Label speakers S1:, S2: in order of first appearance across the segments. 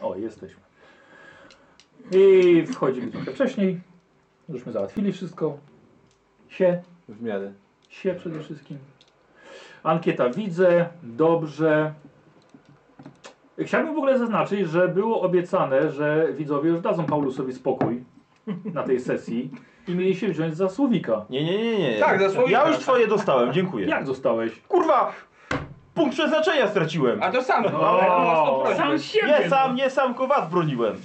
S1: O, jesteśmy. I wchodzimy trochę wcześniej. Żeśmy załatwili wszystko. Się,
S2: W miarę.
S1: się przede wszystkim. Ankieta widzę, dobrze. Chciałbym w ogóle zaznaczyć, że było obiecane, że widzowie już dadzą Paulusowi spokój na tej sesji i mieli się wziąć za słowika.
S3: Nie, nie, nie, nie.
S4: Tak, za słowika.
S3: Ja już twoje dostałem, dziękuję.
S1: Jak zostałeś?
S3: Kurwa! Punkt przeznaczenia straciłem.
S4: A to sam,
S1: O,
S4: no, ale mocno prośbę.
S5: Sam siebie.
S2: no.
S3: Nie sam, nie sam, tylko was broniłem.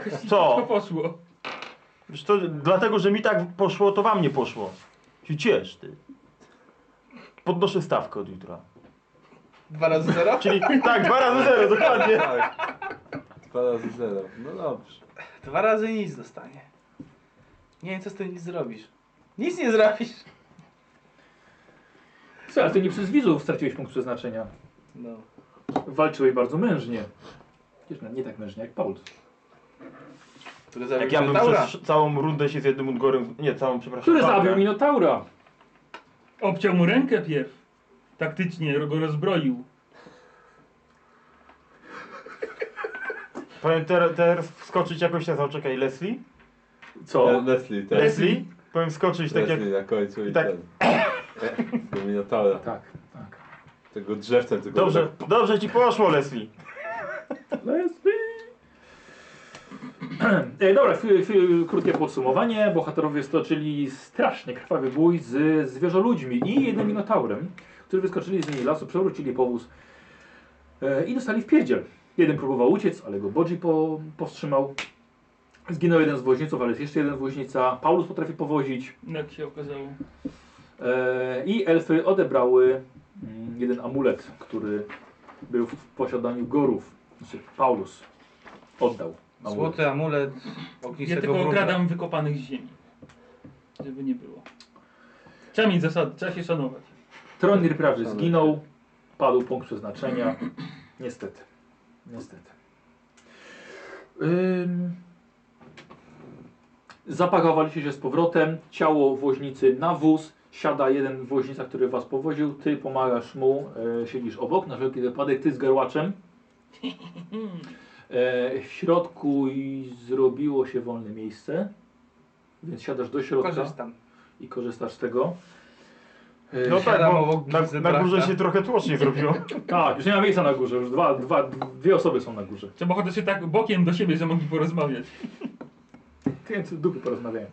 S4: Wszystko
S3: Co?
S4: poszło.
S3: Przecież To, dlatego, że mi tak poszło, to wam nie poszło. Się ciesz, ty. Podnoszę stawkę od jutra.
S4: Dwa razy zero?
S3: Czyli tak, dwa razy zero, dokładnie.
S2: Tak. Dwa razy zero. No dobrze.
S4: Dwa razy nic dostanie. Nie wiem, co z tym nic zrobisz. Nic nie zrobisz.
S1: Co, ale ty nie przez widzów straciłeś punkt przeznaczenia.
S4: No.
S1: Walczyłeś bardzo mężnie. Przecież nawet nie tak mężnie jak Paulus.
S4: Który
S3: Jak ja bym przez całą rundę się z jednym Ungorem, nie, całą, przepraszam.
S1: Który
S3: walkę.
S1: zabił Minotaura.
S5: Obciął mu rękę pierw. Taktycznie go rozbroił.
S3: Powiem ter- teraz wskoczyć jakoś na zaczekaj Leslie?
S1: Co?
S2: Le- Leslie, tak. Leslie,
S3: Leslie? Powiem skoczyć tak jak...
S2: na końcu i,
S3: i tak-
S2: tak. ten. Do Minotaura.
S1: Tak, tak.
S2: Tego drzewcem tylko. tak-
S3: Dobrze, dobrze ci poszło Leslie.
S1: Leslie! E, Dobra, chwi- chwi- krótkie podsumowanie. Bohaterowie stoczyli strasznie krwawy bój z zwierzoludźmi i jednym minotaurem, którzy wyskoczyli z niej lasu, przewrócili powóz e, i dostali w pierdziel. Jeden próbował uciec, ale go Bodzi po, powstrzymał. Zginął jeden z woźniców, ale jest jeszcze jeden woźnica. Paulus potrafi powozić.
S5: Jak się okazało.
S1: E, I elfy odebrały mm, jeden amulet, który był w posiadaniu Gorów. Znaczy, Paulus oddał. amulet.
S4: Złoty amulet
S5: Ja
S4: ognistego
S5: tylko
S4: wróga.
S5: okradam wykopanych z ziemi. Żeby nie było. Trzeba mieć zasady, trzeba się szanować.
S1: Tronir prawie zginął, padł punkt przeznaczenia. Niestety. Niestety. Ym... Zapakowaliście się z powrotem, ciało woźnicy na wóz, siada jeden woźnica, który was powoził, ty pomagasz mu, e, siedzisz obok, na wszelki wypadek, ty z garłaczem. E, w środku i zrobiło się wolne miejsce, więc siadasz do środka
S4: Korzystam.
S1: i korzystasz z tego. E,
S3: No tak,
S4: Siadam
S3: bo
S4: obok Glizy
S3: na, na górze
S4: Brachta.
S3: się trochę tłocznie zrobiło.
S1: Tak, już nie ma miejsca na górze, już dwa, dwa, dwie osoby są na górze.
S5: Trzeba chociaż się tak bokiem do siebie, że mogli porozmawiać.
S1: Więc dupy porozmawiają.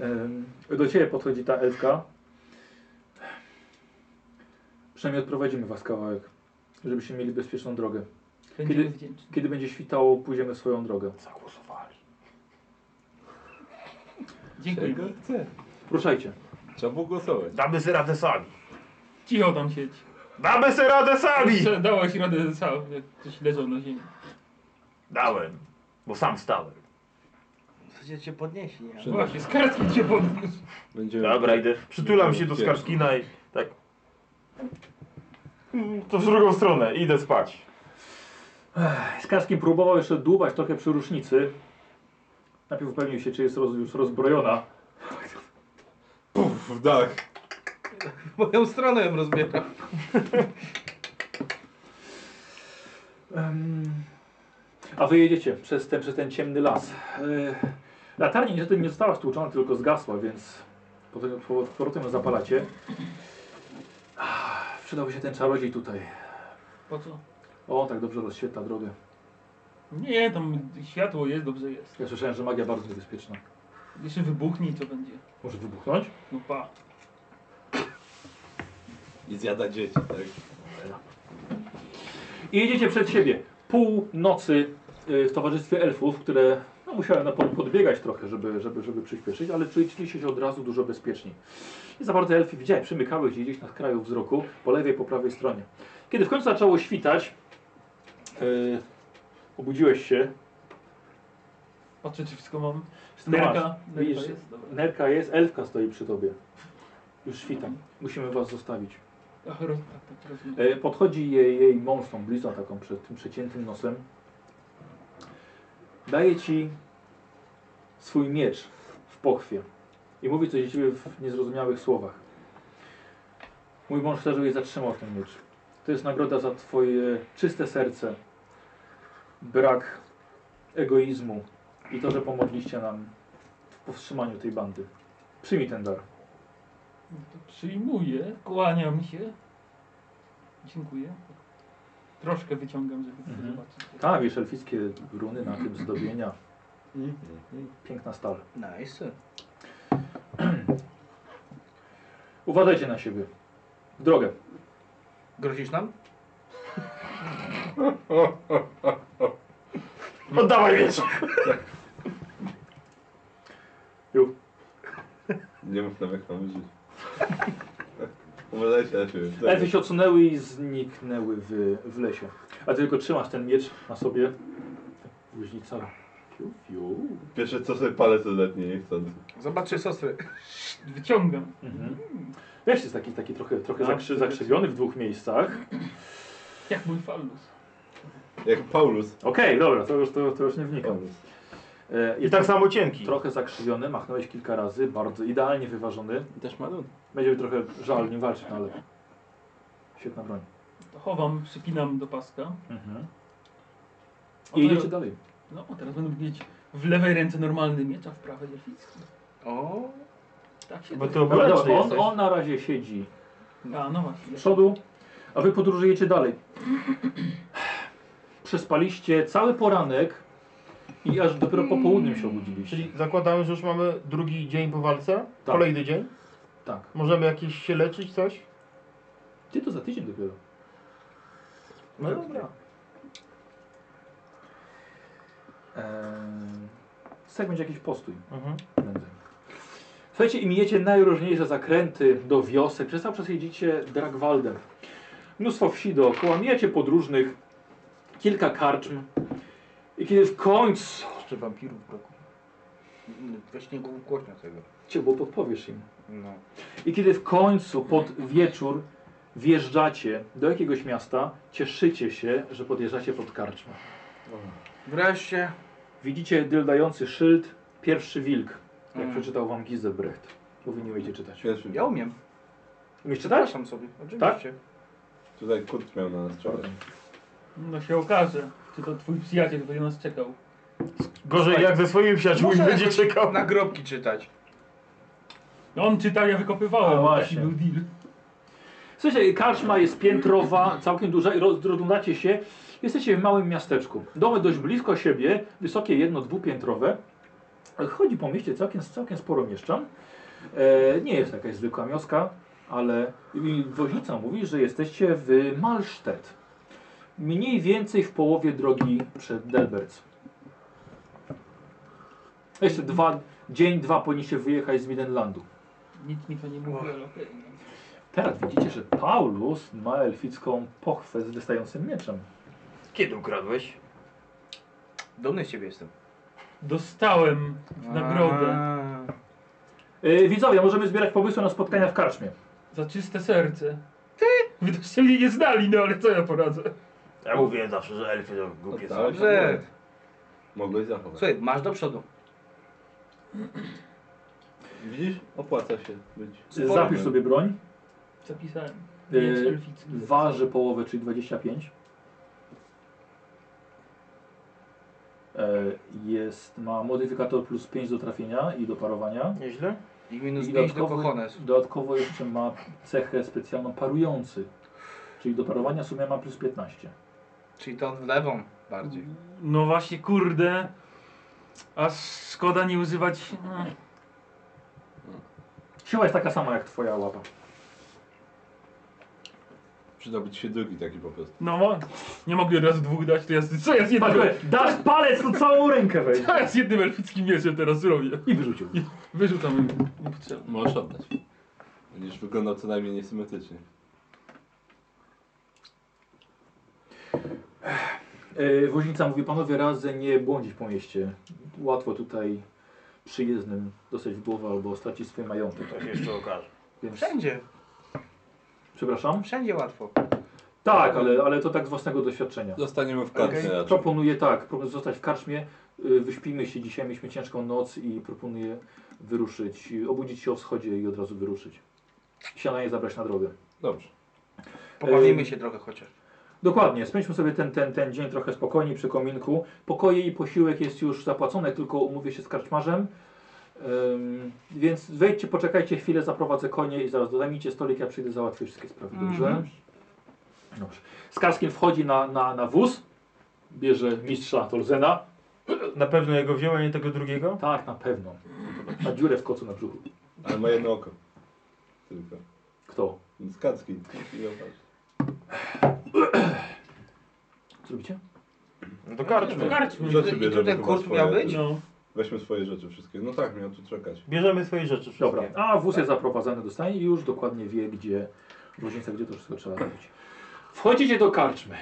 S1: Em, Do ciebie podchodzi ta elfka. Przynajmniej odprowadzimy was kawałek, żebyście mieli bezpieczną drogę.
S5: Będziemy
S1: Kiedy-
S5: wdzięczni.
S1: Kiedy będzie świtało, pójdziemy swoją drogę.
S3: Zagłosowali.
S5: Dziękuję.
S2: Czego chce?
S1: Ruszajcie.
S2: Trzeba było głosować.
S3: Damy sobie radę sami.
S5: Cicho tam siedź.
S3: Damy sobie radę sami!
S5: Dałaś radę sam, jak coś leżał na ziemi.
S3: Dałem, bo sam stałem.
S4: Przecież cię podnieśli. Ja.
S2: Przy-
S5: Właśnie, z kartki cię podniósł.
S2: Będziemy.
S3: Dobra, idę. Przytulam się do Skarskina i tak. Mm, To w drugą stronę, idę spać.
S1: Z kaskiem próbował jeszcze dłubać trochę przy rusznicy. Najpierw upewnił się, czy jest roz, już rozbrojona.
S2: W dach.
S4: Moją stronę ją rozbiera.
S1: Em, A wy jedziecie przez ten, przez ten ciemny las. Yy, Latarnia niestety nie została stłuczona, tylko zgasła, więc potem po- z powrotem ją zapalacie. Ach, Przydałby się ten czarodziej tutaj.
S5: Po co?
S1: O, on tak dobrze rozświetla drogę.
S5: Nie, tam światło jest, dobrze jest.
S1: Ja słyszałem, że magia bardzo niebezpieczna.
S5: Jeszcze wybuchnij, co będzie.
S1: Może wybuchnąć?
S5: No pa.
S2: I zjada dzieci, tak.
S1: I jedziecie przed siebie. Pół nocy yy, w towarzystwie elfów, które no, musiałem na- podbiegać trochę, żeby, żeby, żeby przyspieszyć, ale czuliście się od razu dużo bezpieczniej. Nie za bardzo elfy widziałem, przymykały się gdzieś na kraju wzroku, po lewej, po prawej stronie. Kiedy w końcu zaczęło świtać, yy, obudziłeś się.
S5: Patrzę, czy wszystko mam.
S1: Wszystko masz.
S5: Nerka. Nerka
S1: Widzisz,
S5: jest, dobra.
S1: nerka jest, elfka stoi przy tobie. Już świta.
S5: Mhm.
S1: Musimy was zostawić.
S5: Ach, roz, tak, tak, rozumiem.
S1: E, Podchodzi jej, jej mąż, tą blizną taką przed tym przeciętym nosem. Daje ci swój miecz w pochwie i mówi coś do ciebie w niezrozumiałych słowach. Mój mąż chce, żebyś zatrzymał ten miecz. To jest nagroda za twoje czyste serce brak egoizmu i to, że pomogliście nam w powstrzymaniu tej bandy. Przyjmij ten dar.
S5: No to Przyjmuję, kłaniam się. Dziękuję. Troszkę wyciągam, żeby
S1: Mhm.
S5: zobaczyć.
S1: Tak, wiesz, elfickie runy na tym zdobienia.
S2: Mhm.
S1: Piękna stal.
S4: Nice.
S1: Uważajcie na siebie. W drogę.
S4: Grozisz nam?
S3: Oddawaj wiesz.
S2: Nie mów nam jak mamy żyć. Uważajcie na siebie.
S1: Elfy się odsunęły i zniknęły w, w lesie. A ty tylko trzymasz ten miecz na sobie. Różnica. Fiu, fiu.
S2: Pierwsze co sobie palec odetnie niechcący.
S4: Zobaczcie sosry.
S5: Wyciągam.
S1: Mhm. Tak, Wiesz, jest taki, taki trochę, trochę
S5: A,
S1: zakrzy, zakrzywiony w dwóch miejscach.
S5: Jak mój fallus.
S2: Jak Paulus.
S1: Okej, dobra, to już, to, to już nie wnikam.
S2: Paulus.
S1: E,
S3: I tak samo cienki.
S1: Trochę zakrzywiony, machnąłeś kilka razy, bardzo idealnie wyważony.
S2: Też ma lód.
S1: Będzie mi trochę żal, nie walczyć, no ale świetna broń.
S5: To chowam, przypinam do paska.
S1: Mhm.
S5: O,
S1: I
S5: teraz-
S1: idziecie dalej.
S5: No, teraz będę mógł mieć w lewej ręce normalny miecz, a w prawej elficki.
S4: O,
S5: Tak się
S3: Bo
S5: to-
S3: to
S1: Dobra,
S3: obręczny
S1: dobra,
S3: jest.
S1: on, on na razie siedzi
S5: A, no właśnie.
S1: z przodu, a wy podróżujecie dalej. Przespaliście cały poranek i aż dopiero po południu się obudziliście.
S3: Czyli zakładamy, że już mamy drugi dzień po walce? Kolejny dzień?
S1: Tak.
S3: Możemy jakieś się leczyć, coś?
S1: Ty to za tydzień dopiero.
S3: No dobra.
S1: Eee, tak będzie jakiś postój.
S3: Mhm.
S1: Będę. Słuchajcie, i mijecie najróżniejsze zakręty do wiosek, przez cały czas jedzicie Dragwaldem. Mnóstwo wsi dookoła, mijacie podróżnych, kilka karczm. I kiedy w końcu...
S4: jeszcze wampirów brakuje. Mm, Weź nie głośno tego.
S1: Cię, bo podpowiesz im.
S4: No.
S1: I kiedy w końcu pod wieczór wjeżdżacie do jakiegoś miasta, cieszycie się, że podjeżdżacie pod karczmę.
S4: Wreszcie.
S1: Widzicie dyldający szyld, pierwszy wilk, jak
S4: Mm.
S1: przeczytał wam Gizebrecht. Bo wy nie umiecie czytać.
S2: Pierwszy.
S4: Ja um- umiem.
S1: Umiesz czytać?
S4: Przepraszam sobie. Oczywiście.
S2: Tutaj kurt miał na nas czekać.
S5: No się okaże, czy to twój przyjaciel będzie nas czekał.
S3: Gorzej jak ze swoimi przyjaciółmi
S4: Muszę
S3: będzie
S4: jakoś
S3: czekał.
S4: Nagrobki czytać.
S5: No on czytał, ja
S1: A,
S5: wykopywałem, bo taki
S1: właśnie.
S5: był deal.
S1: Słuchajcie, karczma jest piętrowa, całkiem duża i roz- rozglądacie się. Jesteście w małym miasteczku. Domy dość blisko siebie, wysokie jedno, dwupiętrowe. Chodzi po mieście całkiem, całkiem sporo mieszczan. E, nie jest to jakaś zwykła wioska, ale i woźnica mówi, że jesteście w Malsztet. Mniej więcej w połowie drogi przed Delberts. Jeszcze dwa, dzień, dwa powinniście wyjechać z Midenlandu.
S5: Nic mi to nie mówi, ale okej. no.
S1: Teraz widzicie, że Paulus ma elficką pochwę z wystającym mieczem.
S6: Kiedy ukradłeś?
S4: Dumny z ciebie jestem.
S5: Dostałem w nagrodę
S4: Aaa.
S1: Yy, widzowie, możemy zbierać pomysły na spotkania w karczmie. E,
S5: za czyste serce. Ty? Wy toście mnie nie znali, no ale co ja poradzę?
S6: Ja mówię zawsze, że elfy to głupie
S3: No
S6: są.
S3: tak.
S2: Oddałeś
S4: Dobrze.
S2: amulet. Mogłeś zachować.
S4: Słuchaj, masz do przodu.
S2: Widzisz? Opłaca się być.
S1: Zapisz sobie broń.
S5: Zapisałem. Miecz
S1: Yy,
S5: elficki.
S1: waży połowę, czyli 25. Yy, jest, ma modyfikator plus 5 do trafienia i do parowania.
S3: Nieźle.
S4: I minus
S1: I
S4: 5 do
S1: dodatkowo-
S4: kochones.
S1: Dodatkowo jeszcze ma cechę specjalną parujący. Czyli do parowania sumie ma plus 15.
S4: Czyli to w lewą bardziej.
S5: No właśnie, kurde. Aż szkoda nie używać... mm,
S1: Siła jest taka sama jak twoja łapa.
S2: Przydałby ci się drugi taki po prostu.
S5: No, mo- nie mogli od razu dwóch dać, to ja... z- Co ja z
S1: Patrz,
S5: jednym...
S1: dasz palec, to całą rękę weź.
S5: Co ja z jednym elfickim mieczem teraz zrobię?
S1: I wyrzucił.
S5: Wyrzucam niepotrzebnie.
S2: Możesz oddać. Będziesz wyglądał co najmniej niesymetrycznie.
S1: E, Woźnica mówi, panowie razem nie błądzić po mieście. Łatwo tutaj przyjezdnym dostać w głowę albo stracić swój majątek.
S6: To się jeszcze okaże.
S1: Więc,
S4: Wszędzie.
S1: przepraszam?
S4: Wszędzie łatwo.
S1: Tak, ale, ale to tak z własnego doświadczenia.
S2: Zostaniemy w kartce
S4: Okej.
S2: raczej.
S1: Proponuję tak, proponuję zostać w karczmie, y, wyśpimy się dzisiaj, mieliśmy ciężką noc i proponuję wyruszyć, y, obudzić się o wschodzie i od razu wyruszyć. Siana je zabrać na drogę.
S2: Dobrze.
S4: Pobawimy się trochę chociaż.
S1: Dokładnie, spędźmy sobie ten, ten, ten dzień trochę spokojniej przy kominku. Pokoje i posiłek jest już zapłacone, tylko umówię się z karczmarzem. Ym, więc wejdźcie, poczekajcie chwilę, zaprowadzę konie i zaraz zajmijcie stolik, ja przyjdę załatwić wszystkie sprawy. Dobrze?
S4: Mhm.
S1: Dobrze. Skarskin wchodzi na, na, na wóz, bierze mistrza Tolzena.
S3: Na pewno jego wziął, a nie tego drugiego?
S1: Tak, na pewno. Na dziurę w kocu na brzuchu.
S2: Ale ma jedno oko. Tylko.
S1: Kto?
S2: Skacki. I opatrz.
S1: Co robicie?
S3: No to karczmy.
S5: Karczmy.
S2: Rzeczy
S4: I
S2: bierzemy
S4: tutaj
S2: chyba
S4: kurt
S2: swoje.
S4: miał być?
S5: No.
S2: Weźmy swoje rzeczy wszystkie. No tak, miał tu czekać.
S3: Bierzemy swoje rzeczy wszystkie.
S1: Dobra, a wóz jest zaprowadzany do stajni i już dokładnie wie, gdzie różnica, gdzie to wszystko trzeba robić. Wchodzicie do karczmy.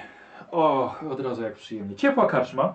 S1: O, od razu jak przyjemnie. Ciepła karczma.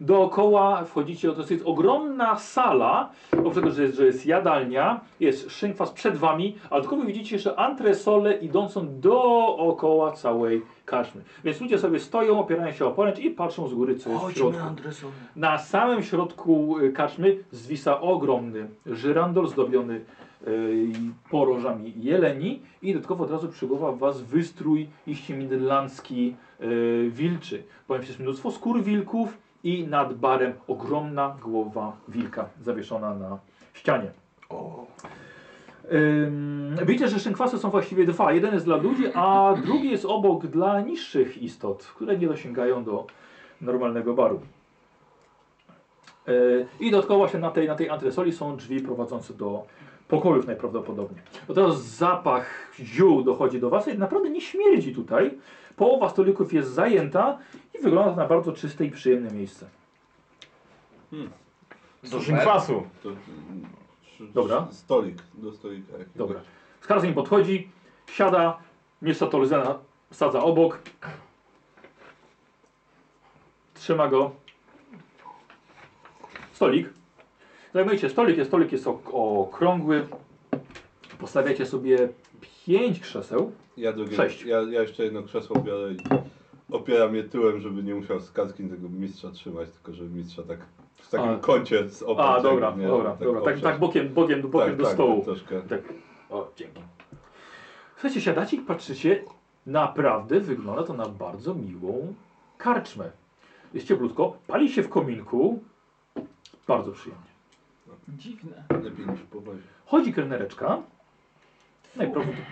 S1: Dookoła wchodzicie, no to jest ogromna sala, oprócz tego, że jest, że jest jadalnia, jest szynkwas przed wami, a dodatkowo widzicie jeszcze antresole idącą dookoła całej karczmy. Więc ludzie sobie stoją, opierają się o poręcz i patrzą z góry, co jest No, w
S4: Chodźmy
S1: środku.
S4: na Andresowi.
S1: Na samym środku y, karczmy zwisa ogromny żyrandol zdobiony y, porożami jeleni i dodatkowo od razu przygłowa w was wystrój iście midlandzki y, wilczy. Powiem się, jest mnóstwo skór wilków i nad barem ogromna głowa wilka zawieszona na ścianie.
S4: O.
S1: Ym, widzicie, że szynkwasy są właściwie dwa. Jeden jest dla ludzi, a drugi jest obok dla niższych istot, które nie dosięgają do normalnego baru. Yy, I dodatkowo właśnie na tej, na tej antresoli są drzwi prowadzące do pokojów najprawdopodobniej. Bo teraz zapach ziół dochodzi do Was i naprawdę nie śmierdzi tutaj. Połowa stolików jest zajęta i wygląda to na bardzo czyste i przyjemne miejsce.
S3: Do szynkwasu.
S2: To, mm, sz-
S1: Dobra.
S2: Stolik. Do stolika. jakiegoś.
S1: Dobra. Skarzeń podchodzi, siada, mistrza Tolzena sadza obok. Trzyma go. Stolik. Zajmujecie stolik, jest- stolik jest ok- okrągły. Postawiacie sobie pięć krzeseł.
S2: Ja, drugie,
S1: Sześć.
S2: ja, ja jeszcze jedno krzesło biorę i opieram je tyłem, żeby nie musiał Skacki tego mistrza trzymać, tylko żeby mistrza tak w takim
S1: A.
S2: kącie z
S1: A,
S2: oparć,
S1: dobra,
S2: jakby, nie?
S1: dobra, dobra. Tak,
S2: oprzeć.
S1: tak bokiem, bokiem, bokiem do stołu.
S2: Tak, troszkę.
S1: Tak. O, dzięki. Słuchajcie, siadacie i patrzycie, naprawdę wygląda to na bardzo miłą karczmę. Jest cieplutko, pali się w kominku, bardzo przyjemnie.
S5: Dziwne.
S2: Lepiej niż po wozie.
S1: Chodzi kelnereczka, najprawdopodobniej,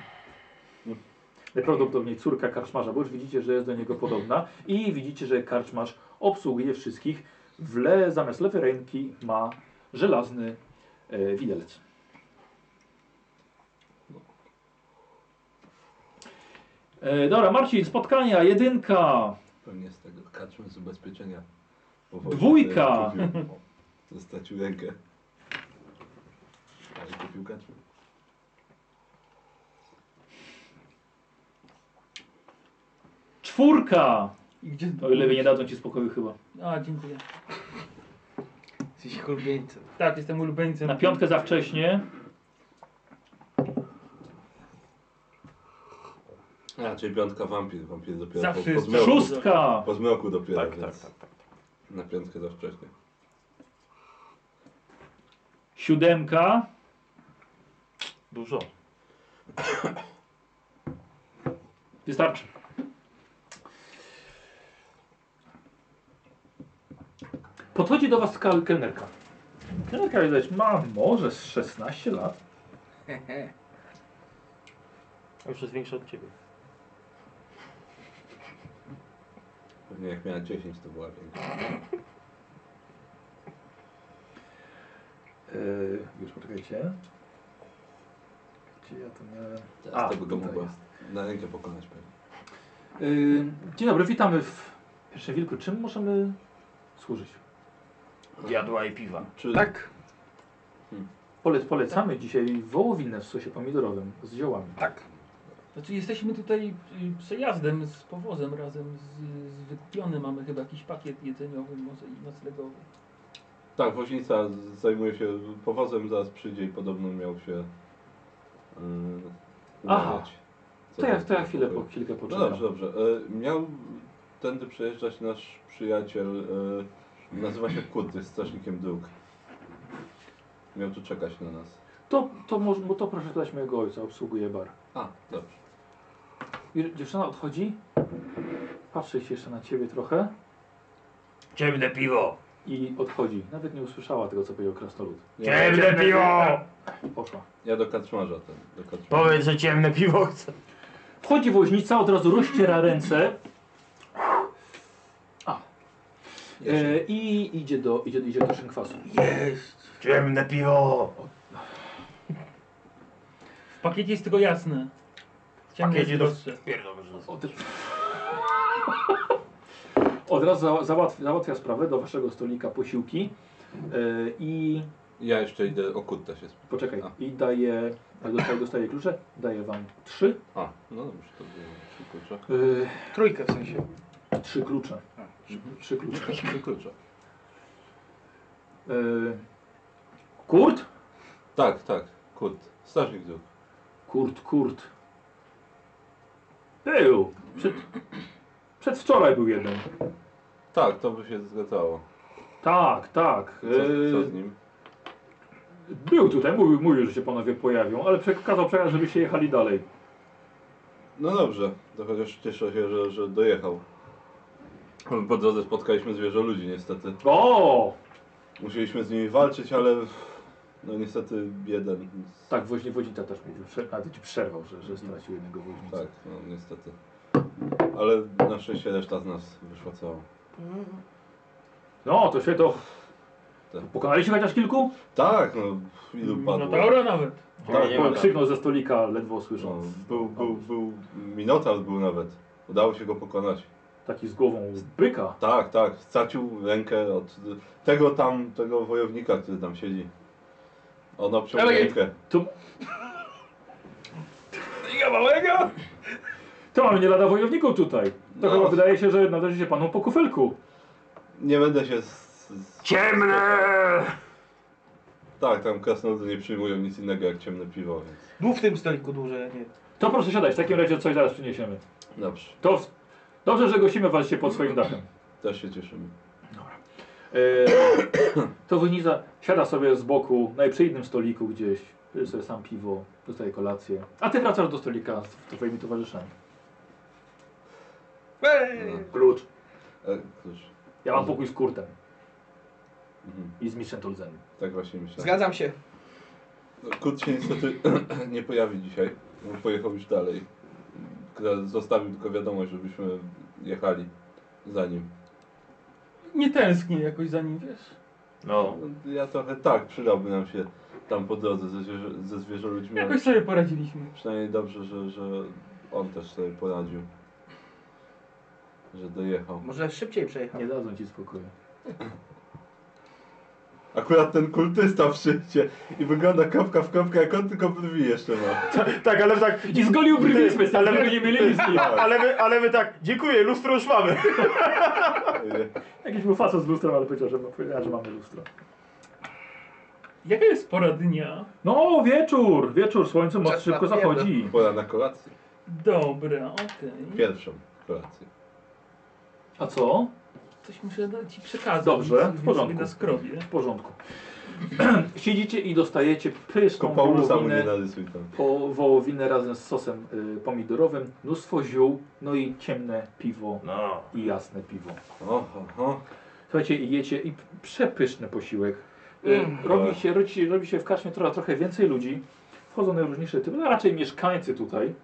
S1: najprawdopodobniej córka karczmarza, bo już widzicie, że jest do niego podobna i widzicie, że karczmarz obsługuje wszystkich. W le, zamiast lewej ręki ma żelazny e, widelec. E, dobra, Marcin, spotkania, jedynka.
S2: Pewnie z tego kaczmy tak, z ubezpieczenia. Po wozie
S1: Dwójka!
S2: sobie kupił. O, Stracił rękę. Ale kupił kaczmy.
S1: Czwórka!
S5: I gdzie...
S1: O ile nie dadzą ci spokoju chyba.
S5: A, dziękuję.
S4: Jesteś chulbieńcem.
S5: Tak, jestem ulubieńcem.
S1: Na piątkę za wcześnie.
S2: A, czyli piątka wampir, wampir dopiero
S5: Zawsze
S2: po, po
S5: jest
S2: zmroku.
S1: Szóstka!
S2: Po zmroku dopiero,
S3: Tak, tak,
S2: więc
S3: tak, tak.
S2: na piątkę za wcześnie.
S1: Siódemka.
S3: Dużo.
S1: Wystarczy. Podchodzi do was kal- kelnerka. Kelnerka widać ma może z 16 lat.
S4: Hehe.
S3: A Już jest większe od ciebie.
S2: Pewnie jak miała 10 to była większa.
S1: Yy, już poczekajcie. Gdzie ja to miałem?
S2: Teraz
S1: A,
S2: to by go
S1: tutaj
S2: mogła
S1: jest.
S2: na rękę pokonać pewnie.
S1: Yy, dzień dobry, witamy w Pierwszym Wilku. Czym możemy służyć?
S6: Jadła i piwa.
S2: Czy
S4: Tak.
S1: Polec, polecamy dzisiaj wołowinę w sosie pomidorowym z ziołami.
S4: Tak.
S5: Znaczy jesteśmy tutaj y, przejazdem z powozem razem z, z wykupionym. Mamy chyba jakiś pakiet jedzeniowy może i noclegowy.
S2: Tak, woźnica z- zajmuje się powozem, zaraz przyjdzie i podobno miał się yy,
S1: Aha.
S2: umawiać. Co
S1: To ja,
S2: do-
S1: to ja chwilę, po, chwilkę
S2: No
S1: poczekam.
S2: dobrze, dobrze. E, miał tędy przejeżdżać nasz przyjaciel, e, nazywa się Kurt, jest strażnikiem dróg. Miał tu czekać na nas.
S1: To, to, może, bo to proszę dać mojego ojca, obsługuje bar.
S2: A, dobrze.
S1: I dziewczyna odchodzi. patrzy się jeszcze na ciebie trochę
S6: Ciemne piwo!
S1: i odchodzi. Nawet nie usłyszała tego, co powiedział krasnolud.
S2: Ja,
S3: Ciemne piwo!
S1: Poszła.
S2: ja do kaczmarza ten. Do kaczmarza.
S3: Powiedz, że ciemne piwo chce.
S1: Wchodzi woźnica, od razu rozciera ręce e, i idzie do, idzie, idzie do szynkwasu.
S4: Jeść.
S3: Ciemne piwo!
S5: W pakiecie jest tylko jasne. Ciemne
S3: pakiecie
S5: jest
S3: do-
S5: prostsze.
S6: Pierdolę, że
S1: Od, od razu za, załatwia, załatwia sprawę do waszego stolika posiłki e, i
S2: Ja jeszcze idę o kutta się spytać.
S1: poczekaj,
S2: A,
S1: i daje, jak dostaje, dostaje klucze, daje wam trzy,
S2: a, no dobrze, to było trzy klucze.
S4: Trójkę w sensie.
S1: e, trzy klucze.
S2: mhm.
S1: Trzy klucze.
S2: Trzy klucze.
S1: E, kurt?
S2: Tak, tak, kut. Strażnik dróg.
S1: Kurt, kurt. Był. Przed, przedwczoraj był jeden.
S2: Tak, to by się zgadzało.
S1: Tak, tak.
S2: Co,
S1: e,
S2: co z nim?
S1: Był tutaj, mówił, mówił, że się panowie pojawią, ale przekazał przekaz, żebyście jechali dalej.
S2: No dobrze, to chociaż cieszę się, że, że dojechał. Po drodze spotkaliśmy zwierzę ludzi niestety.
S1: O!
S2: Musieliśmy z nimi walczyć, ale no niestety jeden.
S1: Tak, woźnie woźnica też mówił. Prze- A ty przerwał, że, że stracił jednego woźnica.
S2: Tak, no niestety. Ale na szczęście reszta z nas wyszła cała.
S1: No, to się to...
S2: Tak.
S1: Pokonaliście chociaż kilku?
S2: Tak, no ilu padło.
S5: Minotaura nawet.
S2: Tak,
S3: Nie
S1: Bo
S3: ma tak.
S1: Krzyknął ze stolika, ledwo
S2: no,
S1: słysząc.
S2: był, był, był, Minotaur był nawet. Udało się go pokonać.
S1: Taki z głową byka.
S2: Tak, tak, stracił rękę od tego tam, tego wojownika, który tam siedzi. On obciął
S4: Ale-
S2: rękę.
S4: Trójka małego?
S1: To mamy nie lada wojowników tutaj. To
S2: No.
S1: chyba wydaje się, że należy się panu po kufelku.
S2: Nie będę się... Z, z,
S6: Ciemne!
S2: Tak, tam krasnoludy nie przyjmują nic innego jak ciemne piwo, więc
S4: Był w tym stoliku dłużej, a nie.
S1: To proszę siadać, w takim razie coś zaraz przyniesiemy.
S2: dobrze,
S1: To w... Dobrze, że gościmy was się pod swoim dachem.
S2: też się cieszymy.
S1: E, to woźnica siada sobie z boku, na przy innym stoliku gdzieś, pije sobie sam piwo, dostaje kolację. A ty wracasz do stolika z twoimi towarzyszami. No,
S4: Ej!
S1: Klucz.
S2: E, cóż,
S1: Ja mam pokój z Kurtem
S2: mhm.
S1: i z mistrzem Tolzenem.
S2: tak właśnie myślałem.
S4: Zgadzam się.
S2: No, Kurt się niestety nie pojawi dzisiaj, bo pojechał już dalej. Kra- Zostawił tylko wiadomość, żebyśmy jechali za nim.
S5: Nie tęsknię jakoś za nim, wiesz?
S3: No.
S2: No, Ja trochę tak, przydałby nam się tam po drodze ze, zwierzę, ze zwierzę ludźmi, ale
S5: Jakoś sobie poradziliśmy.
S2: przynajmniej dobrze, że, że on też sobie poradził. Że dojechał.
S4: Może szybciej przejechał.
S1: Nie dadzą ci spokoju.
S2: Akurat ten kultysta w szczycie i wygląda kropka w kropkę, jak on tylko brwi jeszcze ma.
S3: Tak, ale tak.
S1: I zgolił brwi
S3: Ale-
S1: ale nie mieli nic.
S3: Ale my, ale my tak. Dziękuję, lustro już mamy.
S1: Jakiś był facet z lustrem, ale powiedział, że, powiedział, że mamy lustro.
S5: Jaka jest pora dnia?
S1: No, wieczór! Wieczór, słońce moc
S4: Czas
S1: szybko
S4: na piebę.
S1: zachodzi.
S2: Pora na kolację.
S5: Dobra, okej.
S2: Pierwszą kolację.
S1: A co?
S5: Coś muszę da- ci przekazać.
S1: Dobrze, w
S5: Więc
S1: porządku.
S5: Sobie na skrobie.
S1: W porządku. Siedzicie i dostajecie pyszną
S2: Tylko Paulusa mu
S1: wołowinę.
S2: nie narysuj tam.
S1: po wołowinę razem z sosem y, pomidorowym, mnóstwo ziół, no i ciemne piwo
S6: No.
S1: i jasne piwo.
S2: Oho, oho.
S1: Słuchajcie, i jecie i p- przepyszny posiłek. Y,
S4: Mm.
S1: robi, się, robi, się, robi się w kaszmie trochę, trochę więcej ludzi. Wchodzą najróżniejsze typy, no raczej mieszkańcy tutaj,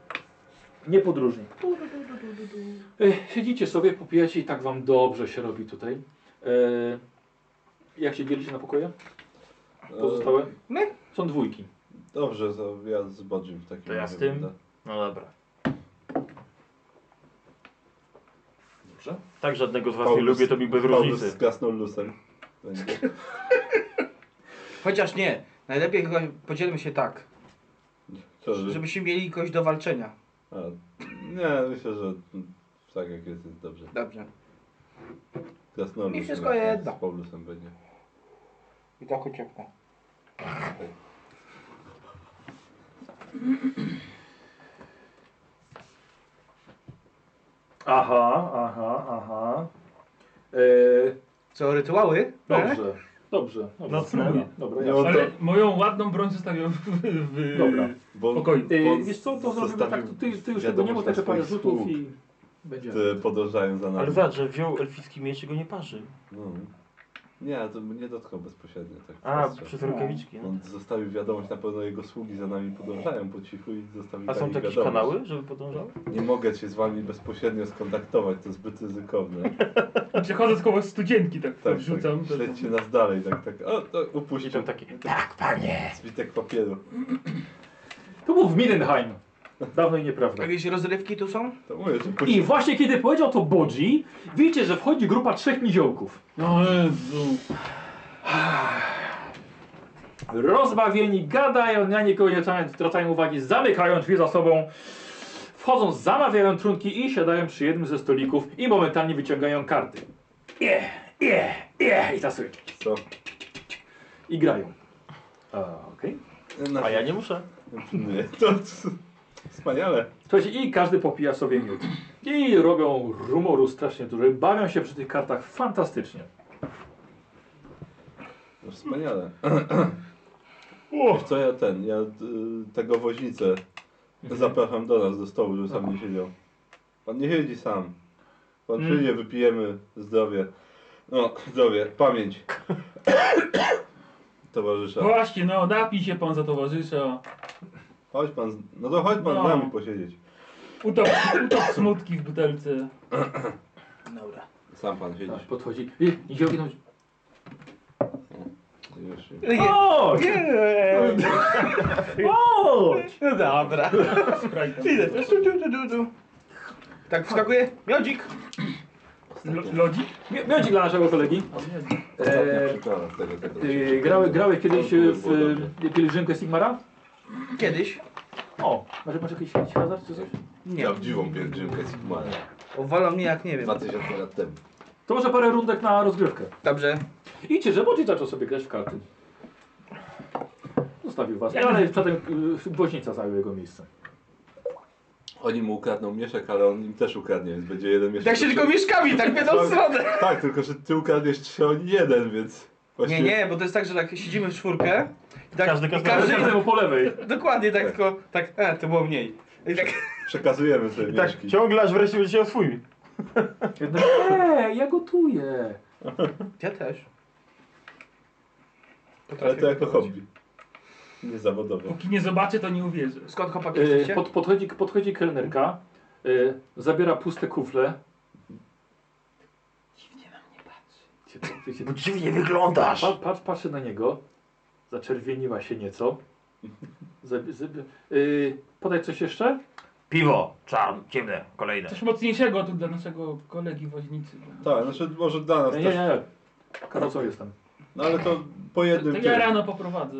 S1: nie podróżni. Y, siedzicie sobie, popijacie i tak wam dobrze się robi tutaj. Y, jak się dzielicie na pokoje? Pozostałe?
S4: E, My?
S1: Są dwójki.
S2: Dobrze, to ja z Bodzim w takim
S3: To ja z
S2: razie
S3: tym?
S2: będę.
S3: No dobra.
S1: Dobrze.
S3: Tak żadnego z was nie
S2: Paulus-
S3: lubię, to mi bez
S2: Paulus
S3: różnicy.
S2: z krasnolusem. Będzie.
S4: Chociaż nie. Najlepiej chyba podzielmy się tak,
S2: To,
S4: żebyśmy mieli kogoś do walczenia.
S2: A, nie, myślę, że tak jak jest, jest dobrze.
S4: Dobrze.
S2: Krasnolud.
S4: Mi wszystko
S2: z-
S4: jedno.
S2: Z Paulusem będzie.
S4: I tak ucieknę.
S1: Aha, aha, aha. Y,
S4: Co, rytuały? E?
S1: Dobrze, dobrze. dobrze.
S5: No, spróbuj.
S1: Dobra,
S2: Nie
S1: ja.
S2: ma-
S5: Ale moją ładną broń zostawiam w, w
S1: Dobra.
S2: Bo
S5: pokoju.
S1: Yy, wiesz co, to zrobimy
S2: Zostawił
S1: tak, ty, ty już
S2: wiadomość
S1: tego nie ma,
S2: na
S1: to jeszcze parę
S2: swoich
S1: rzutów
S2: sług.
S1: i... Będziemy.
S2: Ty podążają za nami.
S3: Ale zobacz, że wziął elficki miecz i go nie parzy.
S2: No. Nie, to mnie dotknął bezpośrednio. Tak
S3: A,
S2: wprost.
S3: przez rękawiczki. no.
S2: On zostawił wiadomość, na pewno jego sługi za nami podążają po cichu i zostawił
S3: A są
S2: takie
S3: to jakieś
S2: wiadomość.
S3: kanały, żeby podążały?
S2: Nie mogę się z wami bezpośrednio skontaktować, to zbyt ryzykowne.
S5: Przechodzę z koło studzienki, tak,
S2: Tak,
S5: wrzucam.
S2: tak. Śledźcie nas dalej, tak, tak. O, to
S3: I
S2: upuścił
S3: tam takie...
S2: zwitek papieru.
S1: To był w Mindenheim. Dawno i nieprawda.
S4: Jakieś rozrywki tu są?
S2: To mówię, że puścił.
S1: I właśnie kiedy powiedział to Bodzi, widzicie, że wchodzi grupa trzech niziołków.
S7: No Jezu.
S1: Rozbawieni, gadają, na nikogo nie zwracają- zwracają uwagi, zamykają drzwi za sobą, wchodzą, zamawiają trunki i siadają przy jednym ze stolików i momentalnie wyciągają karty. Je, je, je i tasują.
S2: Co?
S1: I grają. A, Okej.
S2: Na-
S3: A ja nie muszę.
S2: Nie, to... Wspaniale.
S1: Słuchajcie, i każdy popija sobie miód. I robią rumoru strasznie dużo. Bawią się przy tych kartach fantastycznie.
S2: No Wspaniale. Wiesz co, ja ten, ja y, tego woźnicę
S1: Mhm.
S2: zapraszam do nas, do stołu, żeby sam nie siedział. Pan nie siedzi sam. Pan
S1: No. Mm.
S2: przyjdzie, wypijemy zdrowie. No, zdrowie, pamięć. Towarzysza.
S5: Właśnie, no, napij się pan za towarzysza.
S2: Chodź pan, z- no to chodź pan
S5: No.
S2: z nami posiedzieć.
S5: Utop, utop smutki w butelce.
S4: Dobra.
S2: Sam pan siedzi.
S1: Tak, podchodzi. I niziołki tam...
S2: Już.
S1: O! O!
S4: No dobra.
S5: Sprite.
S4: Idę. Tu, tu, tu, tu, tu. Tak wskakuje? Miodzik.
S5: Lo- Lodzik?
S1: Mio- Miodzik dla naszego kolegi.
S5: O, nie.
S2: Ostatnia
S1: E,
S2: przyprawa z tego, tego.
S1: Yy, grały, grałeś kiedyś e, w e, pielgrzymkę Sigmara?
S4: Kiedyś.
S1: O, może masz jakiś jakiś hazard czy coś?
S4: Nie.
S2: Prawdziwą pielgrzymkę Sigmara.
S4: Uwalał mnie jak nie wiem.
S2: 2000 lat temu.
S1: To może parę rundek na rozgrywkę.
S4: Dobrze.
S1: Idźcie, że Bodzi zaczął sobie grać w karty. Zostawił was. Ale przedtem y, woźnica zajął jego miejsce.
S2: Oni mu ukradną mieszek, ale on im też ukradnie, więc będzie jeden mieszek.
S4: Tak się tylko mieszkami, tak w jedną
S2: Tak.
S4: stronę.
S2: Tak, tylko że ty ukradniesz trzy, oni jeden, więc...
S4: Nie, nie, bo to jest tak, że tak siedzimy w czwórkę. i Tak,
S3: Każdy
S4: i
S3: kostkę
S1: Ale
S4: każdy,
S1: każdemu po lewej.
S4: Dokładnie tak, tylko tak, e, to było mniej. I tak,
S2: Przekazujemy sobie
S3: I tak
S2: mieszki.
S3: ciągle aż wreszcie będzie o swój.
S1: Jednak, eee, ja gotuję.
S4: ja też.
S2: Ale tak. to jako hobby. Nie zawodowo.
S5: Póki nie zobaczę, to nie uwierzę.
S4: Skąd chłopaki
S1: E,
S4: jesteście?
S1: pod, podchodzi, podchodzi kelnerka, e, zabiera puste kufle.
S5: Dziwnie na mnie patrzy.
S1: Wiecie,
S3: Bo dziwnie wyglądasz.
S1: Pa, patrz, patrzy na niego. Zaczerwieniła się nieco. Zab, zab, yy, podaj coś jeszcze?
S6: Piwo, czarne, ciemne, kolejne.
S5: Tak. Coś mocniejszego tu dla naszego kolegi woźnicy. no.
S2: Tak, znaczy może dla nas
S1: Nie, nie,
S2: też.
S1: nie. Karocą jestem.
S2: No ale to po
S5: To,
S2: jednym,
S5: to ja
S2: kierunku-
S5: rano poprowadzę.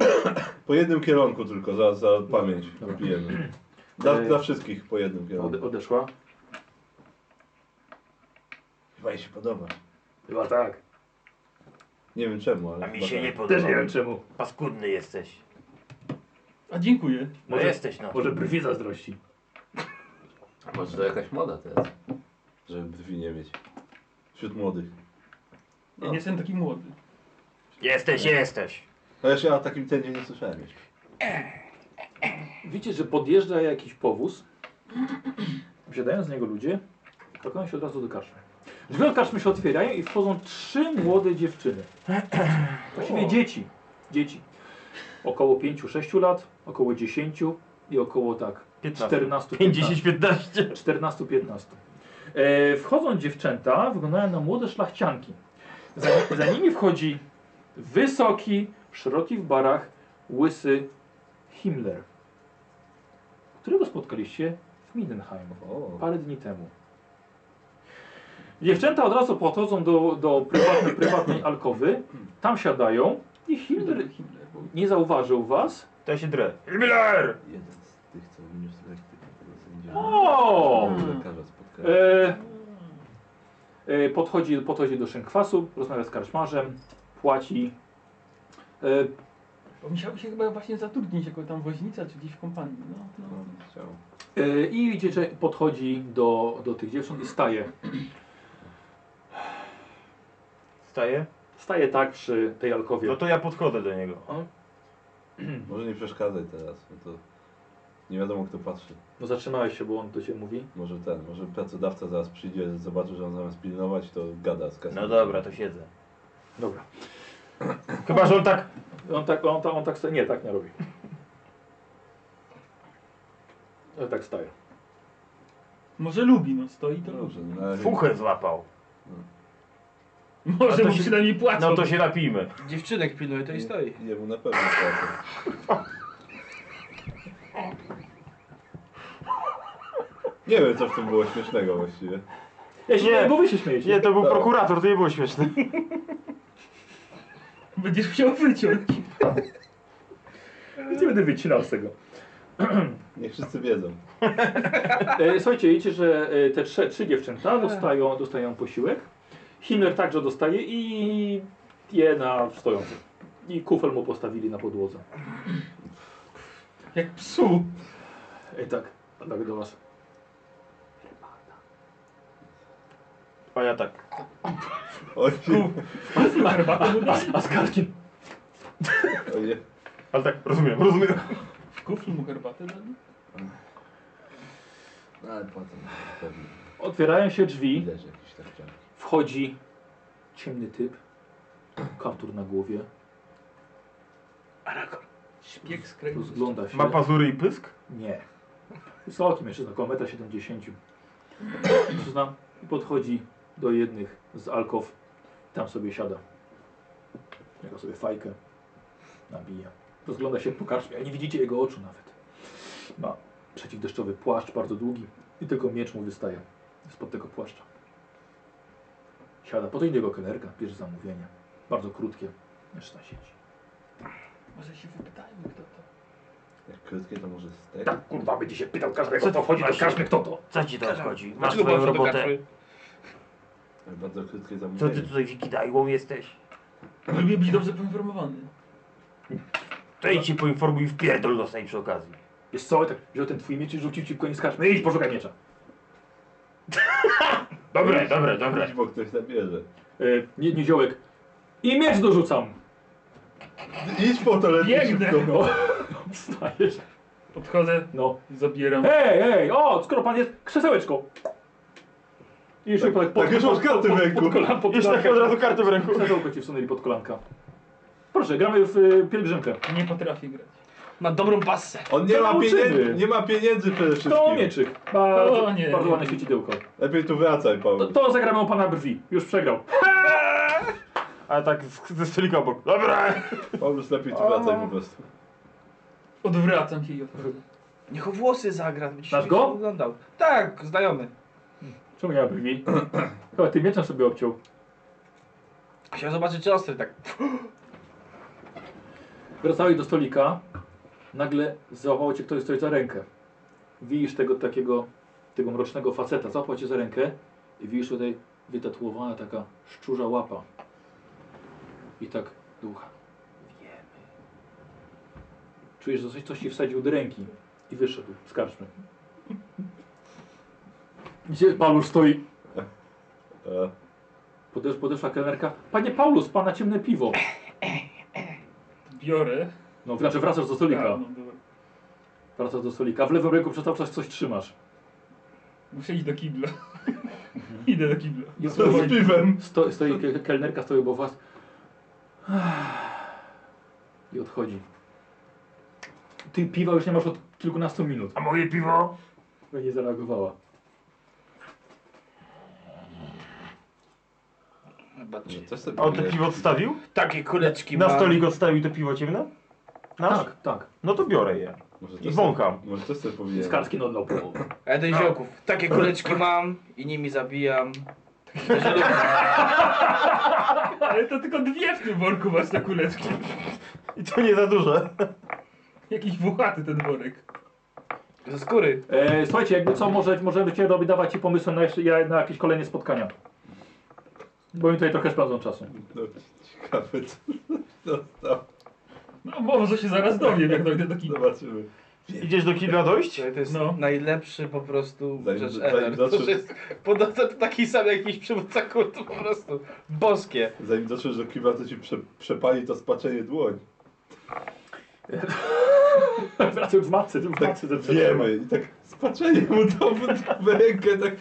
S2: po jednym kierunku tylko, za, za pamięć
S1: Dobra.
S2: pijemy. Dla,
S1: Ej.
S2: dla wszystkich po jednym kierunku.
S1: Ode, odeszła.
S2: Chyba jej się podoba.
S1: Chyba tak.
S2: Nie wiem czemu, ale
S6: A mi
S2: chyba
S6: się
S2: tak.
S6: nie podoba.
S1: Też nie wiem czemu.
S6: Paskudny jesteś.
S5: A dziękuję.
S6: No
S1: Może-
S6: jesteś no.
S1: Może brwi zazdrości.
S2: Może to jakaś moda teraz. Żeby brwi nie mieć. Wśród młodych.
S5: Ja nie jestem taki młody.
S6: Jesteś, jesteś.
S2: Chociaż No ja o takim trendzie nie słyszałem jeszcze.
S1: Widzicie, że podjeżdża jakiś powóz. Wsiadają z niego ludzie. Pakują się od razu do karczmy. Drzwi od karczmy się otwierają i wchodzą trzy młode dziewczyny. Właściwie dzieci. Dzieci. Około 5-6 lat, około 10 i około tak 14
S3: 50, 15.
S1: 14-15. E, wchodzą dziewczęta, wyglądają na młode szlachcianki. Za, za nimi wchodzi wysoki, szeroki w barach, łysy Himmler, którego spotkaliście w Mindenheim
S2: O.
S1: parę dni temu. Dziewczęta od razu podchodzą do, do prywatnej, prywatnej alkowy, tam siadają i Himmler
S5: Himmler. bo-
S1: nie zauważył was.
S3: To ja się drę.
S6: Miller!
S2: Jeden z tych, co wyniósł lektykę tego sędziego.
S1: O!
S2: Lekarza spotkałem.
S1: E, e, podchodzi, podchodzi do szynkwasu, rozmawia z karczmarzem, płaci. E,
S5: Bo musiałby się chyba właśnie zatrudnić jako tam woźnica czy gdzieś w kompanii. No, no.
S2: No, chciał.
S1: e, I widzicie, że podchodzi do, do tych dziewcząt i staje.
S3: Staję.
S1: Staje tak przy tej alkowie.
S3: No to ja podchodzę do niego.
S2: Może nie przeszkadzaj teraz, bo no to Nie wiadomo kto patrzy.
S1: No zatrzymałeś się, bo on do ciebie mówi.
S2: Może ten, może pracodawca zaraz przyjdzie, zobaczy, że on zamiast pilnować, to gada z kasą.
S6: No dobra, to siedzę.
S1: Dobra.
S3: Chyba, że on tak
S1: On tak, on, ta, on tak staje. Nie, tak nie robi. Ale tak staje.
S5: Może lubi, no stoi to lubi.
S2: Dobrze, no, ale-
S6: Fuchę złapał.
S5: Może
S6: No to
S5: mu
S6: się-
S5: przynajmniej płacą.
S6: No to się napijmy.
S4: Dziewczynek pilnuje, to i stoi.
S2: Jemu na pewno płacę. Nie wiem, co w tym było śmiesznego właściwie.
S1: Ja się
S3: Nie.
S1: nie, bo wy się śmiejecie.
S3: Nie, to był
S2: Dobra.
S3: prokurator, to nie było śmieszne.
S5: Będziesz chciał wyciąć.
S1: Nic nie będę wycinał z tego.
S2: Niech wszyscy wiedzą.
S1: E, słuchajcie, widzicie, że e, te trzy, trzy dziewczęta dostają, dostają posiłek. Himmler także dostaje i je na stojący. I kufel mu postawili na podłodze.
S5: Jak psu.
S1: E, tak, a tak do was.
S3: A ja tak.
S2: Oj,
S5: Herbatę mu dali.
S1: A Skarkin?
S2: oj, nie.
S3: Ale tak, rozumiem, rozumiem.
S5: W kuflu mu herbatę dali.
S2: No, ale płacę na pewno.
S1: Otwierają się drzwi,
S2: Widać jakiś tak ciąg.
S1: wchodzi ciemny typ, kaptur na głowie,
S5: Szpieg z kręgu.
S1: rozgląda się.
S3: Ma pazury i pysk?
S1: Nie. Wysoki mężczyzna, około 1,70 m. Mężczyzna podchodzi do jednych z alkow, tam sobie siada. Jego sobie fajkę nabija. Rozgląda się po karczmie, a nie widzicie jego oczu nawet. Ma przeciwdeszczowy płaszcz, bardzo długi i tylko miecz mu wystaje spod tego płaszcza. Siada, podejdzie jego kelnerka, bierze zamówienie. Bardzo krótkie, mężczyzna siedzi.
S5: Może się wypytajmy kto to.
S2: Jak Tak krótkie to może stek?
S1: Tak, kurwa, będzie się pytał każdego,
S6: Co
S1: kto
S6: ty
S1: wchodzi do
S6: masz?
S1: karczmy, kto to.
S6: Co ci teraz chodzi? Masz
S4: Dlaczego
S6: swoją
S4: pan to
S6: robotę.
S4: karczmy?
S2: Ale Bardzo krótkie
S6: Co
S2: zamówienie.
S6: ty tutaj wikidajłą jesteś?
S5: Lubię być dobrze poinformowany.
S6: To idź się poinformuj i wpierdol dostaj przy okazji.
S1: Wiesz co, tak wziął ten twój miecz i rzucił ci w koniec karczmy. Idź, poszukaj miecza.
S6: Dobre, dobre, dobre.
S2: Idź, bo ktoś zabierze.
S1: Yy, nie, niziołek. I miecz dorzucam. No,
S2: Idź po to lepiej
S5: Biegnę.
S2: szybko.
S1: Wstajesz.
S5: Podchodzę,
S1: No.
S5: zabieram.
S1: Hej, hej, o, skoro pan jest, krzesełeczko. I szybko tak,
S2: tak już masz karty w ręku.
S1: Pod kolan, pod
S3: Już tak
S1: kolankę.
S3: od razu karty w ręku.
S1: Krzesełko ci wsunęli pod kolanka. Proszę, gramy w y, pielgrzymkę.
S5: Nie potrafię grać.
S4: Ma dobrą passę.
S2: On nie
S1: To
S2: ma,
S1: nauczymy.
S2: pieniędzy, nie ma pieniędzy przede wszystkim.
S1: To mieczyk. Bardzo,
S5: O, nie.
S1: bardzo ładne świecidełko.
S2: Lepiej tu wracaj,
S1: To,
S2: Paweł.
S1: to zagramy u pana brwi. Już przegrał.
S3: A ja tak z- ze stolika obok. Dobra!
S2: Paulus, lepiej tu wracaj po prostu.
S5: Odwracam się i odchodzę.
S4: Niech o włosy zagra, będzie
S1: Znasz
S4: się
S1: go?
S4: oglądał. Tak, znajomy.
S1: Czemu ja brwi? Chyba ty mieczem sobie obciął.
S4: Chciał zobaczyć czy ostry, tak.
S1: Wracałeś do stolika, nagle załapał cię ktoś stoi za rękę. Widzisz tego takiego, tego mrocznego faceta, załapał cię za rękę i widzisz tutaj wytatuowana taka szczurza łapa. I tak ducha. Wiemy. Czujesz, że coś, coś ci wsadził do ręki i wyszedł z karczmy. Gdzie Paulus stoi?
S2: E,
S1: Podesz, podeszła kelnerka. Panie Paulus, pana ciemne piwo.
S5: Biorę.
S1: No, znaczy wracasz do stolika.
S5: A, no dobra.
S1: Wracasz do stolika. W lewym ręku przez cały czas coś trzymasz.
S5: Muszę iść do kibla.
S1: Mhm.
S5: Idę do kibla.
S1: I
S2: Co z piwem?
S1: Sto, stoi ke- kelnerka, stoi obok was. I odchodzi. Ty piwa już nie masz od kilkunastu minut.
S6: A moje piwo?
S1: Bo Nie zareagowała.
S4: Zobaczy.
S2: Coś sobie
S3: A on to
S2: powiesz.
S3: piwo odstawił?
S4: Takie kuleczki
S3: Na
S4: ma.
S3: stolik odstawił to piwo ciemne? Nasz?
S1: Tak, tak.
S3: No to biorę je.
S2: Może
S3: I
S2: coś sobie-
S3: wącham.
S2: Może coś sobie
S1: I
S2: powinienem.
S1: Skarski no odlał połowę.
S4: A jeden ziołków. Takie kuleczki mam i nimi zabijam.
S5: Ale to tylko dwie w tym worku masz te kuleczki.
S3: I to nie za duże.
S5: Jakiś włochaty ten worek.
S4: Ze skóry.
S1: E, słuchajcie, jakby co, może, możemy cię robić, dawać ci pomysły na, jeszcze, ja- na jakieś kolejne spotkania. Bo mi tutaj trochę spędzą czasu.
S2: No, ciekawe co zostało.
S5: No może się zaraz dowiem, jak dojdę do kibla.
S2: Zobaczymy.
S3: Idziesz do kibla dojść?
S4: Słuchaj, To jest
S5: No.
S4: najlepszy po prostu
S2: Zanim-
S4: rzecz
S2: zanim
S4: ever. To
S2: dotrzesz-
S4: jest podobno taki sam jakiś przywódca kultu po prostu. Boskie.
S2: Zanim dotrzesz do kibla, to ci prze, przepali to spaczenie dłoń.
S1: Wracam w matce, w
S2: Tak
S1: matce zaczynam.
S2: wiemy i tak spatrzenie mu to w rękę, tak...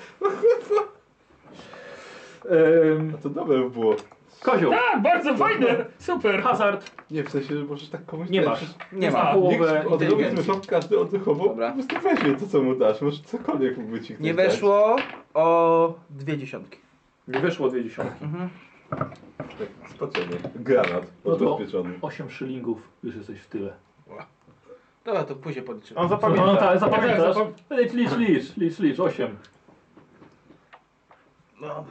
S1: Ehm,
S2: A to dobre by było.
S1: kozioł,
S5: Tak, bardzo fajne, super.
S1: hazard,
S2: Nie, w sensie, że możesz tak komuś...
S1: nie
S2: dać.
S1: masz.
S4: Nie
S1: Na
S4: ma.
S1: połowę
S2: Nikt odrobił
S4: inteligencji.
S2: to każdy oddechował,
S4: Dobra.
S2: po prostu weźmie to, co mu dasz. Może cokolwiek mógłby ci ktoś
S4: Nie
S2: dać.
S4: weszło o dwie dziesiątki.
S1: Nie weszło dwie dziesiątki.
S2: Tak, spaczenie. Granat
S1: No to-
S2: odbezpieczony.
S1: Osiem szylingów, już jesteś w tyle.
S4: Dobra, to później policzymy.
S3: On
S1: No,
S3: zapamięta.
S1: no tak,
S5: Tak,
S1: zapamiętasz?
S5: zapam-
S1: Licz, licz, licz, licz, licz, osiem.
S4: Dobra.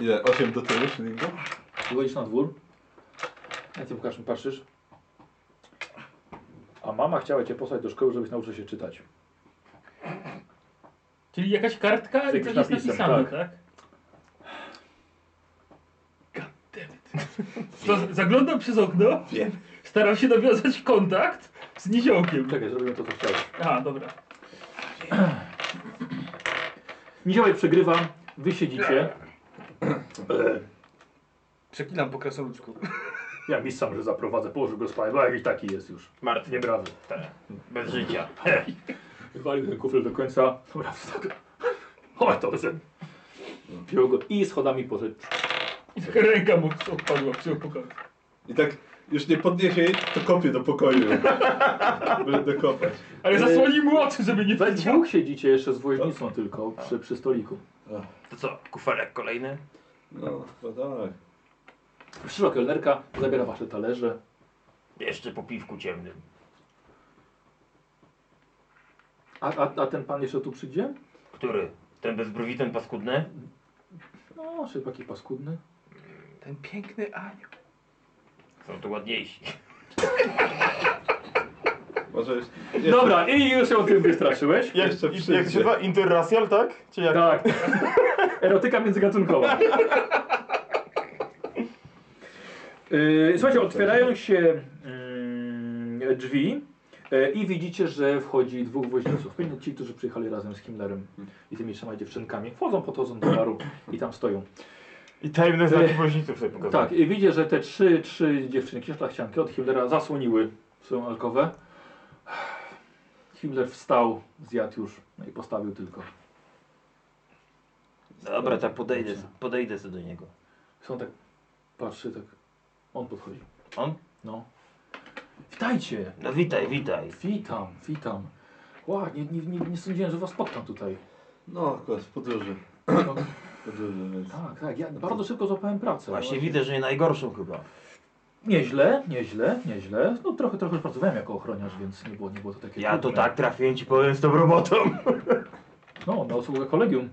S2: Ile? 8 do tyłu szylingów?
S1: Wychodzisz na dwór. Ja ty Łukasz, patrzysz. A mama chciała cię posłać do szkoły, żebyś nauczył się czytać.
S5: Czyli jakaś kartka i
S1: jakimś
S5: coś jest
S1: napisem,
S5: napisane,
S1: tak.
S5: tak? To z- zaglądał przez okno,
S2: Wiem.
S5: starał się nawiązać kontakt z niziołkiem.
S1: Czekaj, zrobimy to, co chciałeś.
S5: Aha, dobra.
S1: Niziołek przegrywa, wy siedzicie.
S4: Przeklinam po krasoluczku.
S1: Ja mistrz sam, że zaprowadzę, położył go spać, bo jakiś taki jest już.
S6: Martwy,
S1: Niebrawy.
S6: bez życia.
S1: Wywalił ten kufel do końca. Dobra, wstał. O, to sen. Wziął go i schodami poszedł.
S5: I taka ręka mu odpadła przy pokoju.
S2: I tak już nie podniesie jej, to kopię do pokoju. Będę kopać.
S1: E,
S5: Ale zasłonił mu oczy, żeby nie
S1: We
S5: widział.
S1: dwóch siedzicie jeszcze z woźnicą tylko przy, przy stoliku.
S6: To co, kufelek kolejny?
S2: No, to tak.
S1: Przyszła kelnerka, zabiera wasze talerze.
S6: Jeszcze po piwku ciemnym.
S1: A, a, a ten pan jeszcze tu przyjdzie?
S6: Który? Ten bez brwi, ten paskudny?
S1: No, szybaki paskudny.
S4: Ten piękny anioł.
S6: Są tu ładniejsi.
S2: Może jeszcze... jeszcze-
S1: Dobra, i już się o tym wystraszyłeś.
S3: Jak,
S2: Jeszcze
S3: jak to się
S2: przyjdzie.
S3: nazywa? Interracial, tak? Czy jak?
S1: Tak. Erotyka międzygatunkowa. Yy, Słuchajcie, otwierają się mm, drzwi e, i widzicie, że wchodzi dwóch woźniców. Pewnie ci, którzy przyjechali razem z Himmlerem i tymi trzema dziewczynkami. Wchodzą, podchodzą do baru i tam stoją.
S3: I tajemne znaki woźniców sobie pokazał.
S1: Tak, i widzę, że te trzy, trzy dziewczynki, szlachcianki od Himmlera zasłoniły swoją alkowę. Himmler wstał, zjadł już no i postawił tylko.
S6: Dobra, tak podejdę, podejdę sobie do niego.
S1: Są tak, patrzy tak, on podchodzi.
S6: On?
S1: No. Witajcie!
S6: No witaj, witaj.
S1: Witam, witam. Ła, nie, nie, nie, nie sądziłem, że was spotkam tutaj.
S2: No, akurat w podróży.
S1: No,
S2: W podróży, więc...
S1: tak, tak, ja bardzo szybko złapałem pracę.
S6: Właśnie widzę, że nie najgorszą chyba.
S1: Nieźle, nieźle, nieźle. No trochę, trochę już pracowałem jako ochroniarz, więc nie było, nie było to takie
S6: Ja to
S1: trudne.
S6: tak trafiłem ci powiem z tą robotą.
S1: No, na usługę kolegium.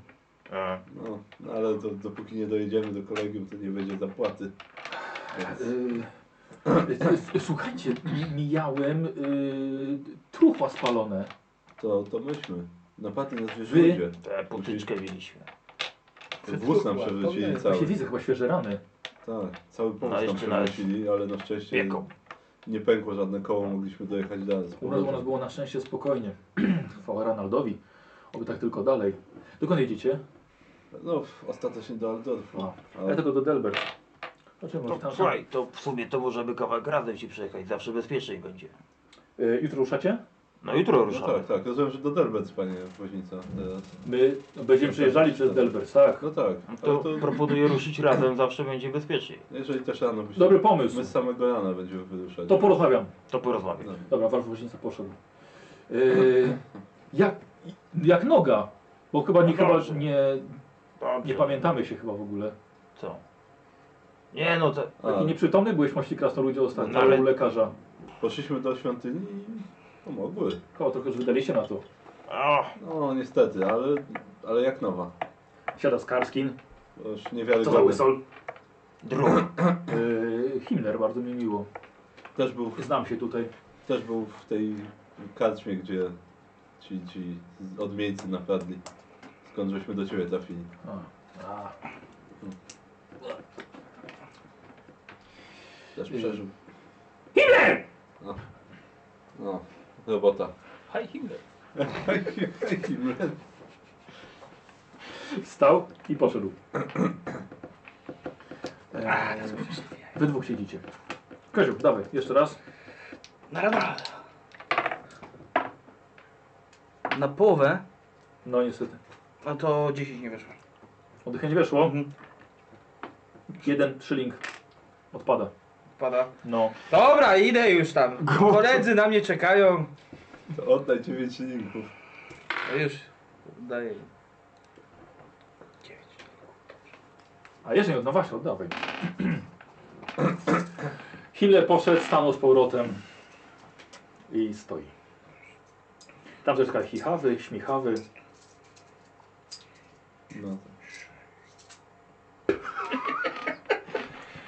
S6: A,
S2: No, no ale do, dopóki nie dojedziemy do kolegium, to nie będzie zapłaty. Więc...
S1: Y, y, Słuchajcie, mi- mijałem y, truchła spalone.
S2: To, to myśmy. Napadli na zwierzę
S1: Wy-
S2: ludzie.
S6: tę potyczkę mieliśmy.
S2: Wóz nam
S4: To
S2: przewrócili
S4: nie.
S2: cały.
S1: Właśnie widzę, chyba świeże rany.
S2: Tak, cały
S6: No,
S2: powóz nam
S6: jeszcze nawet
S2: przewrócili, ale na szczęście
S6: Pieką.
S2: nie pękło żadne koło, mogliśmy dojechać dalej.
S1: U
S2: z
S1: nas, u nas
S2: powrotem.
S1: było na szczęście spokojnie. Chwała Ranaldowi. Oby tak tylko dalej. Dokąd jedziecie?
S2: No, w- ostatecznie do Aldorfu.
S1: No. Ja
S2: Ale
S1: tylko do Delbert. Znaczy, może
S6: To,
S1: tam,
S6: słuchaj, to w sumie to możemy kawałek razem się przejechać, zawsze bezpieczniej będzie.
S1: Y, jutro ruszacie?
S6: No jutro
S2: no
S6: ruszamy.
S2: tak, tak, rozumiem, że do Delbec, panie woźnica teraz.
S1: My będziemy przejeżdżali przez Delbert, tak.
S2: No tak,
S6: No
S2: ale
S6: to,
S2: to
S6: proponuję ruszyć razem, zawsze będzie bezpieczniej.
S2: jeżeli też rano byśmy...
S1: Dobry pomysł.
S2: My z samego rana będziemy wyruszać.
S1: To porozmawiam.
S6: To porozmawiam.
S2: No.
S1: Dobra, wasz woźnica poszedł. Y, jak, jak noga? Bo chyba nie, chyba
S6: Dobrze.
S1: nie, nie pamiętamy się chyba w ogóle.
S6: Co? Nie no, to
S2: A,
S1: Taki nieprzytomny byłeś mości krasnoludzie ostatnio
S6: No, ale-
S1: u lekarza.
S2: Poszliśmy do świątyni i pomogły.
S1: Koło trochę już wydaliście na to.
S6: O,
S2: No niestety, ale, ale jak nowa.
S1: Siada Skarskin.
S2: To już
S1: Co za
S2: niewiarygodne.
S1: łysol?
S6: drugi.
S1: Yy, Himmler, bardzo mi miło.
S2: Też był,
S1: Znam się tutaj.
S2: też był w tej karczmie, gdzie ci, ci odmieńcy napadli. Skąd żeśmy do ciebie trafili.
S1: A, a.
S2: Też
S1: Yy.
S2: przeżył. Ile? No. no, robota.
S5: Hi Himmler.
S1: Wstał i poszedł. Eee, Wy dwóch siedzicie. Koziu, dawaj, jeszcze raz.
S4: Narada. na połowę,
S1: No niestety.
S4: no to 10 nie wyszło.
S1: Od chęć weszło.
S4: Mhm.
S1: Jeden przyling odpada.
S4: Pada.
S1: No.
S4: Dobra, idę już tam.
S3: Go-
S4: Koledzy na mnie czekają.
S2: To oddaj 9 linków.
S4: No już, daję im.
S1: A jeżeli, no właśnie, oddawaj. Hiller poszedł, stanął z powrotem i stoi. Tam też taka chichawy, śmichawy.
S2: No to.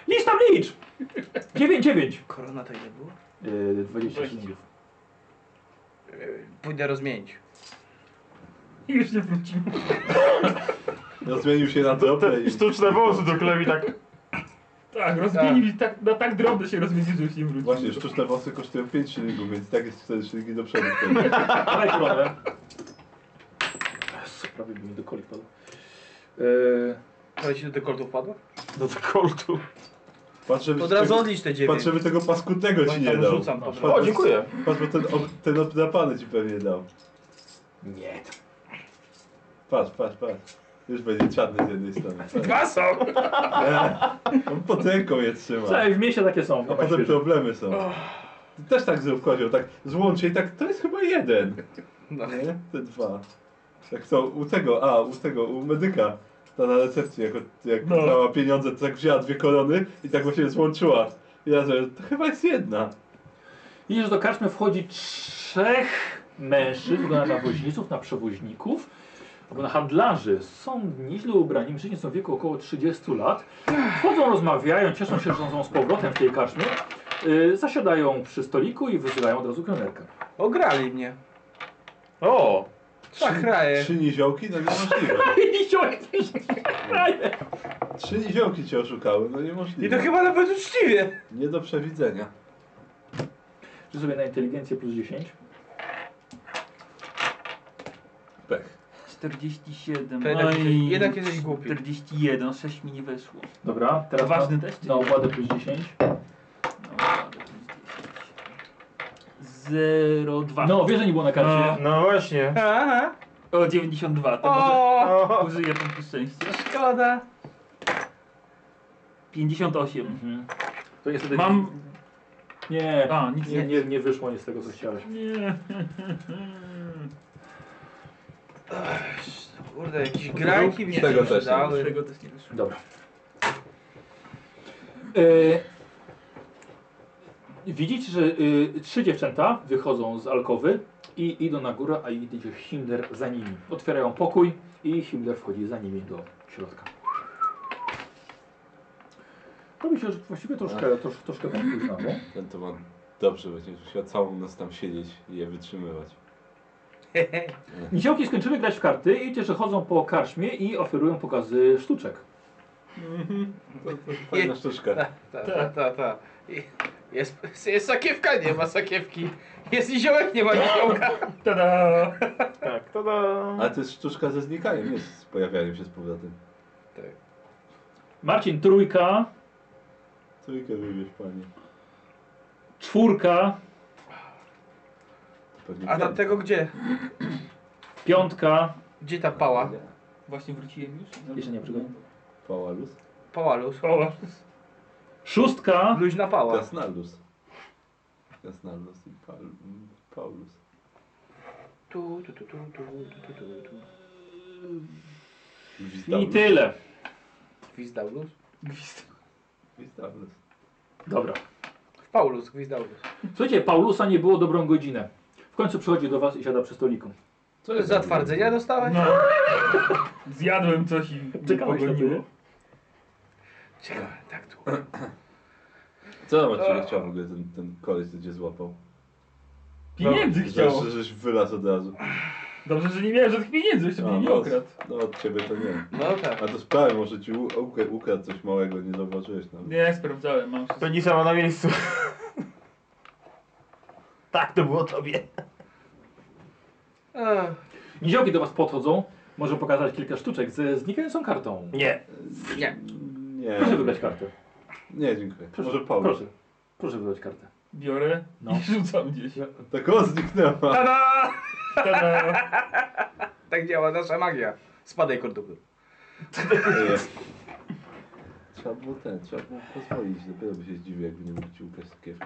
S1: Licz tam, licz! 9, 9.
S4: Korona to ile było?
S1: Yy, 20 szlingów.
S4: Pójdę rozmienić.
S5: I już nie wrócimy.
S2: No zmienił się na drobne i...
S3: Te sztuczne wąsy do klewi tak.
S5: Tak, rozmienili, tak, na tak drobne się rozmienili, że już nie wrócimy.
S2: Właśnie, sztuczne włosy kosztują 5 silników, więc i tak jest 4 silniki do przodu.
S1: Dawaj koronę. Jezu, prawie by mi do koli padło. Yy,
S4: Ale ci do koltu wpadło?
S3: Do koltu.
S2: Patrz, żeby
S4: Od
S2: ci
S4: razu
S2: tego-
S4: odlicz te 9.
S2: Patrz, żeby tego paskudnego ci nie dał.
S4: rzucam po
S2: O,
S4: prostu.
S2: dziękuję. Patrz, bo ten, ob- ten ob- zapany ci pewnie dał.
S1: nie.
S2: Patrz, patrz, patrz. Już będzie czarny z jednej strony.
S4: Dwa są!
S2: Nie. On pod ręką je trzyma.
S1: Całe w mieście takie są.
S2: A potem problemy są.
S4: Oh.
S2: Ty też tak zrób kozioł, tak złącz i tak, to jest chyba jeden.
S4: No.
S2: Nie? Te dwa. Tak to u tego, a u tego, u medyka. Ta na recepcji, jak, jak
S5: No.
S2: dała pieniądze, to tak wzięła dwie korony i tak właśnie złączyła. I ja sobie, to chyba jest jedna.
S1: Widzisz, że do karczmy wchodzi trzech mężczyzn, wygląda na woźniców, na przewoźników, albo na handlarzy. Są nieźle ubrani, mężczyźni są w wieku około 30 lat. Wchodzą, rozmawiają, cieszą się, że są z powrotem w tej karczmie. Yy, zasiadają przy stoliku i wyzywają od razu kelnerkę.
S4: Ograli mnie.
S3: O!
S4: Tak, Szachraje.
S2: Trzy niziołki? No niemożliwe. Trzy niziołki cię oszukały, no niemożliwe.
S4: I to chyba nawet uczciwie.
S2: Nie do przewidzenia.
S1: Czy sobie na inteligencję plus 10?
S2: Pech.
S5: 47.
S4: To jednak
S5: no
S4: jesteś-
S5: i
S4: jednak jesteś głupi.
S5: 41, 6 mi nie weszło.
S1: Dobra,
S5: To
S1: teraz
S5: ważny też? czy
S1: na, na
S5: nie?
S1: układę plus 10.
S5: No, ładny plus 10. 02.
S1: No, wiesz, że nie było na karcie.
S3: No właśnie.
S4: Aha.
S5: O 92, to
S4: O,
S5: może
S3: O,
S5: użyję punktu szczęścia.
S4: szkoda.
S5: 58.
S1: To niestety
S5: Mhm. Mam.
S1: Nie,
S5: A, nic
S1: nie,
S5: nie.
S1: nie, nie wyszło nic z tego, co chciałeś.
S5: Nie.
S4: Kurde, jakieś grajki mi się
S2: Tego
S4: tego
S2: też nie
S5: Z
S4: przydały.
S5: tego też nie wyszło.
S1: Dobra. E, widzicie, że e, trzy dziewczęta wychodzą z alkowy i idą na górę, a idzie Himmler za nimi. Otwierają pokój i Himmler wchodzi za nimi do środka. To myślę, że właściwie troszkę, trosz, troszkę wam późno. bo-
S2: Ten to ma dobrze, będziesz musiał całą noc tam siedzieć i je wytrzymywać.
S1: Niziołki skończyły grać w karty i widzicie, że chodzą po karczmie i oferują pokazy sztuczek.
S2: No, Fajna sztuczka.
S4: Ta, ta, ta, ta. I- Jest, jest sakiewka, nie ma sakiewki. Jest niziołek, nie ma niziołka.
S5: Tada!
S3: tak, to da.
S2: Ale to jest sztuczka ze znikaniem, nie z pojawianiem się z powrotem.
S1: Marcin, trójka,
S2: Trójkę wybierz, panie.
S1: czwórka,
S2: Pewnie
S4: A
S2: piątka.
S4: dlatego gdzie?
S1: piątka.
S4: Gdzie ta pała?
S5: Właśnie wróciłem już? No,
S1: Jeszcze nie przygotuję.
S2: Pałalus?
S4: Pała luz.
S5: O,
S1: Szóstka.
S4: Luźna pała.
S2: Krasnalus. Krasnalus i Paul, Paulus.
S4: Tu, tu, tu, tu, tu, tu, tu, tu.
S1: I
S2: Gwizdalus.
S1: tyle.
S4: Gwizdał luz.
S5: gwizd.
S2: Gwizdalus.
S1: Dobra.
S4: W Paulus, gwizdał luz.
S1: Słuchajcie, Paulusa nie było dobrą godzinę. W końcu przychodzi do was i siada przy stoliku.
S4: Co jest zatwardzenia dostałeś?
S5: No. Zjadłem coś i mnie
S1: Czekałeś na
S5: pogoniło.
S1: mnie?
S4: Czekałem tak długo.
S2: Co tam od ciebie chciał w ogóle ten, ten koleś, co cię złapał?
S5: Pieniędzy chciał.
S2: Że, żeś wylazł od razu.
S5: Dobrze, że nie miałem żadnych pieniędzy, jeszcze mnie nie
S2: no,
S5: okradł.
S2: no od ciebie to nie.
S4: No tak.
S2: A to sprawy, może ci u- ukra- ukradł coś małego, nie zauważyłeś no. nawet.
S5: Nie, sprawdzałem, mam wszystko.
S3: Penisa ma na miejscu. tak to było tobie.
S4: Ech,
S1: Niziołki do was podchodzą. Może pokazać kilka sztuczek ze znikającą kartą.
S3: Nie.
S4: Nie.
S2: Nie.
S1: Proszę wybrać kartę.
S2: Nie, dziękuję.
S1: Proszę,
S2: Może Paulus.
S1: Proszę. Proszę wybrać kartę.
S5: Biorę
S1: No.
S5: i rzucam gdzieś.
S2: Tak o, zniknęła.
S4: Tada!
S3: Tada.
S4: Tak działa nasza magia. Spadaj kordupy.
S2: Trzeba było ten, trzeba było pozwolić, dopiero by się zdziwił, jakby nie mógł ci ukraść sakiewki.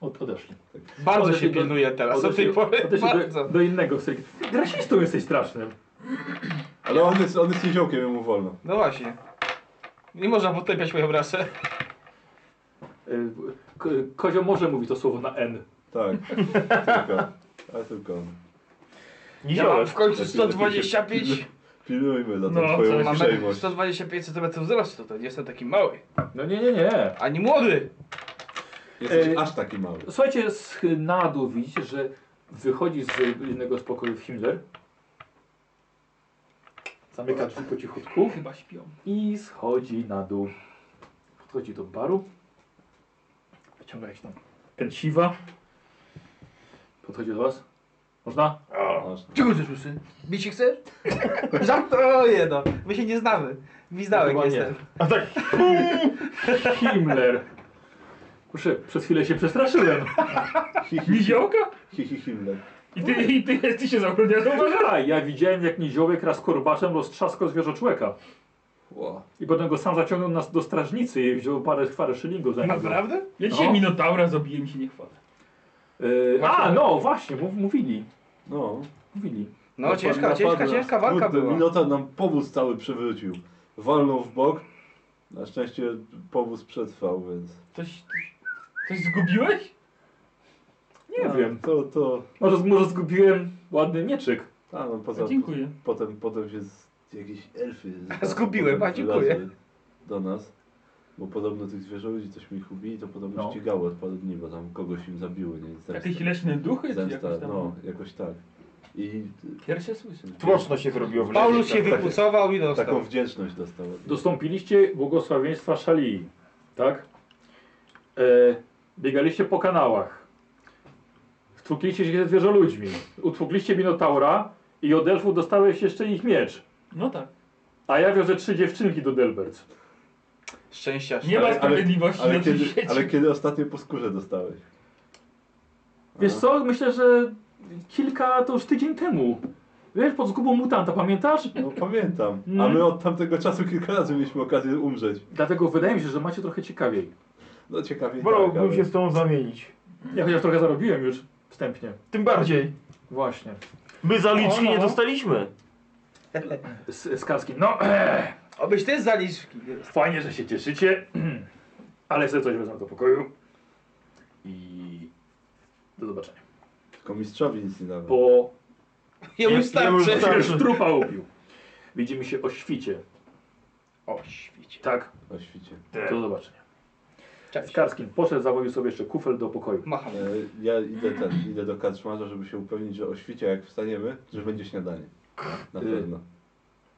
S1: Od, odeszli.
S4: Bardzo
S1: Odeszli
S4: się pilnuje teraz od tej pory.
S1: odeszli do,
S4: Bardzo.
S1: do innego stryka. Rasistą jesteś strasznym.
S2: Ale on jest, on jest niziołkiem, jemu wolno.
S4: No właśnie. Nie można potępiać moją rasę.
S1: Y, Ko Kozio może mówi to słowo na N.
S2: Tak. tylko. Ale tylko on.
S4: Ja mam
S3: Niziołek.
S4: w końcu 125.
S2: Pilnujmy za tą
S5: No, co,
S2: twoją
S4: Mamy
S2: uprzejmość.
S4: 125 cm wzrostu, to nie jestem taki mały.
S1: No nie, nie, nie.
S4: Ani młody!
S2: Jesteś
S4: E,
S1: Ej.
S2: aż taki mały.
S1: Słuchajcie, z na dół widzicie, że wychodzi z jednego z pokojów Himmler. Zamyka drzwi po cichutku
S5: Chyba śpią.
S1: i schodzi na dół. Podchodzi do baru. Wyciąga jakiś tam pensiwa. Podchodzi do was. Można?
S2: Aż
S4: Czego chcesz usy? Bić się chcesz? Żart? O jedno. My się nie znamy. Wizdałek
S3: Chyba nie.
S4: jestem.
S3: A tak,
S1: Himmler. Proszę, przez chwilę się przestraszyłem.
S5: Niziołka?
S2: hi hi Himmler.
S5: I ty, i ty, ty się zabroniasz?
S2: No.
S1: Uważaj, No ja widziałem jak niziołek raz korbaczem roztrzaskał zwierzę człowieka.
S2: Ło.
S1: I potem go sam zaciągnął nas do strażnicy i wziął parę chwarę szylingów za niego.
S4: Naprawdę?
S5: Ja dzisiaj
S1: No.
S5: Minotaura zabiję, mi się nie chwalę.
S1: Yy, a, no właśnie, mów, mówili.
S2: No.
S1: Mówili.
S4: No ciężka,
S2: Napadł
S4: ciężka,
S2: nas.
S4: ciężka walka
S2: Kurde,
S4: była.
S2: Minota nam powóz cały przewrócił. Walnął w bok. Na szczęście powóz przetrwał, więc...
S5: Coś, coś zgubiłeś?
S1: Nie
S5: No.
S2: A,
S1: wiem.
S2: To, to...
S1: Może, może zgubiłem ładny mieczyk.
S2: A, no, poza,
S5: Dziękuję.
S2: Potem, potem się z, jakieś elfy... z-
S4: Zgubiłem, a dziękuję.
S2: wylazły Do nas. Bo podobno tych zwierzędzi coś mi ich ubili, to podobno
S1: No.
S2: ścigało od paru dni, bo tam kogoś im zabiły, nie? Zemsta.
S5: Jakieś leśne duchy? Czy
S2: Zemsta,
S5: jakoś tam?
S2: no, jakoś tak. I
S5: Pierwsze słyszę.
S6: Tłoczno się zrobiło w lesie.
S4: Paulus się
S2: tak-
S4: wypucował i
S2: taką
S4: dostał.
S2: wdzięczność dostał. od nich.
S1: Dostąpiliście błogosławieństwa Szalii, tak? E, biegaliście po kanałach. Wtłukliście się ze zwierzoludźmi. Utłukliście Minotaura i od elfów dostałeś jeszcze ich miecz.
S5: No tak.
S1: A ja wiozę trzy dziewczynki do Delbert.
S4: Szczęścia.
S5: Nie ma sprawiedliwości
S2: Ale
S5: na tym
S2: kiedy,
S5: świecie.
S2: ale kiedy ostatnio po skórze dostałeś?
S1: Wiesz co, myślę, że kilka, to już tydzień temu. Wiesz, pod zgubą mutanta, pamiętasz?
S2: No pamiętam. A
S1: Mm.
S2: my od tamtego czasu kilka razy mieliśmy okazję umrzeć.
S1: Dlatego wydaje mi się, że macie trochę ciekawiej.
S2: No ciekawie tak,
S3: wolałbym
S2: ale...
S3: się z tą zamienić.
S1: Ja chociaż trochę zarobiłem już wstępnie.
S3: Tym bardziej.
S1: Właśnie.
S3: My zaliczki
S4: O, no.
S3: nie dostaliśmy.
S1: Z, z Karskim. No,
S4: Obyś ty z zaliczki.
S1: fajnie, że się cieszycie, ale sobie coś wezmę do pokoju. I do zobaczenia.
S2: Tylko mistrzowi nic nie dawał.
S1: Bo
S4: Jemu
S3: jemu
S4: starczy.
S1: się już trupa ubił. Widzimy się o świcie.
S4: O, świecie.
S1: Tak,
S2: O świcie.
S1: do zobaczenia. Z
S4: Cześć.
S1: Karskim poszedł, zawoził sobie jeszcze kufel do pokoju.
S4: Macham.
S2: E, Ja idę ten, idę do kaczmarza, żeby się upewnić, że o świcie jak wstaniemy, że będzie śniadanie. Na
S1: Y,
S2: pewno.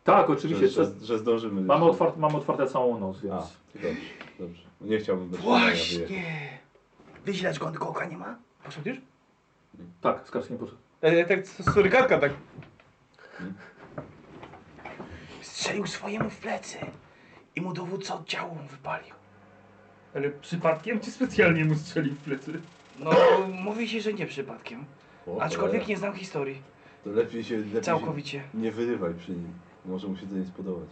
S1: Tak,
S2: Że,
S1: oczywiście.
S2: że,
S1: przez-
S2: że zdążymy.
S1: Mamy,
S2: jeszcze.
S1: otwarte, mamy otwarte całą noc, więc...
S2: A, dobrze, dobrze. Nie chciałbym bez śniadania wyjechać.
S4: Właśnie. Wyźlać go, tylko oka nie ma? Poszedł już?
S1: Tak, z Karskim poszedł.
S4: E, tak, surykatka tak. Strzelił swojemu w plecy i mu dowódca oddziału wypalił.
S5: Ale przypadkiem czy specjalnie mu strzeli w plecy?
S4: No, mówi się, że nie przypadkiem.
S2: O,
S4: Aczkolwiek
S2: cholera.
S4: nie znam historii.
S2: To lepiej się, lepiej się
S4: Całkowicie.
S2: nie wyrywaj przy nim. Może mu się to nie spodobać.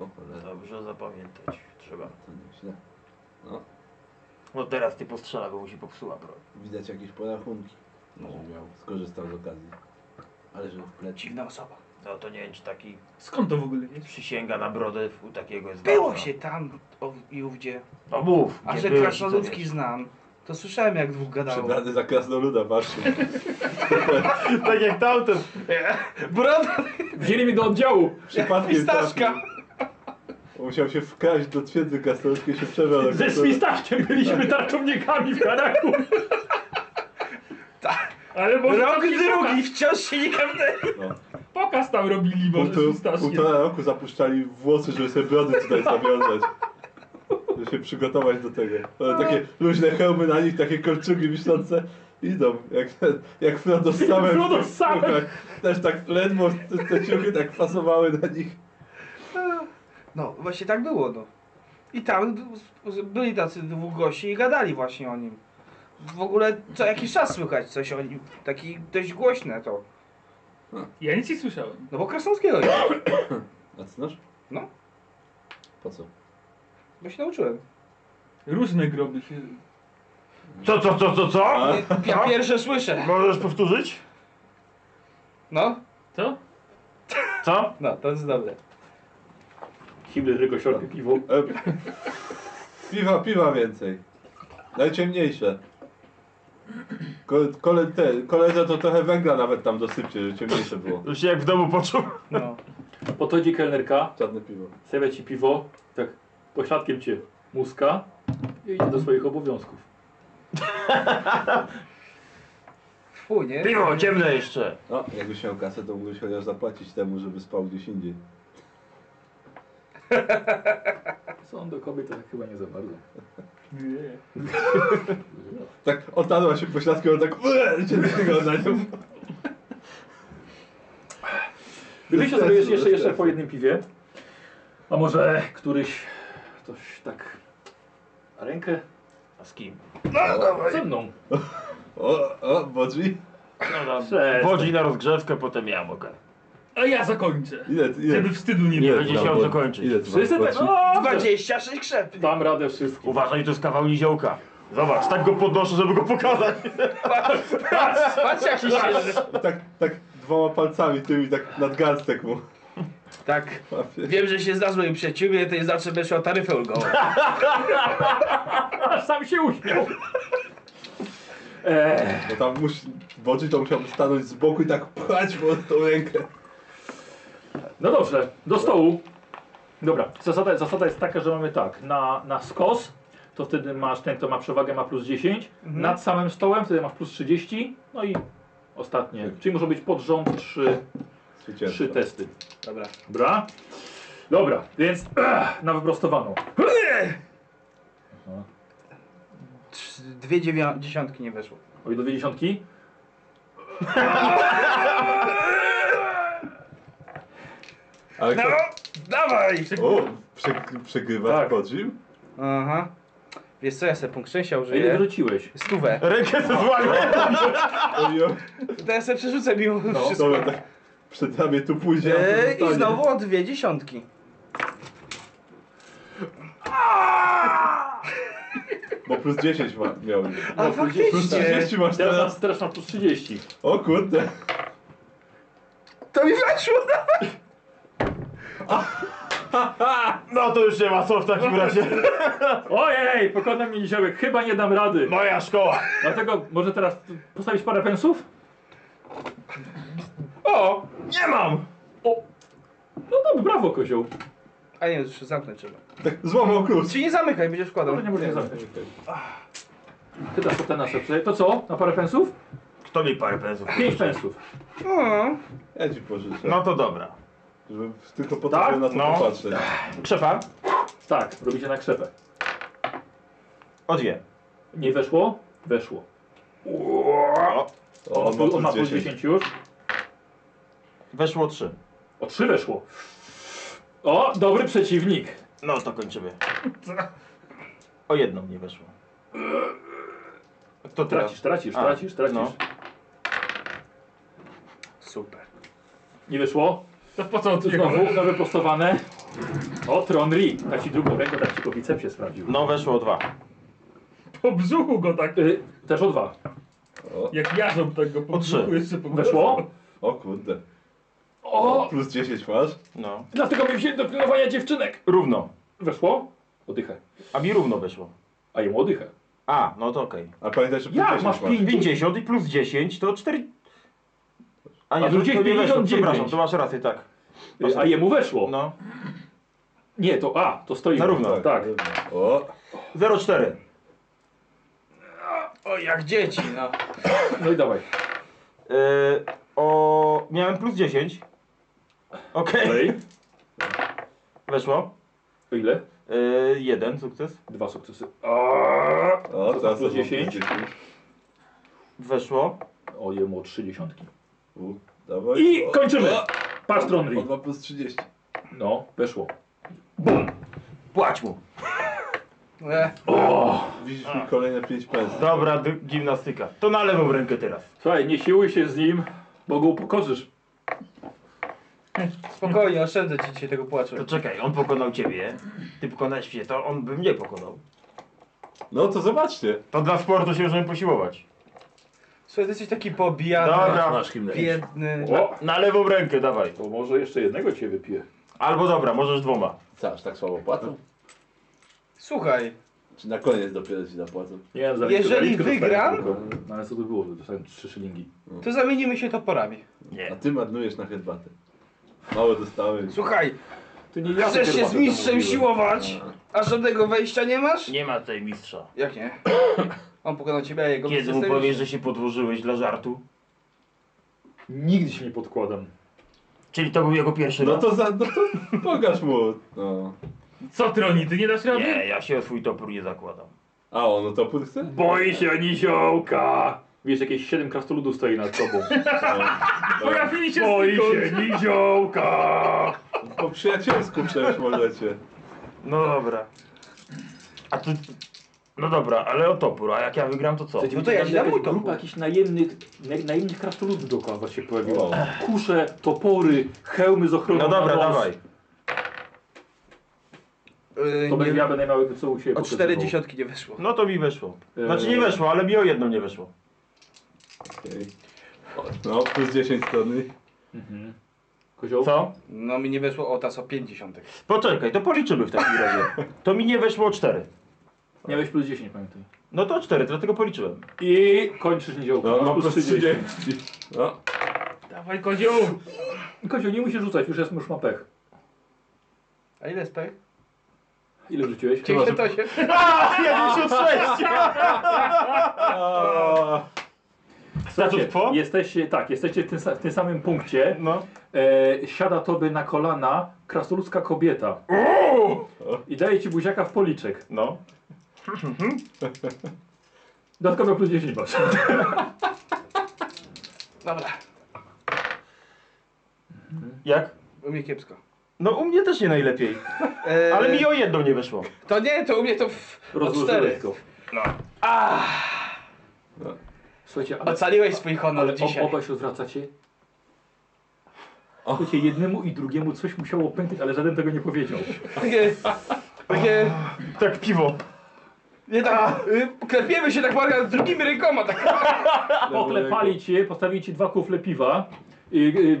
S2: O cholera,
S6: Dobrze zapamiętać trzeba.
S2: to nie źle.
S6: No teraz ty postrzela, bo mu się popsuła broń.
S2: Widać jakieś porachunki.
S4: No.
S2: Może miał, skorzystał z okazji. Ale że w pleci.
S4: Dziwna osoba.
S6: No to nie wiem, czy taki
S5: Skąd to w ogóle wiesz?
S6: przysięga na brodę u takiego jest
S4: Było
S6: ważna.
S4: się tam o, i ówdzie.
S6: No mów,
S4: A
S6: gdzie
S4: że
S6: byłeś i co
S4: krasnoludki
S6: wiesz.
S4: znam, to słyszałem jak dwóch gadało.
S2: Przebrany za krasnoluda, patrzcie.
S3: Tak jak tamten.
S4: Broda
S1: Wzięli mnie do oddziału!
S4: i
S2: Przypadkiem
S4: Staszka!
S2: trafił. Musiał się wkraść do twierdzy krasnoludskiej, się przebrał na
S1: Ze
S2: krasnoluda.
S1: świstaszkiem byliśmy tarczownikami w Karaku!
S5: Ale może
S4: Rok
S5: tam nie
S4: drugi, wciąż się nie kapnę.
S2: No.
S5: pokaz- Pokaz tam robili może z
S2: Półtora,
S5: Staszkiem.
S2: półtora roku zapuszczali włosy, żeby sobie brody tutaj zawiązać. Żeby się przygotować do tego. Ale takie luźne hełmy na nich, takie kolczugi wiszące. Idą, jak, ten- jak Frodo z samym.
S1: Frodo z samym.
S2: Też tak ledwo te, te ciuchy tak pasowały na nich.
S4: No, właśnie tak było, no. I tam d- s- byli tacy dwóch gości i gadali właśnie o nim. w ogóle co jakiś czas słychać coś o nim. Taki dość głośne to.
S5: Ja nic nie słyszałem.
S4: No bo Krasnowskiego nie. ma.
S2: A ty znasz?
S4: No.
S2: Po co?
S4: Bo się nauczyłem.
S5: Różne groby się...
S6: Co, co, co, co, co?
S2: A?
S4: Ja pierwsze słyszę.
S3: Możesz powtórzyć?
S4: No,
S5: Co?
S3: Co?
S4: no, to jest dobre.
S1: Hibler tylko środki piwo.
S2: E, piwa, piwa więcej. Najciemniejsze. Ko- Kole, te, koledze to trochę węgla nawet tam dosypcie, żeby ciemniejsze było.
S3: Już się jak w domu poczuł.
S4: No.
S1: Podchodzi kelnerka,
S2: Czarne piwo.
S1: stawia ci piwo, tak pośladkiem cię muska i idzie do swoich obowiązków.
S4: Fu, nie?
S3: Piwo, ciemne jeszcze.
S2: No, jakbyś miał kasę, to mógłbyś chociaż zapłacić temu, żeby spał gdzieś indziej.
S1: Są do kobiet to tak chyba nie za bardzo.
S5: Nie.
S2: Tak otarła się pośladkiem, on tak "Ue", cię tego na nią.
S1: Wypijcie sobie jeszcze, jeszcze, jeszcze po jednym piwie. A może któryś ktoś tak rękę
S3: A z kim?
S1: ze mną.
S2: O, o, bodzi?
S3: No
S1: Przestań.
S3: Wodzi na rozgrzewkę, potem ja mogę.
S5: A ja zakończę.
S2: Ile, ile?
S5: Żeby wstydu nie
S3: Nie
S5: było.
S3: będzie chciał zakończyć.
S2: Ile ty masz
S1: Wszyscy tak,
S2: bodzi?
S1: no,
S4: 26 krzep.
S1: dam radę wszystkim.
S3: Uważaj, to jest kawał niziołka. Zobacz, tak go podnoszę, żeby go pokazać.
S4: Patrz, patrz, patrz jak się śmieszy.
S1: no!
S2: Tak, tak dwoma palcami tymi tak nad garstek mu.
S4: Tak,
S2: łapie.
S4: wiem, że się zna z moim przyjaciółmi, to i zawsze będziesz miał taryfę ulgową.
S1: Aż sam się uśmiał. Eee,
S2: Bo tam musi, bodzi to musiałby stanąć z boku i tak pchać mu tą rękę.
S1: no dobrze, do stołu. Dobra, zasada, zasada jest taka, że mamy tak, na, na skos, to wtedy masz ten, kto ma przewagę ma plus 10, nad samym stołem wtedy masz plus 30, no i ostatnie, czyli muszą być pod rząd trzy,
S2: Zwycięstwo.
S1: trzy testy.
S4: Dobra.
S1: Dobra? Dobra, więc eh, na wyprostowaną.
S4: Trz- Dwie dziewią- dziesiątki nie weszło.
S1: Oj, do dwie dziesiątki.
S2: Ale
S4: No,
S2: kto...
S4: dawaj!
S2: O, przegry- przegrywa
S1: No! Tak.
S2: tak. Bodzim?
S4: Aha. Wiesz co, ja sobie punkt szczęścia
S1: A ile
S4: użyję.
S1: wyrzuciłeś?
S4: Stówę.
S3: Rękę ze złamie.
S1: No,
S4: To ja sobie przerzucę mimo
S2: No,
S4: wszystko.
S2: dobra, tak. Przed nami tu pójdzie. a tu
S4: Eee, I
S2: zostanie.
S4: znowu o dwie dziesiątki.
S2: Bo plus 10 ma, miał. już.
S4: A
S1: No, plus
S2: Plus
S4: faktycznie.
S2: 30 masz
S1: Teraz
S2: teraz.
S1: masz, teraz masz plus 30.
S2: O kurde.
S4: To mi weszło!
S3: No to już nie ma co w takim razie.
S1: Ojej, pokona mnie niziołek, chyba nie dam rady.
S3: Moja szkoła.
S1: Dlatego może teraz postawić parę pensów?
S4: O!
S3: Nie mam.
S1: No dobra, brawo kozioł.
S4: A nie, już zamknę trzeba.
S2: Tak, złamał klucz.
S4: Czy nie zamykaj, będziesz wkładał.
S1: Może nie możesz zamknąć. Ty dasz te nasze prze- To co? Na parę pensów?
S3: Kto mi parę pensów?
S1: Pięć pensów.
S4: O,
S2: Ja ci pożyczę.
S3: No to dobra.
S2: Żeby tylko po to, żeby na to
S3: No.
S2: popatrzeć.
S3: Krzepa?
S1: Tak, robicie na krzepę.
S3: O dwie.
S1: Nie weszło? Weszło.
S2: O, no on ma
S3: no
S1: on ma
S2: plus
S1: plus
S2: 10.
S1: 10 już.
S3: Weszło trzy.
S1: O, trzy weszło. O, dobry przeciwnik.
S3: No to kończymy. O jedną nie weszło. Kto teraz?
S1: Tracisz, tracisz,
S3: A,
S1: tracisz, tracisz.
S3: no.
S4: super.
S1: Nie wyszło?
S5: To po co on tu znowu?
S1: Znowu, na wyprostowane. O, Tron Ri. Tak ci drugą ręką, tak ci po bicepsie sprawdził.
S3: No weszło dwa.
S5: Po brzuchu go tak,
S1: Y, też o dwa.
S5: jak jarzą tak go po
S3: O trzy.
S5: brzuchu jeszcze po
S1: Weszło?
S2: O kurde.
S1: O!
S2: Plus 10 masz?
S3: No.
S1: Dlatego mi wzięli do pilnowania dziewczynek.
S3: Równo.
S1: Weszło? Odychę.
S3: A mi równo weszło.
S1: A jemu odychę.
S3: A, no to okej.
S2: A pamiętaj, że plus
S1: Jak
S2: 10
S1: masz
S2: masz.
S1: 5?
S3: 50 i plus 10 to 4. A
S1: A
S3: nie, to,
S1: wrzuciłeś
S3: to nie weszło,
S1: 59.
S3: przepraszam, to masz rację, tak.
S1: Y, A jemu weszło.
S3: No.
S1: Nie, to A, to stoi.
S3: Na równo.
S1: Tak.
S2: O,
S3: 0,4.
S4: O, jak dzieci, no.
S1: No i dawaj.
S3: Yy, o... Miałem plus 10. Okej.
S1: Dalej.
S3: Weszło.
S1: To ile?
S3: Yy, jeden sukces.
S1: Dwa sukcesy.
S2: o,
S1: plus
S2: teraz to mam
S1: 10?
S2: plus 10.
S3: Weszło.
S1: O jemu o trzy dziesiątki.
S2: U, dawaj.
S1: I
S2: O,
S1: kończymy.
S2: o,
S1: Patrz Tron
S2: On
S1: Ri.
S2: ma plus 30.
S1: No, weszło.
S3: Płać mu.
S4: E,
S2: Widzisz mi kolejne 5 pens.
S3: Dobra, dy- gimnastyka. To na lewą rękę teraz.
S1: Słuchaj, nie siłuj się z nim, bo go upokorzysz.
S4: spokojnie, oszczędzę ci dzisiaj tego płaczu.
S6: To czekaj, on pokonał ciebie, ty pokonałeś mnie, to on by mnie pokonał.
S2: No to zobaczcie.
S3: To dla sportu się możemy posiłować.
S4: Słuchaj, ty jesteś taki
S6: Tak,
S4: pobijany,
S3: Dobra,
S1: Masz himnę.
S4: biedny. No,
S1: O,
S3: na lewą rękę dawaj.
S1: to może jeszcze jednego cię wypiję.
S3: Albo dobra, możesz dwoma.
S2: Co, aż tak słabo płacą?
S4: Słuchaj,
S2: Czy na koniec dopiero ci zapłacą?
S1: Nie wiem, za
S4: Jeżeli
S1: liczkę dostałem
S4: wygram-
S1: tylko. No ale co to było? Dostałem 3 szylingi.
S4: to zamienimy się toporami.
S2: A ty marnujesz na herbatę. Mało dostałeś.
S4: Słuchaj,
S1: Ty nie tak ja
S4: chcesz się z
S1: herbatę
S4: mistrzem
S1: zamówiłem.
S4: siłować,
S2: No.
S4: a żadnego wejścia nie masz?
S6: Nie ma tutaj mistrza.
S4: Jak nie? On pokonał ciebie, a jego
S6: Kiedy mu
S4: mistrz
S6: powiesz,
S4: jest
S6: że się podłożyłeś dla żartu?
S1: Nigdy się nie podkładam.
S6: Czyli to był jego pierwszy
S2: No
S6: raz?
S2: to za, no to pokaż mu. No.
S5: Co troni, ty nie dasz rady?
S6: Nie, ja się o swój topór nie zakładam.
S2: A on o topór chce?
S1: Boi się niziołka! Wiesz, jakieś 7 krastoludów stoi nad tobą.
S2: No. Dobra.
S5: Trafili się
S1: Boi
S5: znikąd.
S1: się niziołka!
S2: Po przyjacielsku przecież możecie.
S6: No dobra. A ty... No dobra, ale o topór, a jak ja wygram to co?
S4: No to ja ci dam mój
S1: grupa
S4: topór.
S1: jakichś najemnych, naj, najemnych krastoludów dookoła was się pojawiła.
S2: Wow.
S1: Kusze, topory, hełmy z ochroną
S3: No dobra,
S1: na nos.
S3: dawaj.
S1: To
S4: Yy,
S1: będzie
S4: nie,
S1: ja będę miał jakby co u siebie
S4: o cztery
S1: pokazywał.
S4: dziesiątki nie wyszło.
S3: No to mi weszło. Znaczy
S1: Eee.
S3: nie weszło, ale mi o jedną nie weszło.
S2: Okej. No, plus 10 strony.
S1: Mhm. Kozioł?
S3: Co?
S4: No mi nie wyszło o tas o pięćdziesiątek.
S3: Poczekaj, to policzymy w takim razie. To mi nie weszło o cztery.
S1: Miałeś plus 10, pamiętaj.
S3: No to o cztery, dlatego policzyłem.
S1: I kończysz niziołka.
S2: No,
S1: Masz
S2: no plus 30. No,
S5: Dawaj kozioł!
S1: Kozioł, nie musisz rzucać, już jest już ma pech.
S4: A ile jest pech?
S1: Ile rzuciłeś?
S4: 98?
S3: Ja już sześć! Status quo?
S1: Jesteście, tak, jesteście w tym, sa- w tym samym punkcie.
S3: No.
S1: E, siada tobie na kolana krasnoludzka kobieta. I daje ci buziaka w policzek.
S3: No.
S1: Dodatkowo plus 10 masz.
S4: Dobra,
S3: Jak?
S4: u mnie kiepsko.
S3: No u mnie też nie najlepiej.
S4: Yy,
S3: Ale mi o jedną nie weszło.
S4: To nie, to u mnie to w... o
S1: Rozłożyłeś
S4: cztery.
S1: go.
S2: No.
S1: Słuchajcie, ale,
S4: Ocaliłeś swój honor
S1: ale ob,
S4: dzisiaj.
S1: obaj się odwracacie. Słuchajcie, jednemu i drugiemu coś musiało pękać, ale żaden tego nie powiedział.
S4: Takie... Takie...
S3: Tak piwo.
S4: Nie tak... Yy, klepiemy się tak Maria, z drugimi rękoma, tak...
S1: Poklepali cię, postawili ci dwa kufle piwa. I,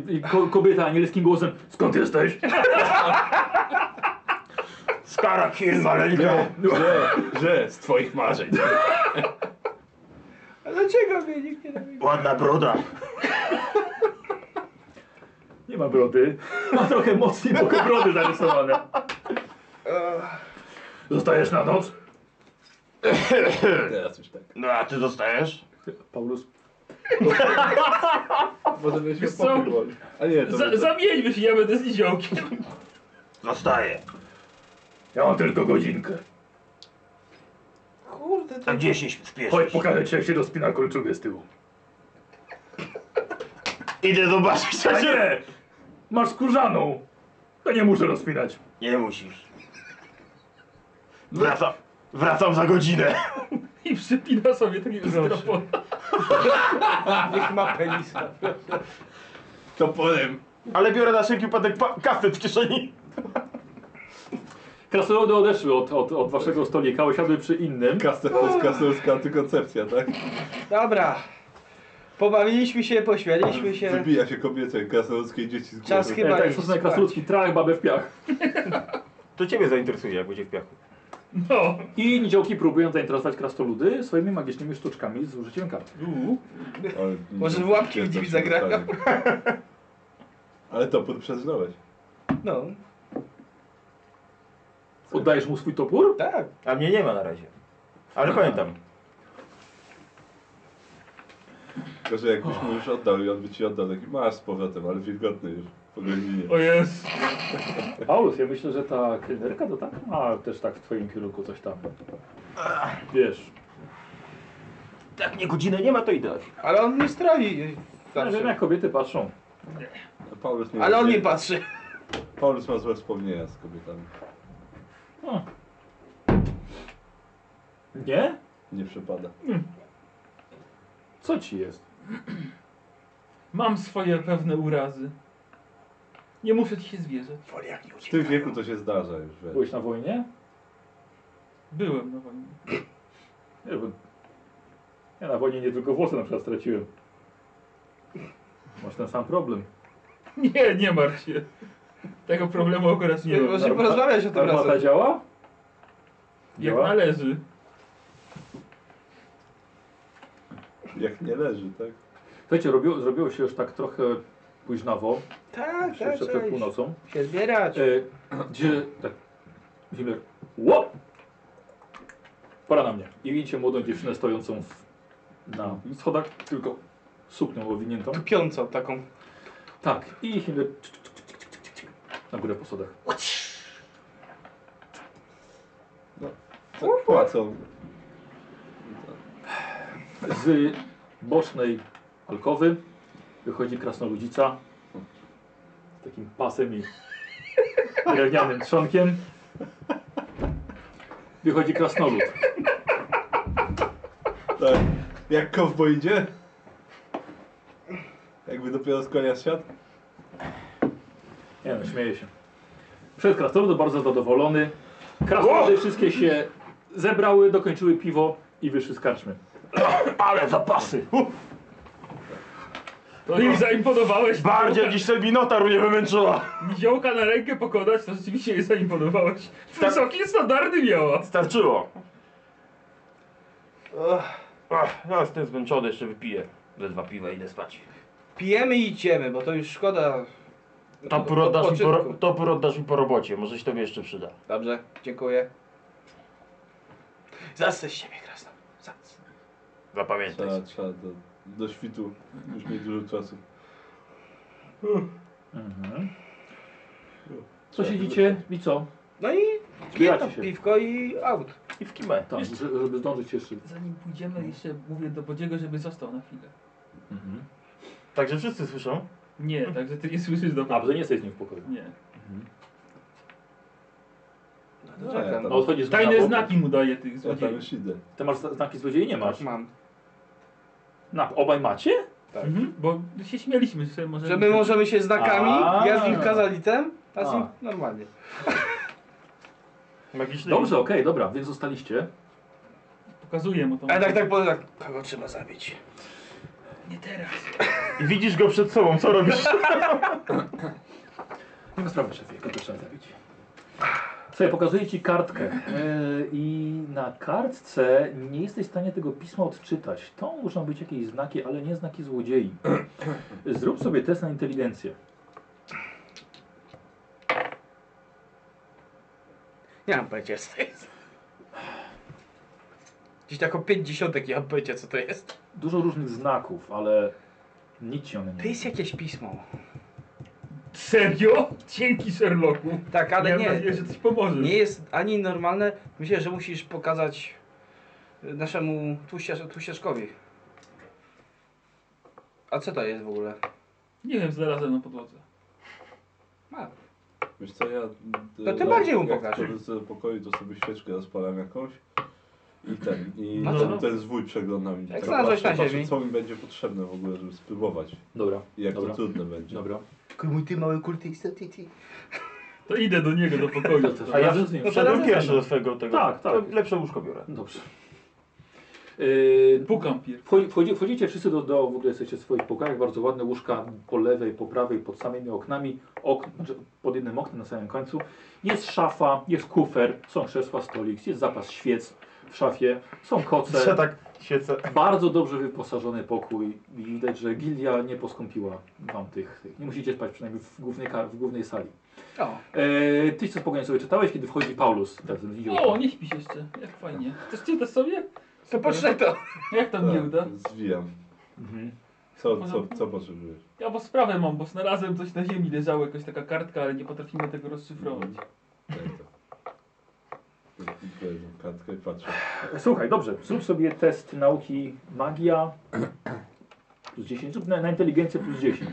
S1: i, i ko, kobieta anielskim głosem, skąd jesteś?
S6: Skara firma, ale
S2: Nie, że, że z twoich marzeń.
S4: A Dlaczego mnie nikt nie robi?
S6: Ładna broda.
S1: Nie ma brody. Ma trochę mocniej wokół brody zarysowane. Zostajesz na noc?
S2: Teraz już tak.
S6: No a ty dostajesz?
S1: Paulus.
S2: Może byśmy
S5: co?
S2: popływali. A nie, to
S5: Za,
S2: by-
S5: zamieńmy się, ja będę z niziołkiem.
S6: Zostaję.
S1: Ja mam tylko godzinkę.
S4: Kurde, to...
S6: A gdzie się spieszysz?
S1: Chodź, pokażę ci, jak się rozpina kolczugę z tyłu.
S6: Idę zobaczyć co
S1: A
S6: się...
S1: nie! Masz skórzaną. To nie muszę rozpinać.
S6: Nie musisz.
S3: No.
S6: Wracam. Wracam za godzinę.
S5: I przypina sobie takiego stropola.
S4: Niech ma penisa.
S2: Toporem.
S3: Ale biorę na wszelki upadek pa- kasę w kieszeni.
S1: Krasnoludy odeszły od, od, od waszego stolika, usiadły przy innym.
S2: Kastel, to jest kastelska antykoncepcja, tak?
S4: Dobra. Pobawiliśmy się, pośmialiśmy się.
S2: Wybija się kobiecie kastelskiej dzieci z
S4: Czas
S2: głowy.
S1: E,
S4: chyba
S1: tak,
S4: iść
S1: stosunek
S4: spać.
S1: krasnoludzki, trach, babę w piach.
S3: To ciebie zainteresuje, jak będzie w piachu.
S5: No.
S1: I niziołki próbują zainteresować krasnoludy swoimi magicznymi sztuczkami z użyciem kart.
S2: Ale-
S4: Może w łapki w drzwi zagrają.
S2: Ale topór przeznałeś.
S4: No,
S1: Oddajesz mu swój topór?
S4: tak.
S3: A mnie nie ma na razie. Ale pamiętam.
S2: Tylko, że jakbyś mu już oddał i on by ci oddał taki masz z powrotem, ale wilgotny już po godzinie.
S5: O jest.
S1: Paulus, ja myślę, że ta kelnerka to tak ma też tak w twoim kierunku coś tam. Wiesz.
S6: Tak, nie godzinę nie ma, to idę.
S4: Ale on nie stroi.
S1: Ja wiem
S4: Zawsze.
S1: jak kobiety patrzą.
S2: No, Paulus nie
S4: Ale on
S2: wie-
S4: nie patrzy.
S2: Paulus ma złe wspomnienia z kobietami.
S1: O. Nie?
S2: Nie przypada.
S1: Co ci jest?
S5: Mam swoje pewne urazy. Nie muszę ci się zwierzać.
S2: W tym wieku to się zdarza już. Wiesz.
S1: Byłeś na wojnie?
S5: Byłem na wojnie.
S1: Nie, bo... Ja na wojnie nie tylko włosy na przykład straciłem. Masz ten sam problem.
S5: Nie, nie martw się. Tego problemu akurat nie
S1: Nie,
S5: ma.
S4: Możemy
S1: Arma-
S4: porozmawiać o tym
S1: Armata
S4: razem.
S1: działa?
S5: Jak należy.
S2: Jak nie leży, tak?
S1: Słuchajcie, robiło, zrobiło się już tak trochę późnawo,
S4: Tak,
S1: jeszcze
S4: tak,
S1: przed przed
S4: cześć.
S1: północą.
S4: Się zbierać.
S1: E, gdzie tak. Zimmer. Łop! Pora na mnie. I widzicie młodą dziewczynę stojącą w, na schodach, tylko suknią owiniętą.
S4: Tupiącą taką.
S1: Tak. I Himmler. Na górę po schodach.
S2: Tak płacą.
S1: Z bocznej alkowy wychodzi krasnoludzica z takim pasem i drewnianym trzonkiem. Wychodzi krasnolud.
S2: Tak. Jak kowboj idzie? Jakby dopiero z konia siadł?
S1: Nie no, śmieję się. Przed krasnoludem bardzo zadowolony. Krasnoludy wszystkie się zebrały, dokończyły piwo i wyszły z karczmy.
S6: Ale zapasy!
S5: To im zaimponowałeś.
S3: Bardziej jakiś sobie minotaru nie wymęczyła.
S5: Ziołka na rękę pokonać, to rzeczywiście jej zaimponowałeś. Wysokie standardy miała.
S3: Starczyło.
S4: Ugh.
S6: Ach, ja jestem zmęczony, jeszcze wypiję. Ze dwa piwa i idę spać.
S4: Pijemy i idziemy, bo to już szkoda.
S3: Topór oddasz, mi po, ro-
S4: Odpoczynku.
S3: topór oddasz mi po robocie, może się tobie jeszcze przyda.
S4: Dobrze, dziękuję. Zasy z siebie, krasna. Zas.
S6: Zapamiętaj.
S3: Tak.
S2: Trzeba, trzeba do, do świtu. Już nie dużo czasu.
S1: Mhm. Co siedzicie i co?
S4: No i
S1: Zbieracie
S4: jedno
S1: się.
S4: piwko i aut.
S6: I w kimę.
S1: Tak, że- żeby zdążyć jeszcze.
S5: Zanim pójdziemy, jeszcze mówię do Bodziego, żeby został na chwilę.
S3: Także wszyscy słyszą.
S5: Nie, także ty nie słyszysz do
S1: A, bo ty nie jesteś z nim w pokoju.
S5: Nie.
S2: No,
S4: czekam.
S2: ja tam,
S1: No odchodzisz na
S5: Tajne
S1: bok.
S5: znaki mu daje tych
S2: ja tam
S5: złodziejów.
S2: już idę.
S1: Ty masz zna- znaki złodziei? Nie masz.
S4: Tak mam.
S1: Na, obaj macie?
S5: Mhm, bo się śmieliśmy, że może...
S4: Że my możemy się
S1: A.
S4: znakami, ja z nim kazalitem, a z nim
S1: A.
S4: normalnie.
S3: Magiczny.
S1: Dobrze, okej, dobra, więc zostaliście.
S5: Pokazuję mu to.
S4: A tak, tak, bo tak. Kogo trzeba zabić?
S5: Nie teraz.
S3: I widzisz go przed sobą, co robisz?
S1: Nie ma sprawy, szefie, kogo trzeba zabić. Słuchaj, pokazuję ci kartkę yy, i na kartce nie jesteś w stanie tego pisma odczytać. To muszą być jakieś znaki, ale nie znaki złodziei. Zrób sobie test na inteligencję.
S4: Nie mam pojęcia, co to jest. Gdzieś tak o pięćdziesiątek nie mam pojęcia, co to jest.
S1: Dużo różnych znaków, ale nic ci one nie
S4: To jest jakieś pismo.
S5: Serio? Dzięki Sherlocku.
S4: Tak, ale
S5: Miałem
S4: nie.
S5: nadzieję, że coś pomoże.
S4: Nie jest ani normalne. Myślę, że musisz pokazać y, naszemu tłuściarz, tłuściaczkowi. A co to jest w ogóle?
S5: Nie wiem, znalazłem na podłodze.
S4: A,
S2: Wiesz co, ja...
S4: To ty
S2: jak-
S4: bardziej mu
S2: jak
S4: pokaż.
S2: wchodzę do pokoju, to sobie świeczkę rozpalam jakąś. I ten, i no,
S4: A
S2: ten,
S4: co?
S2: ten zwój przeglądam. i
S4: No
S2: tak
S4: Jak znalazłeś na
S2: patrzę- patrzę,
S4: ziemi.
S2: co mi będzie potrzebne w ogóle, żeby spróbować.
S1: Dobra,
S2: I jak
S1: dobra,
S2: to trudne będzie.
S1: dobra.
S4: Mój ty mały kultysta, ty, ty.
S5: To idę do niego, do pokoju.
S1: To- to-
S3: A ja
S1: razem z nim.
S3: Wszedłem pierwszy do swojego tego.
S1: Tak, tak.
S3: To Lepsze łóżko biorę.
S1: Dobrze. Yy,
S5: Pukam pierw.
S1: Wchodzi- Wchodzi, wchodzicie wszyscy do, do w ogóle jesteście w swoich pokojach, bardzo ładne łóżka po lewej, po prawej, pod samymi oknami, ok, znaczy pod jednym oknem na samym końcu. Jest szafa, jest kufer, są krzesła, stolik, jest zapas świec w szafie, są
S3: Ja
S1: koce.
S3: tak siedzę.
S1: Bardzo dobrze wyposażony pokój i widać, że Gilia nie poskąpiła wam tych, tych. Nie musicie spać przynajmniej w głównej, ka- w głównej sali.
S4: O,
S1: Eee, ty co spokojnie sobie czytałeś, kiedy wchodzi Paulus. Tak, ten widział.
S5: O, nie śpisz jeszcze. Jak fajnie. Chcesz czytać sobie? No
S4: to poczekaj to.
S5: Jak tam nie uda?
S2: Tak, zwijam.
S1: Mhm.
S2: Co, co, co potrzebujesz?
S5: Ja bo sprawę mam, bo znalazłem coś na ziemi, leżało jakaś taka kartka, ale nie potrafimy tego rozszyfrować.
S2: Daj to. Biorę tak. tą kartkę i patrzę.
S1: Słuchaj, dobrze, zrób sobie test nauki magia plus 10, zrób na, na inteligencję plus 10.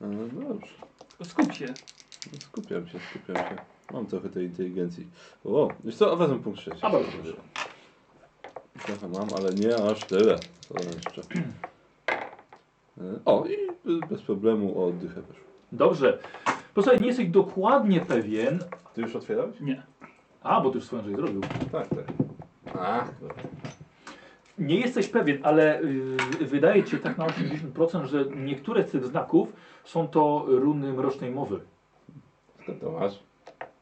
S2: No dobrze.
S5: Tylko Skup się.
S2: No Skupiam się, skupiam się. Mam trochę tej inteligencji. O, wiesz co, a wezmę punkt 6.
S1: A bardzo proszę.
S2: Trochę mam, ale nie aż tyle. To jeszcze. E, O, i y, bez problemu o dychę weszło.
S1: Dobrze. Posłuchaj, nie jesteś dokładnie pewien.
S2: Ty już otwierałeś?
S5: Nie.
S1: A, bo ty już swoją rzecz zrobił.
S2: Tak, tak. A, dobra.
S1: Nie jesteś pewien, ale yy, wydaje ci się tak na 80%, że niektóre z tych znaków są to runy mrocznej mowy.
S2: skąd to masz?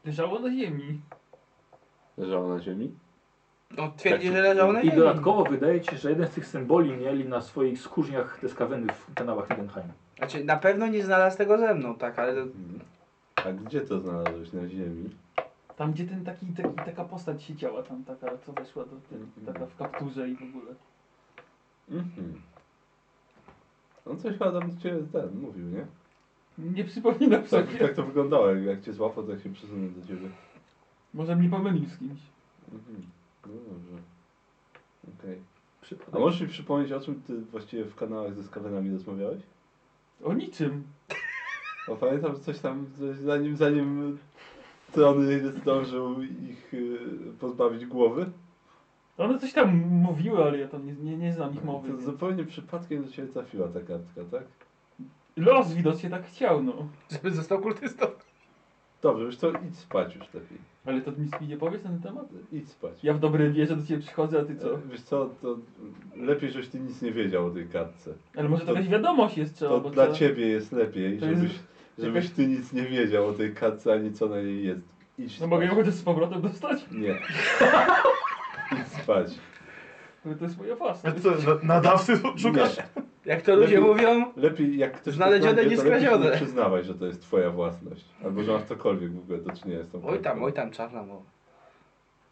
S5: Leżało na ziemi.
S2: Leżało na ziemi?
S4: On twierdzi, No, że leżał na
S1: I
S4: ziemi.
S1: dodatkowo wydaje ci się, że jeden z tych symboli mieli na swoich skórzniach te skaweny w kanałach Hiddenheim.
S4: Znaczy, na pewno nie znalazł tego ze mną, tak, ale...
S2: Mhm. A gdzie to znalazłeś na ziemi?
S5: Tam gdzie ten taki, taki taka postać siedziała tam taka, co weszła do ten, taka w kapturze i w ogóle.
S2: Mhm. On coś chyba tam do ciebie ten mówił, nie?
S5: Nie przypominam
S2: Tak,
S5: sobie.
S2: tak to wyglądało, jak, jak cię złapał, to jak się przesunął do ciebie.
S5: Może mnie pomylił z kimś.
S2: Mhm. No dobrze. Okej. A
S1: Przypadek.
S2: możesz mi przypomnieć, o czym ty właściwie w kanałach ze skawenami rozmawiałeś?
S5: O niczym.
S2: Bo pamiętam, że coś tam, coś zanim, zanim Trony zdążył ich y, pozbawić głowy,
S5: One coś tam mówiły, ale ja tam nie, nie, nie znam ich mowy.
S2: to
S5: Więc...
S2: zupełnie przypadkiem do ciebie trafiła ta kartka, tak?
S5: Los widocznie tak chciał, no.
S4: Żeby został kultystą.
S2: Dobrze, już to idź spać już lepiej.
S5: Ale to nic mi nie powiesz na ten temat?
S2: Idź spać.
S5: Ja w dobrej wierze do ciebie przychodzę, a ty co?
S2: E, Wiesz co, to lepiej, żeś ty nic nie wiedział o tej kartce.
S5: Ale może to
S2: To-
S5: jakaś wiadomość jest trzeba,
S2: To
S5: No, bo
S2: dla
S5: co?
S2: ciebie jest lepiej,
S5: To jest-
S2: żebyś, żebyś ty nic nie wiedział o tej kartce, ani co na niej jest. Idź
S5: No
S2: spać.
S5: mogę ją chociaż z powrotem dostać?
S2: Nie. Idź spać.
S5: Bo to jest moja własna.
S3: A co, na- nadawcy szukasz?
S2: Nie.
S4: Jak to ludzie
S2: Lepiej-
S4: mówią,
S2: Lepiej jak ktoś
S4: Znalezione,
S2: to kradnie, to lepiej się
S4: nieskradzione.
S2: nie przyznawaj, że to jest twoja własność. Albo że masz cokolwiek w ogóle do czynienia z tą
S4: oj tam,
S2: kartką.
S4: oj tam, czarna mowa.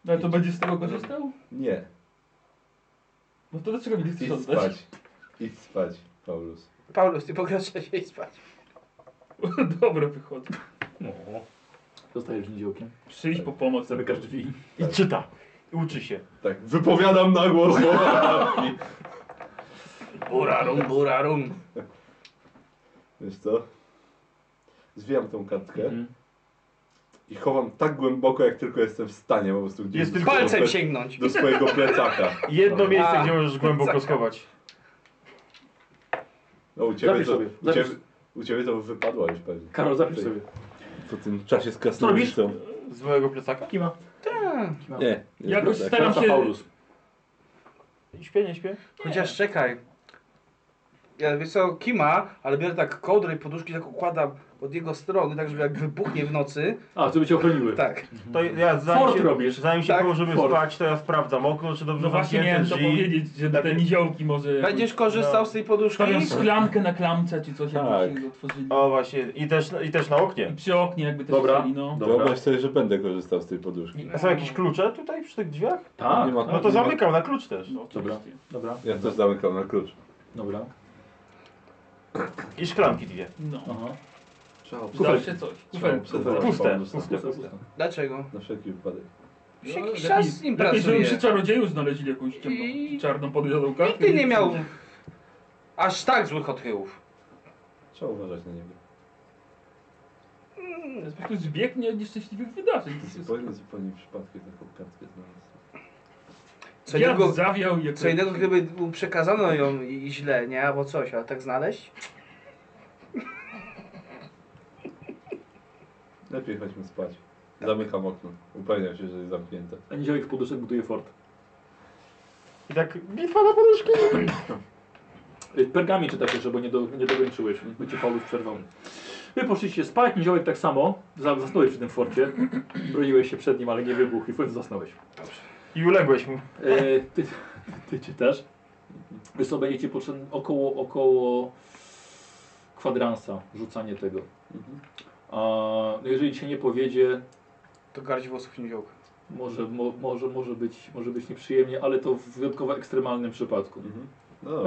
S5: No ale to będziesz z tego korzystał?
S2: Nie.
S5: No to dlaczego mi nie chcesz
S2: Idź
S5: oddać?
S2: spać. Idź spać, Paulus.
S4: Paulus, ty pogrążaj się i spać.
S5: Dobra, wychodzę.
S1: No. Dostajesz niziołkiem.
S5: Przyjdź po pomoc.
S1: Zamykasz drzwi.
S3: I czyta. I uczy się.
S2: Tak, wypowiadam na głos słowa Rafki.
S4: Burarum, burarum.
S2: Wiesz co? Zwijam tą kartkę
S1: Mhm.
S2: i chowam tak głęboko, jak tylko jestem w stanie po prostu gdzieś
S3: Jest
S2: do
S3: tylko
S2: swojego
S4: Palcem
S2: ple-
S4: sięgnąć.
S2: do swojego plecaka.
S3: Jedno miejsce,
S4: A,
S3: gdzie możesz głęboko
S4: tak.
S3: schować.
S2: No u ciebie
S1: Zapisz
S2: to,
S1: sobie,
S2: u ciebie,
S1: zapisz.
S2: u ciebie to wypadło już pewnie.
S1: Karol, zapisz sobie.
S2: Po tym czasie z
S1: krasnoludnicą.
S3: Z mojego plecaka?
S1: Kima.
S2: Nie. nie
S5: Jakoś
S2: tak.
S5: staram
S1: Klasa
S5: się...
S1: Paulus.
S3: Śpię, nie śpię?
S4: Chociaż czekaj. Ja wiesz co, kima, ale biorę tak kołdrę i poduszki tak układam od jego strony, tak żeby jak wybuchnie w nocy.
S1: A, żeby cię ochroniły.
S4: Tak.
S3: To ja
S1: Fort
S3: zanim
S1: robisz.
S3: się, zanim się
S4: Tak,
S3: położymy
S1: fort.
S3: spać, to ja sprawdzam okno, czy dobrze
S5: No właśnie miałem to powiedzieć, że
S3: Tak.
S5: te niziołki może... jakoś-
S4: Będziesz korzystał z tej poduszki?
S5: Stawiam szklankę na klamce czy coś, jakby
S2: Tak.
S5: się otworzyli.
S3: O właśnie, i też, i też na
S5: I
S3: oknie.
S5: przy oknie jakby też
S1: Dobra.
S5: chcieli, no.
S1: Dobra.
S2: Wyobraź sobie, że będę korzystał z tej poduszki.
S3: A są jakieś klucze tutaj przy tych drzwiach?
S1: Tak.
S2: Nie ma-
S1: tak.
S3: No to zamykam na klucz też.
S5: no
S1: Dobra.
S5: oczywiście.
S1: Dobra.
S2: Ja też zamykam na klucz.
S1: Dobra.
S3: I szklanki dwie.
S5: No.
S1: Aha.
S2: Trzeba
S1: Kufel.
S5: Zawsze coś.
S2: Trzeba
S5: Kufel.
S2: obserwować
S3: Puste,
S2: Paulusa.
S3: puste.
S4: Dlaczego? No,
S2: Na wszelki wypadek.
S4: Już jakiś
S5: lepiej-
S4: czas z nim
S5: lepiej, żeby
S4: pracuje.
S5: przy czarodzieju znaleźli jakąś ciemną,
S4: I-
S5: czarną podwiadą kartkę.
S4: Nigdy nie miał aż tak złych odchyłów.
S2: Trzeba uważać na niego.
S5: To jest po prostu zbiegnie od nieszczęśliwych wydarzeń. To jest-
S2: Zupełnie, zupełnie przypadkiem taką kartkę znalazłem.
S4: Co
S5: Dziad
S4: innego,
S5: zawiał jak
S4: co innego gdyby mu przekazano ją i i źle, nie? Albo coś, ale tak znaleźć?
S2: Lepiej chodźmy spać. Zamykam okno. Upewniam się, że jest zamknięte.
S1: A niziołek w poduszek buduje fort.
S3: I tak bitwa na poduszki.
S1: Y, Pergamin czytacie, żeby nie, do, nie dokończyłeś, bo cię Paulus przerwał. Wy poszliście spać, niziołek tak samo. Za- Zasnąłeś przy tym forcie. Broniłeś się przed nim, ale nie wybuchł i w końcu zasnąłeś.
S3: I uległeś mu.
S1: E, ty, ty czytasz. Wy sobie będziecie potrzebne około, około kwadransa rzucanie tego.
S2: Mhm.
S1: A no jeżeli ci się nie powiedzie,
S4: To garść włosów nie wziął.
S1: może, mo, może, może, być, może być nieprzyjemnie, ale to w wyjątkowo ekstremalnym przypadku.
S2: Mhm.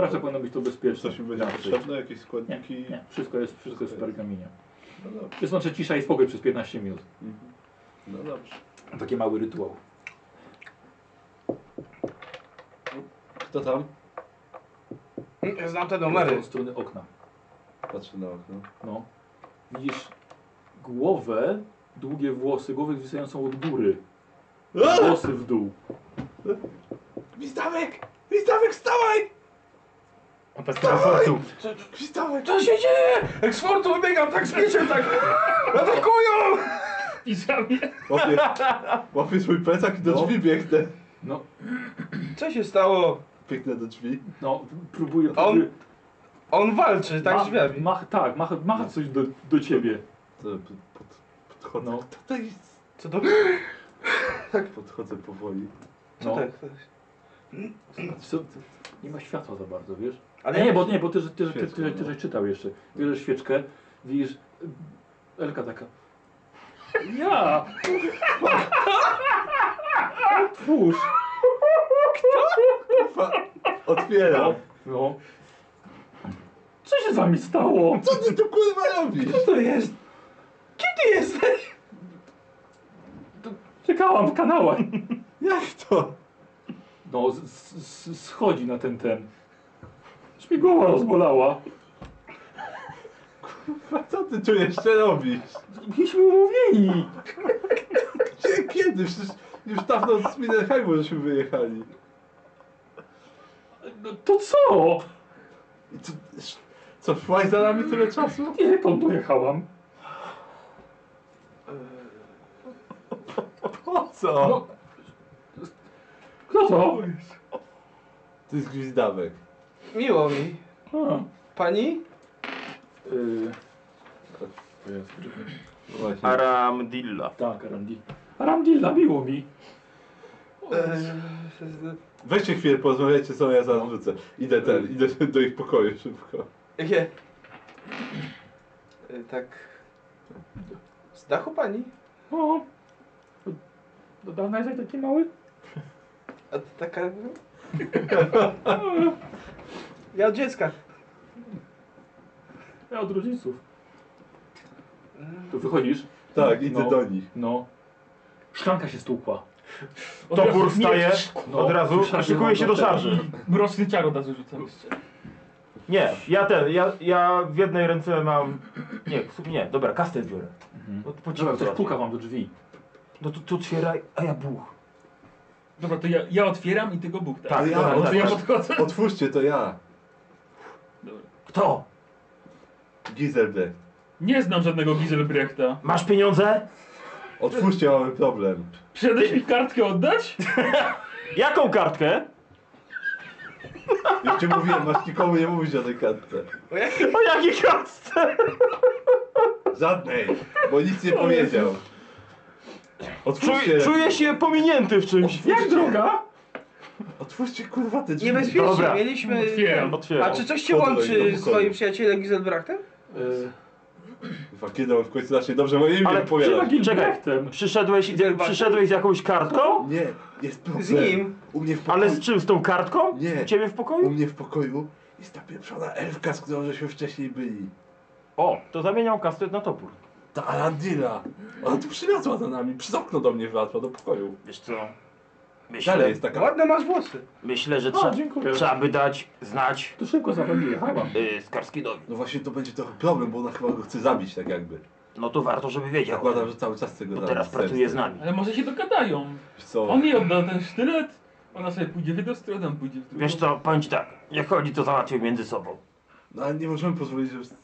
S1: Raczej
S2: No,
S1: powinno być to bezpieczne.
S2: coś mi będzie
S1: Raczej.
S2: potrzebne? Jakieś składniki?
S1: Nie, wszystko jest, wszystko jest w pergaminie.
S2: No dobrze.
S1: To znaczy cisza i spokój przez 15 minut.
S2: Mhm. No dobrze.
S1: Taki mały rytuał.
S2: Kto tam?
S4: Hm, Ja znam te
S1: Numery.
S4: numery.
S1: Od strony okna.
S2: Patrzę na okno.
S1: No. Widzisz głowę, długie włosy, głowę zwisającą od góry. Włosy w dół.
S2: Gwizdawek! Gwizdawek, wstawaj!
S6: A
S3: tak
S6: bez komfortu.
S2: Gwizdawek!
S4: Co się dzieje? Eksportu wybiegam tak z mieczem, tak atakują!
S5: I zamie-
S2: Łapię, łapię swój plecak i do
S1: No.
S2: drzwi biegnę.
S1: No,
S4: Co się stało?
S2: Biegnę do drzwi.
S1: no, próbuję...
S4: A on
S1: próbuję-
S4: On walczy, tak
S1: ma-
S4: z drzwiami. No.
S1: Mach, tak, macha, macha coś do, do ciebie.
S2: To Pod, podchodzę.
S1: No.
S4: tak-
S2: Kto to jest?
S4: Co to?
S2: Podchodzę powoli.
S4: Co tak?
S1: No.
S4: to?
S1: Co? Nie ma światła za bardzo, wiesz?
S4: Ale
S1: Ale nie, bo, nie, bo ty, że- ty, że- ty,
S2: Świecką,
S1: ty, ty, ty
S2: no.
S1: żeś czytał jeszcze. Bierzesz świeczkę, widzisz... y, Elka taka... Ja! Otwórz!
S2: Fa- Otwieram.
S1: No. Co się z wami stało?
S2: Co ty tu kurwa robisz?
S4: Co to jest? Kim ty jesteś?
S1: Czekałam w kanałach.
S2: Jak to?
S1: No, z, z, z- schodzi na ten ten. Aż mi głowa rozbolała.
S2: Co ty tu jeszcze robisz?
S1: Byliśmy umówieni.
S2: Gdzie, kiedy? Przecież już dawno z Minderheimu żeśmy wyjechali.
S1: No, to co?
S2: I co, co, szłaś za nami tyle czasu?
S1: Nie, to dojechałam.
S2: Po co?
S1: No. Kto to?
S2: To jest gwizdawek.
S4: Miło mi.
S1: A,
S4: Pani?
S1: y,
S2: No Właśnie.
S3: Aramdilla.
S1: tak, Ramdi. Ramdilla, miło mi.
S4: Eee,
S2: Weźcie chwilę, porozmawiajcie co ja zaraz wrócę. Idę ten, idę do ich pokoju szybko.
S4: Jakie? E, Tak. Z dachu pani?
S1: O, do dawna jesteś taki mały?
S4: A to taka. Ja od dziecka.
S1: Ja od rodziców. To wychodzisz?
S2: Tak, idę
S1: No.
S2: do nich.
S1: No. Szklanka się stłukła.
S5: Od
S3: Topór
S5: razu
S3: wstaje
S1: No.
S3: od razu,
S1: Szarży,
S3: szykuje się do
S1: no, no,
S3: szarży.
S5: Mroczny ciar od razu rzucam jeszcze.
S3: Nie, ja ten, ja, ja w jednej ręce mam... Nie, w sumie nie, dobra, kastel biorę. No, to po cichu
S1: Mhm. Dobra, ktoś
S3: załatwię.
S1: puka wam do drzwi.
S3: No to, to otwieraj, a ja buch.
S5: Dobra, to ja, ja otwieram i tego Bóg, tak?
S3: Tak,
S2: ja,
S3: dobra,
S2: no
S5: To
S3: tak,
S5: ja
S3: tak.
S5: podchodzę.
S2: Otwórzcie, to ja.
S3: Kto?
S2: Gizelbrecht.
S5: Nie znam żadnego Giselbrechta.
S3: Masz pieniądze?
S2: Otwórzcie, mamy problem.
S5: Przyszedłeś mi kartkę oddać?
S3: Jaką kartkę?
S2: Już ci mówiłem, masz nikomu nie mówić o tej kartce.
S4: O jakie?
S3: O jakiej kartce?
S2: Żadnej, bo nic nie powiedział. Otwórzcie,
S3: Czuję, czuję się pominięty w czymś.
S1: Jak droga?
S2: otwórzcie kurwa te drzwi.
S4: Niebezpiecznie,
S3: Dobra.
S4: mieliśmy.
S5: Otwieram.
S3: Otwieram. E,
S4: A czy coś cię
S2: Podaj do
S4: łączy
S2: pokoju.
S4: z twoim przyjacielem Giselbrachtem?
S1: Yy,
S2: Kurwa, Kiedy on w końcu zacznie dobrze moje imię
S3: Ale
S2: opowiadać?
S1: Gilbrechtem.
S3: Przyszedłeś,
S4: Gdzie-
S3: przyszedłeś z jakąś kartką?
S2: Nie, jest problem.
S4: Z nim?
S2: U mnie w pokoju.
S3: Ale z czym? Z tą kartką?
S2: Nie.
S3: U Ciebie w
S2: U
S3: pokoju?
S2: mnie w pokoju jest ta pieprzona elfka, z którą żeśmy wcześniej byli.
S3: O, to zamieniał kastet na topór.
S2: Ta Arandila. Ona tu przylazła za nami, przez okno No do mnie wlazła, do pokoju.
S3: Wiesz co?
S2: Dalej
S3: Myślę,
S2: jest taka...
S4: Ładne masz włosy.
S3: myślę że
S1: O,
S3: trza,
S1: dziękuję.
S3: trzeba by dać znać
S1: To szybko zapewnię, chyba.
S3: yy, Skarskidowi.
S2: No właśnie to będzie trochę problem, bo ona chyba go chce zabić tak jakby.
S3: No to warto, żeby wiedział.
S2: Zakładam, że tak, cały czas tego
S3: Bo teraz
S2: serce.
S3: pracuje z nami.
S5: Ale może się dogadają.
S2: Wiesz Co?
S5: On jej odda ten sztylet, ona sobie pójdzie w jedną stronę, on pójdzie w drugą.
S3: Wiesz co, powiem ci tak, jak chodzi to załatwił między sobą.
S2: No ale nie możemy pozwolić, żeby z-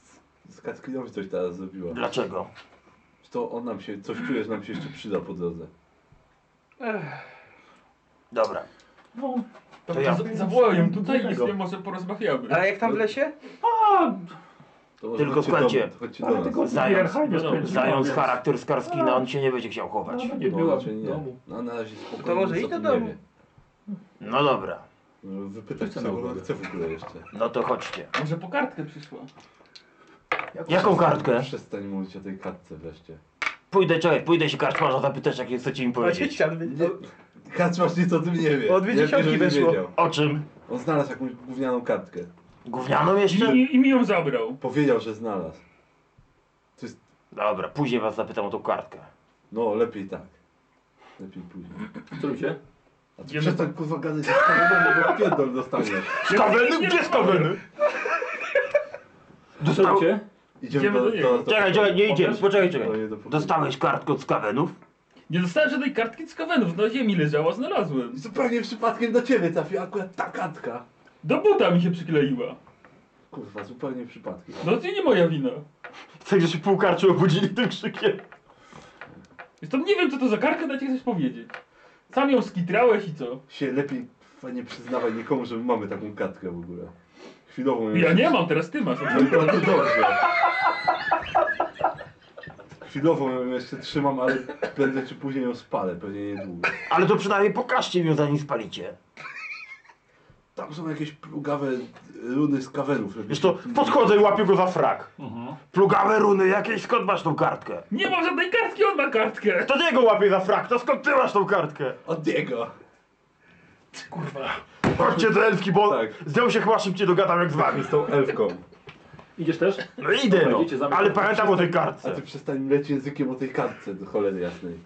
S2: z Katkinowi coś teraz zrobiła.
S3: Dlaczego?
S2: To on nam się, coś czuje, że nam się jeszcze przyda po drodze.
S3: Dobra.
S1: No,
S3: To
S5: To, to
S3: ja.
S5: z- zawołał ją tutaj i
S1: Tego.
S5: sobie może porozmawiamy.
S4: A jak tam w lesie?
S1: a,
S2: To może
S3: Tylko
S2: chodźcie do-
S3: słuchajcie,
S2: Chodźcie do
S1: ale
S2: nas.
S1: tylko z
S3: Zając-
S1: Gilbrechtem spędzimy
S3: Znając
S1: obiad.
S3: charakter Skarskina, on się nie będzie chciał chować.
S1: Ona nie
S2: No,
S1: była w
S2: raczej nie.
S1: domu.
S2: No na razie spokojnie.
S4: To może idź
S2: nic o
S4: do
S2: tym
S4: domu.
S2: nie wie.
S3: No dobra,
S2: Może Wypytać
S1: Chcę
S2: co
S1: na
S2: ona
S1: uwagę.
S2: chce w ogóle jeszcze.
S3: no to chodźcie.
S5: Może po kartkę przyszła.
S3: Jaką kartkę?
S2: Przestań mówić o tej kartce wreszcie.
S3: Pójdę, czekaj, pójdę się karczmarza zapytać, jakie chcecie im powiedzieć.
S4: Dwadzieścia
S2: Nie, Kaczmarz nic o tym nie wie.
S4: Bo od
S2: Nie
S4: dziesiątki
S2: wie, że nie
S4: weszło.
S2: wiedział.
S3: O czym?
S2: On znalazł jakąś gównianą kartkę.
S3: Gównianą jeszcze?
S5: I, I mi ją zabrał.
S2: Powiedział, że znalazł. To jest...
S3: Dobra, później was zapytam o tą kartkę.
S2: No, lepiej tak. Lepiej później.
S1: Co robicie?
S2: A ty
S5: Idziemy-
S2: przestań kurwa gadać z kamerą, bo pierdol dostaniesz.
S3: Skaweny? Gdzie skaweny?
S1: Co robicie?
S2: Idziemy
S5: Idziemy
S2: do,
S5: do
S2: do,
S5: niego.
S2: do, do
S3: Czekaj, czekaj, nie idziemy,
S1: Pokaż?
S3: poczekaj,
S2: Do
S3: czekaj.
S2: niego do pokoju.
S3: Dostałeś kartkę od skawenów?
S5: Nie dostałem żadnej kartki z kowenów, na ziemi leżała, znalazłem.
S2: Zupełnie przypadkiem do ciebie trafiła akurat ta kartka.
S5: Do buta mi się przykleiła.
S2: Kurwa, zupełnie przypadkiem.
S5: No to nie moja wina.
S3: Tak, że się pół karczy obudzili tym krzykiem.
S5: Jestem nie wiem co to za kartka, da ci chcesz powiedzieć. Sam ją skitrałeś i co?
S2: Się lepiej kurwa, nie przyznawaj nikomu, że my mamy taką kartkę w ogóle. Chwilową ją-
S5: Ja nie mam, teraz ty masz.
S2: No i bardzo dobrze. Chwilową ją jeszcze trzymam, ale prędzej czy później ją spalę, pewnie niedługo.
S3: Ale to przynajmniej pokażcie mi ją zanim spalicie.
S2: Tam są jakieś plugawe runy z kawerów.
S3: Wiesz to, podchodzę i łapię go za frak.
S1: Mhm.
S3: Plugawe runy, jakiej skąd masz tą kartkę?
S5: Nie mam żadnej kartki, on ma kartkę.
S3: To niego łapię za frak, to skąd ty masz tą kartkę?
S2: Od niego.
S3: Chodźcie do Elfki, bo
S2: Tak.
S3: z nią się chyba szybciej dogadam jak z wami.
S2: Z tą elfką.
S1: Idziesz też?
S3: No idę
S1: Dobra,
S3: no,
S1: idziecie za mną.
S3: ale pamiętam o tej
S2: A
S3: kartce.
S2: ty przestań mleć językiem o tej kartce, do cholery jasnej.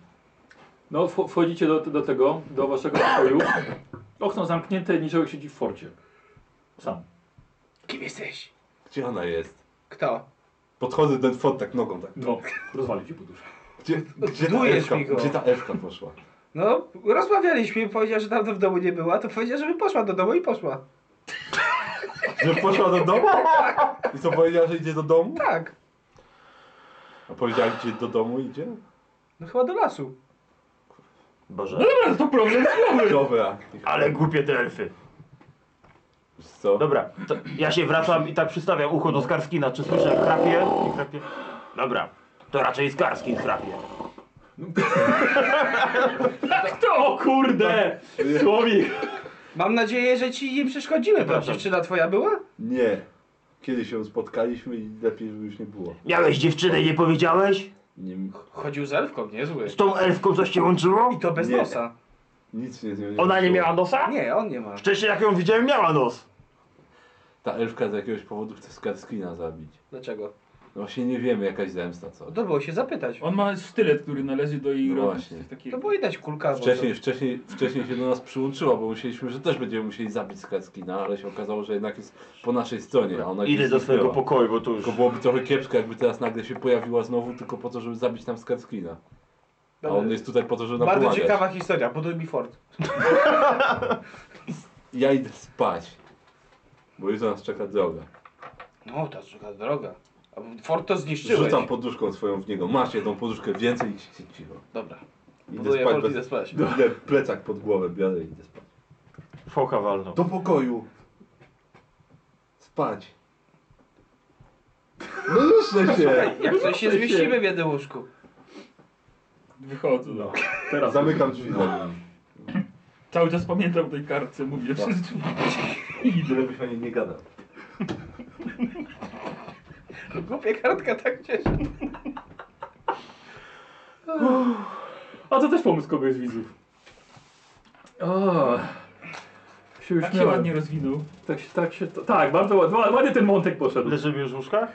S1: No, wch- wchodzicie do, do tego, do waszego pokoju. Okno zamknięte, niczego siedzi w forcie. Sam.
S4: Kim jesteś?
S2: Gdzie ona jest?
S4: Kto?
S2: Podchodzę ten fot tak nogą tak.
S1: No, rozwali ci poduszkę.
S2: Gdzie, gdzie, ta,
S4: Dujesz
S2: elfka,
S4: mi go.
S2: gdzie ta elfka poszła?
S4: No, rozmawialiśmy, powiedziała, że dawno w domu nie była, to powiedziała, żeby poszła do domu i poszła.
S2: Że poszła do domu? I co powiedziała, że idzie do domu?
S4: Tak,
S2: A powiedziała, gdzie do domu idzie?
S4: no chyba do lasu.
S3: Boże,
S5: Dobra, to problem z głowy.
S2: Dobra.
S3: ale głupie te elfy.
S2: Wiesz Co?
S3: Dobra, to ja się wracam i tak przystawiam ucho do Skarskina. Czy słyszę jak chrapie? Nie chrapie? Dobra, to raczej Skarskin chrapie.
S5: Kto? O kurde! Słowik.
S4: Mam nadzieję, że ci nie przeszkodzimy, bo
S3: Przepraszam.
S4: dziewczyna twoja była?
S2: Nie. Kiedyś się spotkaliśmy i lepiej, żeby już nie było.
S3: Miałeś dziewczynę i nie powiedziałeś?
S2: Nie,
S4: Chodził z elfką, niezły.
S3: Z tą elfką coś się łączyło?
S4: I to bez
S2: Nie.
S4: nosa.
S2: nic nie zmieniło.
S3: Ona nie miała nosa?
S4: Nie, on nie ma.
S3: Wcześniej jak ją widziałem miała nos.
S2: Ta elfka z jakiegoś powodu chce Skarskina zabić.
S4: Dlaczego?
S2: No właśnie nie wiemy, jakaś zemsta,
S3: No
S2: co?
S4: To było się zapytać.
S5: On ma stylet, który należy do jej
S2: No
S5: rodu.
S2: właśnie.
S5: Taki-
S4: To było jej dać kulka. albo
S2: Wcześniej, wcześniej, wcześniej się do nas przyłączyła, bo myśleliśmy, że też będziemy musieli zabić Skarskina, ale się okazało, że jednak jest po naszej stronie. A ona
S3: Idę
S2: gdzieś
S3: do swojego
S2: zniknęła.
S3: pokoju, bo to już...
S2: Tylko byłoby trochę kiepsko, jakby teraz nagle się pojawiła znowu tylko po to, żeby zabić nam Skarskina. A
S4: co.
S2: on jest tutaj po to, żeby nam
S4: Bardzo
S2: pomagać.
S4: ciekawa historia, buduj mi fort.
S2: Ja idę spać, bo jutro nas czeka droga.
S4: No, ta czeka droga. A Fort to zniszczyłeś.
S2: Rzucam poduszką swoją w niego. Masz jedną poduszkę więcej i się cicho.
S4: Dobra.
S2: Idę
S4: Buduję
S2: spać,
S4: fort,
S2: bez...
S4: idę spać.
S2: Idę plecak pod głowę biorę i idę spać.
S3: Focha walną.
S2: Do pokoju. Spać. No ruszę się.
S4: Jak coś się zmieścimy w jednym łóżku.
S5: Wychodzę. No.
S1: Teraz
S2: Zamykam drzwi za nim.
S5: Cały czas pamiętam o tej kartce, mówię.
S2: No. Tyle byś o niej nie gadał.
S4: Głupia kartka tak cieszy.
S1: A to też pomysł kogoś z widzów. O, się
S5: Tak się ładnie rozwinął.
S1: Tak się, tak się, to, tak, bardzo ładnie, ładnie ten mątek poszedł.
S3: Leżymy już w łóżkach?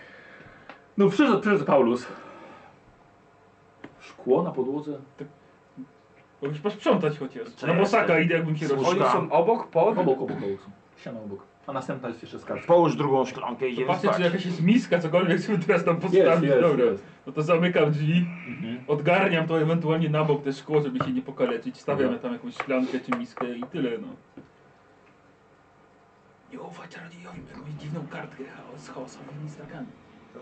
S1: No przyszedł, przyszedł Paulus. Szkło na podłodze.
S5: Bo już posprzątać chociaż.
S3: Co
S5: Na
S3: jest?
S5: bosaka idę, jakbym się
S3: Słuchaj.
S5: rozwinął.
S4: Oni
S3: Łóżka.
S4: są obok, pod.
S1: Obok, obok, obok są. Siano obok. A następna jest jeszcze skarb.
S3: Połóż drugą szklankę i idziemy
S5: Patrzę,
S3: spać.
S5: czy jakaś jest miska, cokolwiek sobie teraz tam
S1: Jest,
S5: postawić.
S1: jest,
S5: Dobra.
S1: jest.
S5: No to zamykam drzwi, odgarniam to ewentualnie na bok te szkło, żeby się nie pokaleczyć. Stawiam tam jakąś szklankę czy miskę i tyle, no. Nie ufać radiowi, jakąś dziwną kartkę chaos- z chaosowymi znakami.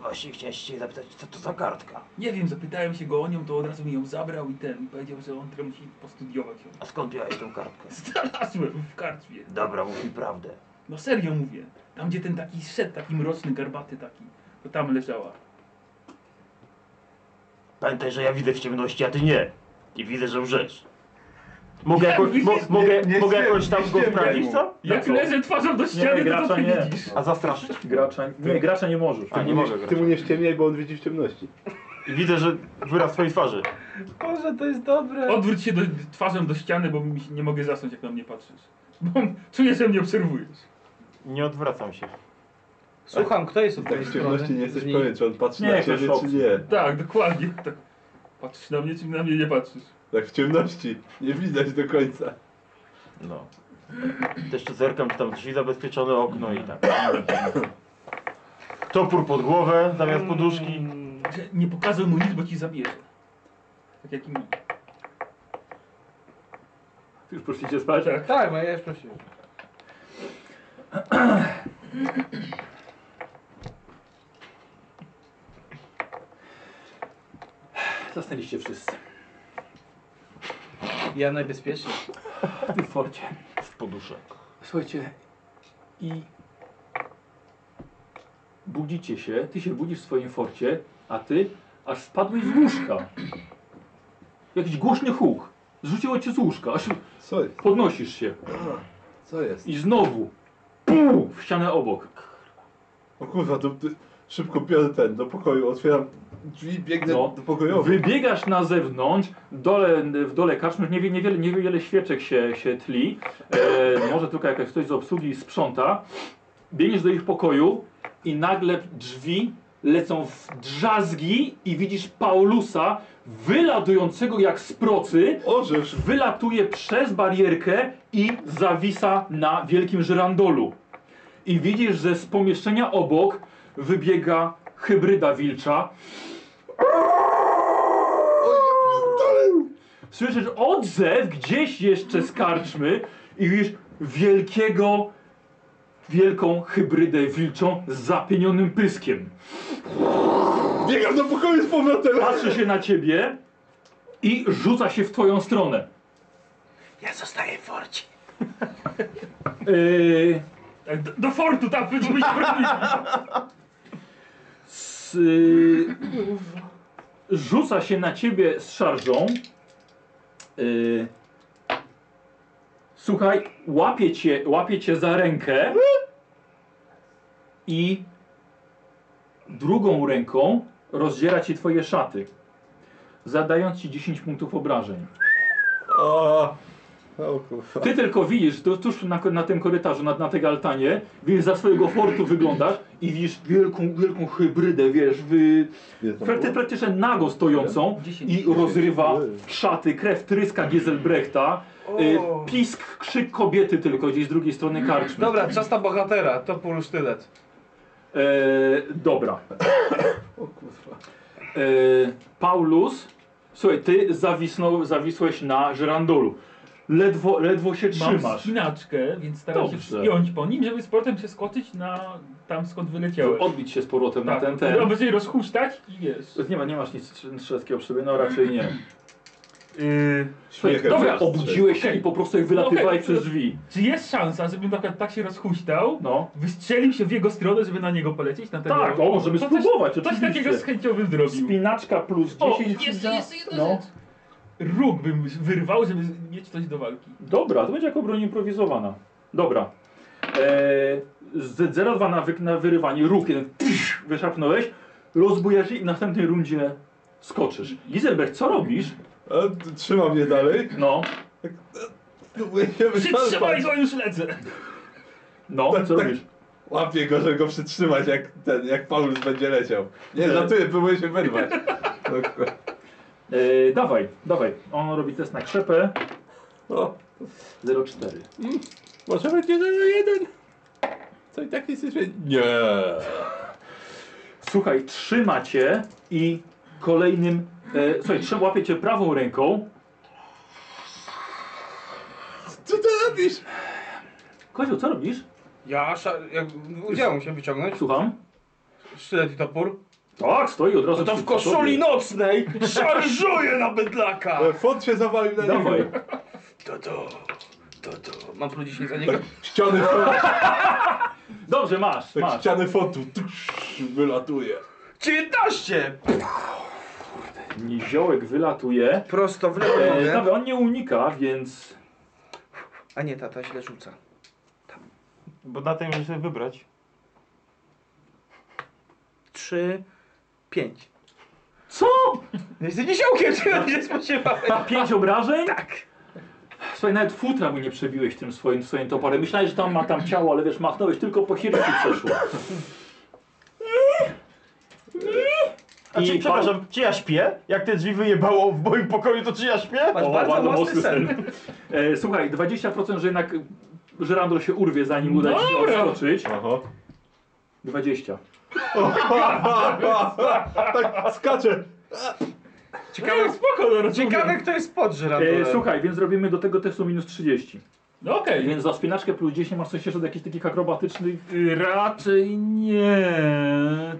S3: Właśnie chciałem się zapytać, co to za kartka?
S5: Nie wiem, zapytałem się go o nią, to od razu mi ją zabrał i ten, i powiedział, że on trochę musi postudiować ją.
S3: A skąd miałeś tą kartkę?
S5: Znalazłem w kartwie.
S3: Dobra, mów mi prawdę.
S5: No serio mówię. Tam gdzie ten taki szedł, taki mroczny, garbaty taki, to tam leżała.
S3: Pamiętaj, że ja widzę w ciemności, a ty nie. I widzę, że wrzesz. Mogę,
S5: Ja
S3: jako,
S5: widzę-
S3: mo, mogę,
S2: nie
S3: mogę
S2: śmiem,
S3: jakoś tam
S2: nie
S3: go
S2: śmiem,
S3: wprawić,
S2: Janu.
S3: co?
S5: Jak
S1: co?
S5: leżę twarzą do ściany, to
S1: gracza
S5: to
S1: nie.
S5: widzisz.
S3: A zastraszyć?
S1: Gracza, nie, gracza nie możesz.
S3: A, nie mogę grać.
S2: Ty mu nie ściemniaj, bo on widzi w ciemności.
S3: I widzę, że wyraz twojej twarzy.
S4: Boże, to jest dobre.
S5: Odwróć się do, twarzą do ściany, bo mi się- nie mogę zasnąć, jak na mnie patrzysz. Bo czuję, że mnie obserwujesz.
S3: Nie odwracam się.
S4: Słucham, kto jest od
S2: Tak
S4: tej
S2: w
S4: strony?
S2: ciemności nie jesteś
S4: Z niej.
S2: pewien, czy on patrzy
S1: Nie,
S2: na
S1: to
S2: ciebie,
S1: szok.
S2: czy nie.
S5: Tak, dokładnie. Tak. Patrzysz na mnie, czy na mnie nie patrzysz?
S2: Tak w ciemności. Nie widać do końca.
S3: No. Też tu zerkam, czy tam drzwi zabezpieczone, okno i tak. Topór pod głowę zamiast poduszki.
S5: Że nie pokazuj mu nic, bo ci zabierze. Tak jak i mi.
S1: Już poszliście spać?
S5: Tak.
S4: Tak, no ja już prosiłem.
S1: Zasnęliście wszyscy
S4: Ja najbezpieczniej.
S1: w tym forcie.
S3: w poduszek.
S1: Słuchajcie, i budzicie się, ty się budzisz w swoim forcie, a ty aż spadłeś z łóżka. Jakiś głośny huk. Zrzuciło cię z łóżka, aż
S2: Co jest?
S1: podnosisz się
S2: Co jest?
S1: i znowu pum, w ścianę obok.
S2: O kurwa, to, to szybko biorę ten do pokoju, otwieram drzwi, biegnę
S1: No.
S2: do pokojowych.
S1: Wybiegasz na zewnątrz, dole, w dole karczmy, niewiele, niewiele, niewiele świeczek się, się tli, e, może tylko jakaś ktoś z obsługi sprząta. Biegniesz do ich pokoju i nagle drzwi lecą w drzazgi i widzisz Paulusa wyladującego jak z procy,
S2: Orzesz!
S1: wylatuje przez barierkę i zawisa na wielkim żyrandolu. I widzisz, że z pomieszczenia obok wybiega hybryda wilcza,
S2: O, ja pierdolę.
S1: Słyszysz odzew gdzieś jeszcze z karczmy i widzisz wielkiego, wielką hybrydę wilczą z zapienionym pyskiem.
S2: Biegam do pokoju z powrotem!
S1: Patrzy się na ciebie i rzuca się w twoją stronę.
S4: Ja zostaję w forcie.
S1: Yy,
S5: Tak, do, do fortu tam byśmy się bronili.
S1: s- yy, rzuca się na ciebie z szarżą. Yy, słuchaj, łapie cię, łapie cię za rękę i drugą ręką rozdziera ci twoje szaty, zadając ci 10 punktów obrażeń.
S2: O, o kurwa.
S1: Ty tylko widzisz, tu, tuż na, na tym korytarzu, na, na tej altanie, widzisz, za swojego fortu wyglądasz i widzisz wielką, wielką hybrydę, wiesz, wy,
S2: Nie, tam
S1: prakty,
S2: było?
S1: praktycznie nago stojącą
S5: Dziesięć.
S1: i rozrywa szaty, krew tryska Gieselbrechta, y,
S4: O.
S1: pisk, krzyk kobiety tylko gdzieś z drugiej strony karczmy.
S4: Dobra, czas na bohatera, topór sztylet.
S1: E, dobra.
S2: O kurwa.
S1: E, Paulus, słuchaj, ty zawisnął, zawisłeś na żyrandolu. Ledwo, ledwo się
S5: Mam
S1: trzymasz.
S5: spinaczkę, więc staram się
S1: Dobrze.
S5: spiąć po nim, żeby z portem się skoczyć na tam skąd
S1: Żeby
S5: wyleciałeś.
S1: odbić się z powrotem na ten, ten.
S5: On No, będzie rozhuśtać i wiesz.
S1: Nie, ma, nie masz nic trze- trzeskiego przy sobie, no raczej nie.
S5: Yy,
S2: Śmiechem
S5: dobra,
S2: się
S1: Obudziłeś się i po prostu jak wylatywałeś
S5: Okej.
S1: przez drzwi.
S5: czy jest szansa, żebym na przykład tak się rozhuśtał,
S1: No.
S5: wystrzelił się w jego stronę, żeby na niego polecieć? Na tego...
S1: Tak, o, żeby
S5: To też-
S1: spróbować,
S5: Coś
S1: oczywiście.
S5: takiego z chęcią bym zrobił.
S1: Spinaczka plus 10.
S5: O,
S1: za-
S5: jeszcze, jeszcze jedna
S1: no.
S5: rzecz. Róg bym wyrwał, żeby mieć coś do walki.
S1: Dobra, to będzie jako broń improwizowana. Dobra. Eee, z 0,2 nawyk na wyrywanie róg, jeden psz, wyszarpnąłeś, rozbujasz się i w następnej rundzie skoczysz. Gizelbrecht, co robisz?
S2: A, t- Trzyma mnie dalej.
S1: No,
S2: Próbuję się
S5: Przytrzymaj
S2: wyszarpać.
S5: go, już lecę!
S1: no,
S2: Tak,
S1: co
S2: tak.
S1: robisz?
S2: Łapię go, żeby go przytrzymać, jak ten, jak Paulus będzie leciał. Nie, żartuję, próbuję się wyrwać. O, kurwa.
S1: Eee, dawaj, dawaj. On robi test na krzepę.
S2: O,
S1: 0,4.
S2: może będzie 0-1. Co i tak jesteśmy... Nie.
S1: Słuchaj, trzyma cię i kolejnym. E, słuchaj, trzyma, łapie cię prawą ręką.
S2: Co ty robisz?
S1: Kozioł, co robisz?
S4: Ja, sza- jak udziało mu się wyciągnąć,
S1: Słucham.
S4: sztylet i topór.
S1: Tak, stoi od razu.
S4: To
S1: przy
S4: No w koszuli
S1: tobie.
S4: nocnej szarżuję na bydlaka!
S2: Font się zawalił na niego.
S1: Dawaj.
S4: To to, to to. Mam plus 10 za niego?
S2: Tak, ściany, fo-
S1: Dobrze, masz,
S2: tak,
S1: masz.
S2: ściany fontu tusz, wylatuje.
S4: 19!
S1: Niziołek wylatuje.
S4: Prosto w lewo
S1: E,
S4: nogę.
S1: dawaj, on nie unika, więc.
S4: A nie, tata źle rzuca.
S3: Bo na tej możesz sobie wybrać.
S4: 3, 5.
S1: Co?
S4: Jesteś niesiołkiem, czego nie spodziewałeś?
S1: Pięć obrażeń? Tak. Słuchaj, nawet futra mu nie przebiłeś tym swoim, swoim toporem. Myślałeś, że tam ma tam ciało, ale wiesz, machnąłeś tylko po sierści przeszło.
S3: A
S1: I
S3: czy,
S1: pan-
S3: przepraszam, czy ja śpię? Jak te drzwi wyjebało w moim pokoju, to czy ja śpię?
S4: Masz
S1: O,
S4: bardzo mocny sen.
S1: E, słuchaj, 20%, że jednak żyrandol się urwie, zanim uda ci się
S5: Dobra.
S1: odskoczyć.
S2: Aha.
S1: 20.
S2: tak skacze.
S4: Ciekawe,
S5: no, spoko, no,
S4: ciekawe kto jest pod
S1: E,
S4: żyrandolem.
S1: słuchaj, więc robimy do tego testu minus 30.
S5: No okej,
S1: Więc za spinaczkę plus 10 masz coś jeszcze do jakichś takich akrobatycznych? Y, Raczej nie.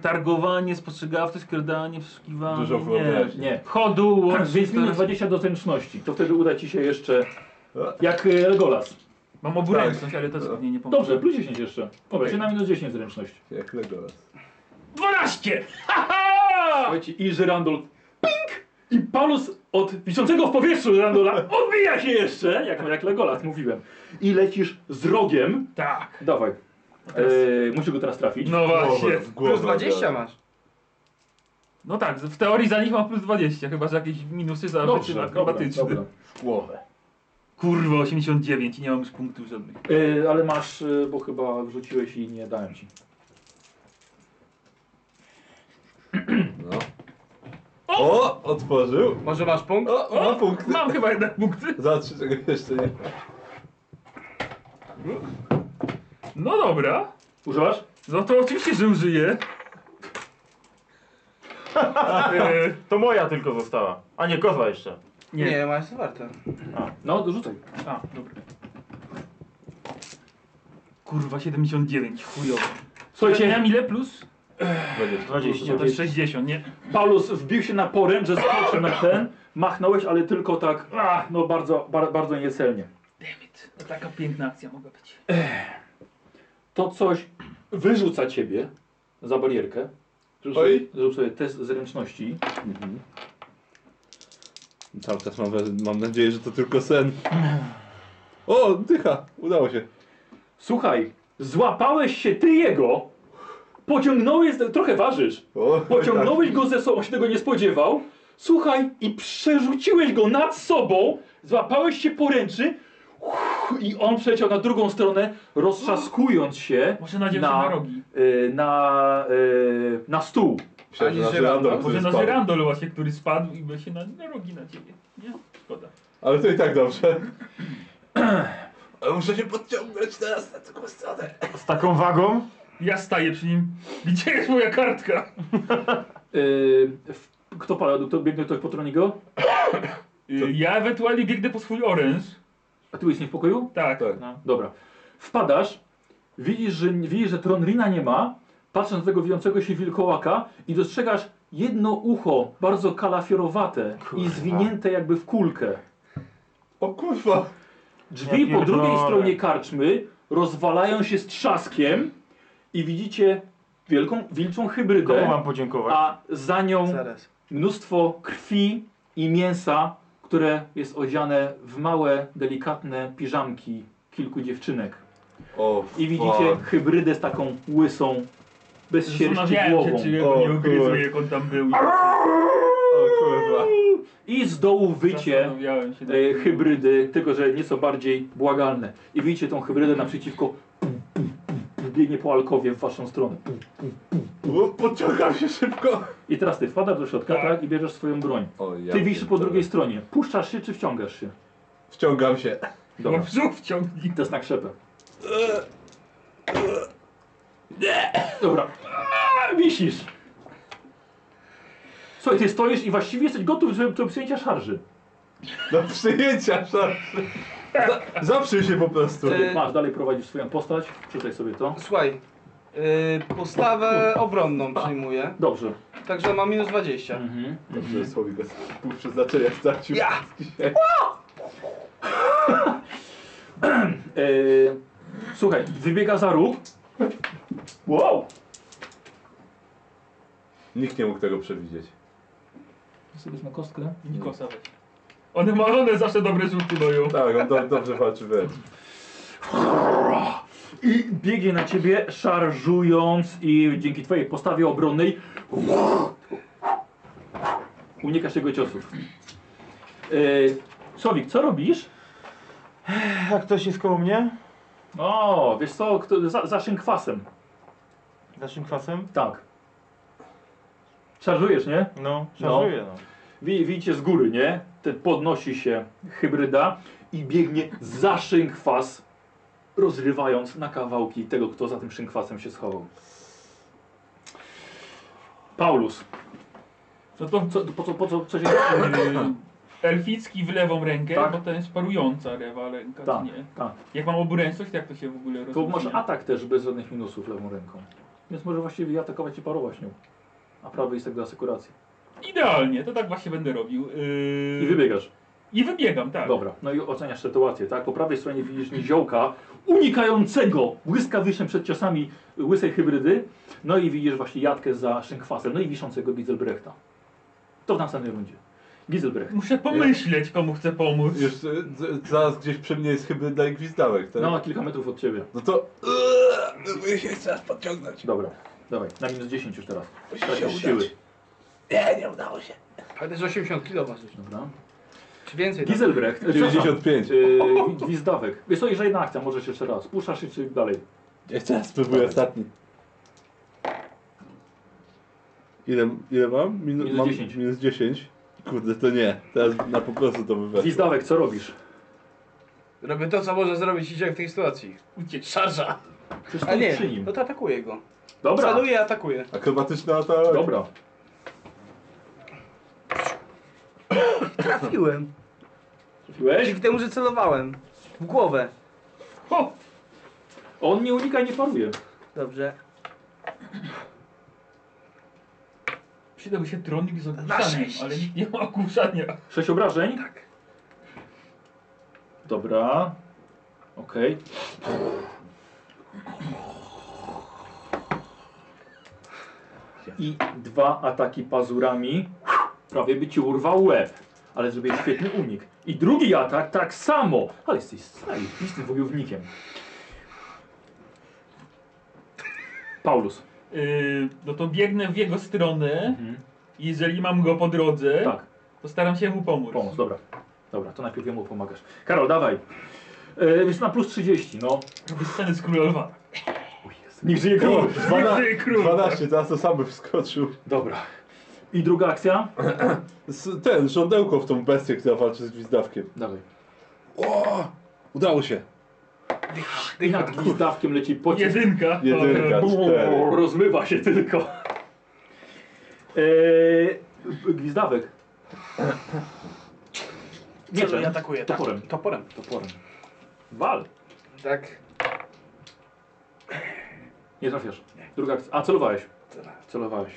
S1: Targowanie, spostrzegawczość, skradanie, przeszukiwanie.
S2: Dużo wyobraźni.
S1: Nie.
S5: chodu,
S1: Więc minus 20 do zręczności. To wtedy uda ci się jeszcze. Jak e, Golas.
S5: Mam oburęczność, ale to nie, nie pomoże.
S1: Tak. No. Dobrze, plus 10 jeszcze. Dobra, czyli na minus 10 zręczność.
S2: Jak Legolas.
S1: 12! Słuchajcie, i żyrandol ping! I palus od wiszącego w powietrzu żyrandola odbija się jeszcze, jak, jak Legolas mówiłem. I lecisz z rogiem.
S5: Tak.
S1: Dawaj. Eee, musisz go teraz trafić.
S5: No właśnie.
S2: w głowę,
S4: Plus 20 masz.
S5: No tak, w teorii za nich mam plus 20, chyba że jakieś minusy za wyczyn akrobatyczny.
S2: W głowę.
S5: Kurwa, 89 i nie mam już punktów żadnych.
S1: Eee, ale masz, e, bo chyba wrzuciłeś i nie dałem ci.
S2: No. O! Otworzył.
S4: Może masz punkt?
S2: O! Ma punkt.
S5: Mam chyba jednak punkty.
S2: Zobaczy, czego jeszcze nie.
S5: No dobra.
S1: Używasz?
S5: No to oczywiście, że użyję. E,
S3: To moja tylko została. A nie, kozła jeszcze.
S5: nie.
S4: Nie, masz warte.
S1: No, dorzucaj.
S5: A, dobra. Kurwa, 79, chujowo.
S1: Słuchajcie,
S5: Ja miałem ile plus?
S3: 20.
S5: No to jest 60, nie?
S1: Paulus wbił się na poręcz, że skoczył na ten, machnąłeś, ale tylko tak, ah, no bardzo, bar, bardzo niecelnie.
S5: Dammit. To taka piękna akcja mogła być.
S1: To coś wyrzuca ciebie za barierkę. Zrób sobie,
S2: Oj.
S1: zrób sobie test zręczności.
S2: Cały czas mam, wraż- mam nadzieję, że to tylko sen. O, dycha! Udało się.
S1: Słuchaj, złapałeś się ty jego, pociągnąłeś, trochę ważysz,
S2: O, tak.
S1: pociągnąłeś go ze sobą, on się tego nie spodziewał, słuchaj, i przerzuciłeś go nad sobą, złapałeś się poręczy uff, i on przeciął na drugą stronę, roztrzaskując się
S5: Może nadzieję się na rogi.
S1: y, na, y, na stół.
S2: Myślałem, że
S4: Ani
S2: na
S4: żyrandol,
S2: żyrandol,
S5: Może
S2: który
S5: na
S2: spadł.
S5: żyrandol właśnie, który spadł i by się na, na rogi na ciebie. Nie? Szkoda.
S2: Ale to i tak dobrze. Ale muszę się podciągnąć teraz na drugą stronę.
S3: Z taką wagą?
S5: Ja staję przy nim. Gdzie jest moja kartka?
S1: Y, w- kto padł? Kto biegnie ktoś po troniego?
S5: Y, Ja ewentualnie biegnę po swój oręż.
S1: A ty jesteś w pokoju?
S5: Tak.
S2: Tak.
S5: No.
S1: Dobra. Wpadasz, widzisz, że, widzisz, że Tronrina nie ma, patrząc na tego wijącego się wilkołaka i dostrzegasz jedno ucho, bardzo kalafiorowate i zwinięte jakby w kulkę.
S2: O kurwa!
S1: Drzwi
S3: Ja
S1: po drugiej
S3: pierdolę.
S1: stronie karczmy rozwalają się z trzaskiem i widzicie wielką, wilczą
S3: Komu
S1: hybrydę,
S3: mam podziękować?
S1: a za nią
S4: Zaraz.
S1: mnóstwo krwi i mięsa, które jest odziane w małe, delikatne piżamki kilku dziewczynek.
S2: O,
S1: I widzicie hybrydę z taką łysą, bez sierści
S5: Zastanawiałem
S1: głową.
S5: się, czy ja
S2: O,
S5: go nie
S2: kurwa.
S5: ugryzę, jak on tam był.
S2: O kurwa.
S1: I z dołu wycie
S5: Zastanawiałem się. tak.
S1: e, hybrydy, tylko że nieco bardziej błagalne. I widzicie tą hybrydę naprzeciwko, pum, pum, pum, pum, biegnie po alkowie w waszą stronę.
S2: O, podciągam się szybko.
S1: I teraz ty wpadasz do środka
S5: Tak.
S1: tak, i bierzesz swoją broń.
S2: O, ja
S1: Ty wisisz po
S2: pierdolę.
S1: drugiej stronie. Puszczasz się czy wciągasz się?
S2: Wciągam się.
S1: Dobra.
S5: Brzuch wciągnij.
S1: Test na krzepę. Dobra. Aaa, Wisisz. Słuchaj, ty stoisz i właściwie jesteś gotów do, do przyjęcia szarży.
S2: Do przyjęcia szarży. Za, zaprzyj się po prostu.
S4: Ty-
S1: Masz, dalej prowadzisz swoją postać. Czytaj sobie to.
S4: E, Słuchaj, yy, postawę obronną przyjmuję,
S1: Dobrze.
S4: także mam minus 20.
S1: Mhm.
S2: Dobrze, słowik pół przeznaczenia stracił.
S4: Ja!
S2: Dzisiaj.
S1: E, słuchaj, wybiega za róg. Wow!
S2: Nikt nie mógł tego przewidzieć.
S1: Sobie na kostkę.
S5: Nikosa weź. One ma one zawsze dobre rzuty dają.
S2: Tak, on do, dobrze walczy wręcz.
S1: I biegnie na ciebie, szarżując i dzięki twojej postawie obronnej unikasz jego ciosów. E, Słowik, co robisz?
S3: A ktoś jest koło mnie?
S1: O, wiesz co, kto, za, za szynkwasem.
S3: Naszym kwasem?
S1: Tak. Szarżujesz, nie?
S3: No, szarżuję no.
S1: Wi- Widzicie z góry, nie? Ten podnosi się hybryda i biegnie za szynkwas, rozrywając na kawałki tego, kto za tym szynkwasem się schował. Paulus.
S5: No to
S1: Co, po co, po co, co się...
S5: yy, elficki w lewą rękę,
S1: Tak.
S5: bo to jest parująca lewa ręka,
S1: Tak,
S5: czy nie?
S1: tak.
S5: Jak mam oburęczność, to jak to się w ogóle
S1: To
S5: rozumie?
S1: masz atak też bez żadnych minusów lewą ręką. Więc może właściwie i atakować i parować nią. A prawy jest tak do asekuracji.
S5: Idealnie, to tak właśnie będę robił. Yy,
S1: I wybiegasz.
S5: I wybiegam, tak.
S1: Dobra, no i oceniasz sytuację, tak? Po prawej stronie widzisz niziołka unikającego błyskawicznym przed ciosami łysej hybrydy. No i widzisz właśnie jatkę za szynkwasem, no i wiszącego Gizelbrechta. To w następnej rundzie. Gizelbrecht.
S5: Muszę pomyśleć, komu chcę pomóc.
S2: Już y, z- zaraz gdzieś przy mnie jest hybryda i gwizdałek, tak?
S1: No, a kilka metrów od ciebie.
S2: No to... Eee, No bo ja się chcę raz podciągnąć.
S1: Dobra, dawaj, na minus 10 już teraz.
S2: Musi się
S1: Tracisz
S2: udać.
S1: siły.
S2: Nie, nie udało się.
S4: Ale też 80 kg masz już.
S1: Dobra.
S4: Czy więcej? nawet.
S1: Gizelbrecht. e, przepraszam,
S2: 95.
S1: e, gwi- Gwizdawek. Wiesz co, jeszcze jedna akcja, możesz jeszcze raz. Puszczasz się czy dalej.
S2: Jeszcze raz spróbuję ostatni. Ile, ile mam? Minu,
S1: Minus
S2: mam
S1: 10.
S2: Minus 10. Kurde, to nie. Teraz na po prostu to wyweszło.
S1: Gwizdawek, co robisz?
S4: Robię to, co może zrobić Iziak w tej sytuacji.
S5: Uciekł.
S4: Szarża.
S1: Przecież
S4: A
S1: to
S4: nie,
S1: przy nim.
S4: no to atakuje go.
S1: Dobra,
S4: Celuje, atakuje.
S2: Akrobatyczna atak.
S1: dobra.
S4: Trafiłem.
S1: Trafiłeś?
S4: Dzięki temu, że celowałem. W głowę.
S1: Ho! On nie unika i nie paruje.
S4: Dobrze.
S5: Przydałby się tronik z
S4: Na
S5: ogłuszaniem,
S4: sześć.
S5: ale nikt nie ma ogłuszania.
S1: Sześć obrażeń?
S4: Tak.
S1: Dobra. Okej. I dwa ataki pazurami. Prawie by ci urwał łeb. Ale zrobię świetny unik. I drugi atak tak samo. Ale jesteś zajebistym wojownikiem. Paulus.
S5: Yy, no to biegnę w jego stronę.
S1: Mhm.
S5: Jeżeli mam go po drodze,
S1: Tak.
S5: to staram się mu pomóc.
S1: Pomóc, dobra. Dobra, to najpierw jemu pomagasz. Karol, dawaj. Yy, więc na plus 30, no.
S5: Robię scenę z króla lwa.
S1: Niech żyje król.
S2: Dwana-
S5: Ty, król.
S2: 12, teraz to sam by wskoczył.
S1: Dobra. I druga akcja?
S2: S- Ten, żądełko w tą bestię, która walczy z gwizdawkiem.
S1: Dawaj.
S2: O! Udało się.
S1: I nad gwizdawkiem leci pocisk.
S5: Jedynka.
S2: Jedynka,
S5: Dobra.
S2: cztery.
S1: O, Rozmywa się tylko. Eee, E, gwizdawek.
S4: Celuje,
S1: Mieczem.
S4: atakuje. tak.
S1: Toporem.
S4: Toporem.
S1: Toporem. Wal.
S4: Tak.
S1: Nie trafiasz. Druga akcja. A, celowałeś. Celowałeś.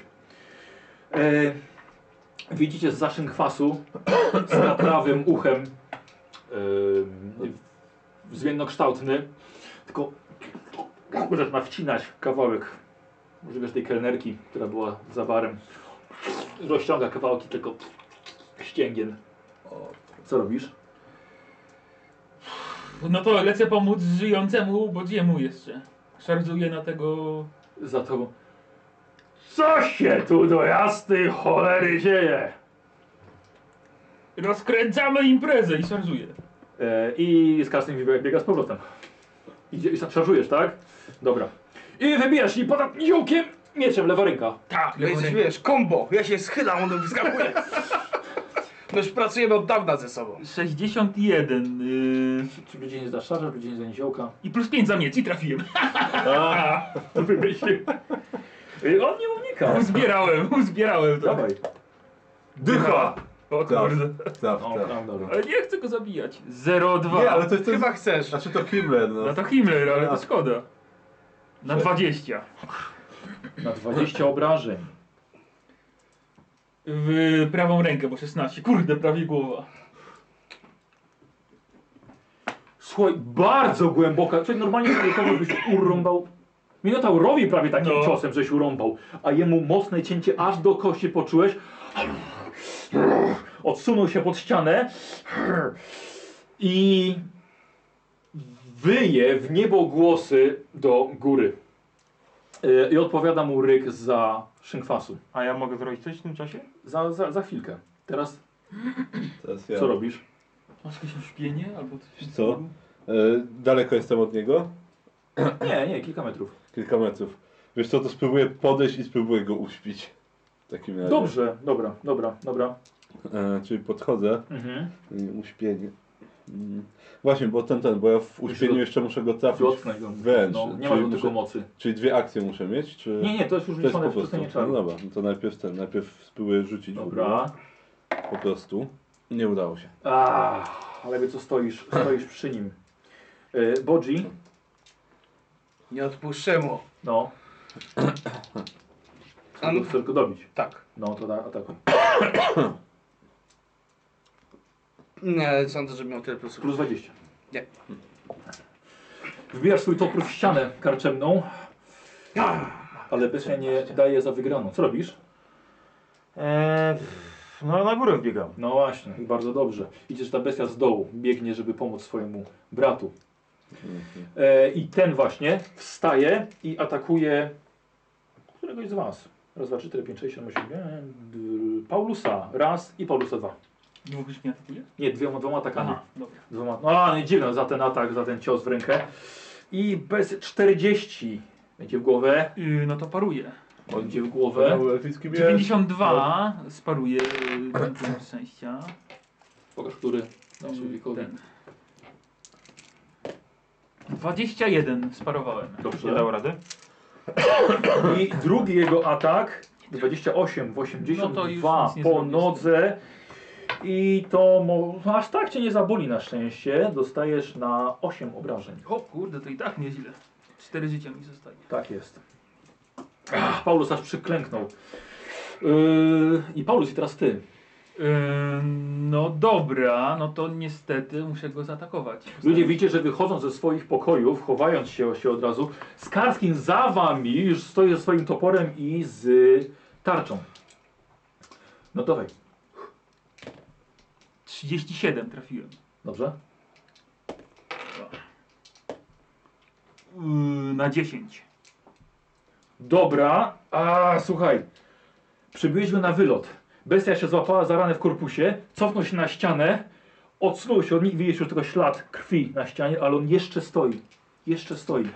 S1: Eee, widzicie z zaszyn kwasu z prawym uchem eee, zmiennokształtny. Tylko zaczyna wcinać kawałek może wiesz, tej kelnerki, która była za barem. Rozciąga kawałki tylko ścięgien. Co robisz?
S5: No to lecę pomóc żyjącemu bodziemu jeszcze. Szarżuję na tego...
S1: Za tobą. Co się tu do jasnej cholery dzieje?
S5: Rozkręcamy imprezę i szarżuję.
S1: E, I z kasem biega, biega z powrotem. Idzie, I szarżujesz, tak? Dobra. I wybijasz i podat niziołkiem mieczem, lewa ręka.
S5: Tak,
S4: No
S5: lewą
S4: jesteś,
S5: ręką.
S4: wiesz, kombo. Ja się schylam, on wyskakuje. No już pracujemy od dawna ze sobą.
S5: 61 yy,
S1: Czy będzie nie za szarża, będzie nie za niziołka?
S5: i plus 5 za mieć i trafiłem.
S1: To wymyślił. I On nie unika.
S5: Uzbierałem, uzbierałem to.
S1: Dawaj.
S5: Dycha! O
S2: Tak,
S5: kurde.
S2: tak,
S1: O, no.
S2: tak.
S1: tam, dobra.
S5: Ale nie chcę go zabijać. 0,2.
S2: Nie, ale to jest...
S4: Chyba chcesz.
S2: Znaczy to Himmler, no.
S5: No to Himmler, ale to szkoda. Na 20.
S1: Na 20 obrażeń.
S5: W prawą rękę, bo 16. Kurde, prawie głowa.
S1: Słuchaj, bardzo głęboka. Czyli normalnie człowiekowi byś urąbał. Minotaurowi prawie takim
S5: No.
S1: ciosem, żeś urąbał, a jemu mocne cięcie aż do kości poczułeś. Odsunął się pod ścianę i wyje w niebo głosy do góry. Y, I odpowiada mu ryk za szynkwasu.
S3: A ja mogę zrobić coś w tym czasie?
S1: Za, za, za chwilkę. Teraz
S2: Teraz ja.
S1: co robisz?
S5: Masz jakieś uśpienie albo coś?
S2: Co? E, daleko jestem od niego?
S1: Nie, nie, kilka metrów.
S2: Kilka metrów. Wiesz co, to spróbuję podejść i spróbuję go uśpić. W takim razie.
S1: Dobrze, dobra, dobra, dobra.
S2: E, czyli podchodzę.
S1: Mhm.
S2: E, Uśpienie. Mm. Właśnie, bo ten, ten, bo ja w uśpieniu
S1: Musisz-
S2: jeszcze muszę go trafić.
S1: Dotknę go.
S2: Wręcz.
S1: No, nie ma
S2: Czyli
S1: do tego
S2: muszę-
S1: mocy.
S2: Czyli dwie akcje muszę mieć, czy...
S1: Nie, nie, to jest już
S2: To jest
S1: liczone
S2: po
S1: w
S2: prostu.
S1: przystanie
S2: No
S1: czaru.
S2: dobra, no to najpierw ten, najpierw spróbuję rzucić. w ogóle.
S1: Dobra.
S2: Po prostu. Nie udało się.
S1: A, Ah, ale wie co stoisz? Stoisz przy nim. E, Bodzi,
S4: Nie odpuszczę mu.
S1: no.
S4: An-
S1: Chcesz tylko dobić.
S4: Tak.
S1: No to da, atakuj.
S4: Nie, sądzę, że miał tyle plusów.
S1: Plus 20.
S4: Nie.
S1: Wbijasz swój topór w ścianę karczemną, ale bestia nie daje za wygraną. Co robisz?
S3: Eee, f- no na górę wbiegam.
S1: No właśnie, bardzo dobrze. Idziesz ta bestia z dołu, biegnie, żeby pomóc swojemu bratu. E, I ten właśnie wstaje i atakuje któregoś z was. Raz, dwa, trzy, cztery, pięć, sześć, siedem, osiem, dziewięć. Paulusa. Raz i Paulusa dwa.
S5: Dwóch już nie atakuje?
S1: Nie, dwiema, dwoma atakami.
S5: Aha, dobra.
S1: Dwoma. No, a nie dziwne za ten atak, za ten cios w rękę. I bez 40 będzie w głowę.
S5: Yy, no to paruje.
S1: Będzie w głowę.
S2: Mały elficki miecz.
S5: 92 sparuje punktem szczęścia.
S1: Pokaż, który dał
S5: Yy,
S1: Słowikowi.
S5: Ten. 21 sparowałem.
S3: Nie
S1: Dobrze.
S3: dał rady?
S1: I drugi jego atak. 28 w 82
S5: No to już nic nie
S1: po
S5: zrobię z tym.
S1: nodze. I to mo- aż tak cię nie zaboli na szczęście. Dostajesz na 8 obrażeń.
S5: O kurde, to i tak nieźle. 4 życia mi zostaje.
S1: Tak jest. Ach, Paulus aż przyklęknął. Yy, I Paulus, i teraz ty.
S5: Yy, no dobra, no to niestety muszę go zaatakować.
S1: Ludzie widzicie, że wychodzą ze swoich pokojów, chowając się, się od razu. Skarskin za wami już stoi ze swoim toporem i z tarczą. No dawaj,
S5: 37 trafiłem.
S1: dobrze?
S5: Yy, na 10.
S1: Dobra, a słuchaj, przybyłeś go na wylot. Bestia się złapała za ranę w korpusie, cofnął się na ścianę, odsunął się od nich, widzisz już tylko ślad krwi na ścianie, ale on jeszcze stoi. Jeszcze stoi.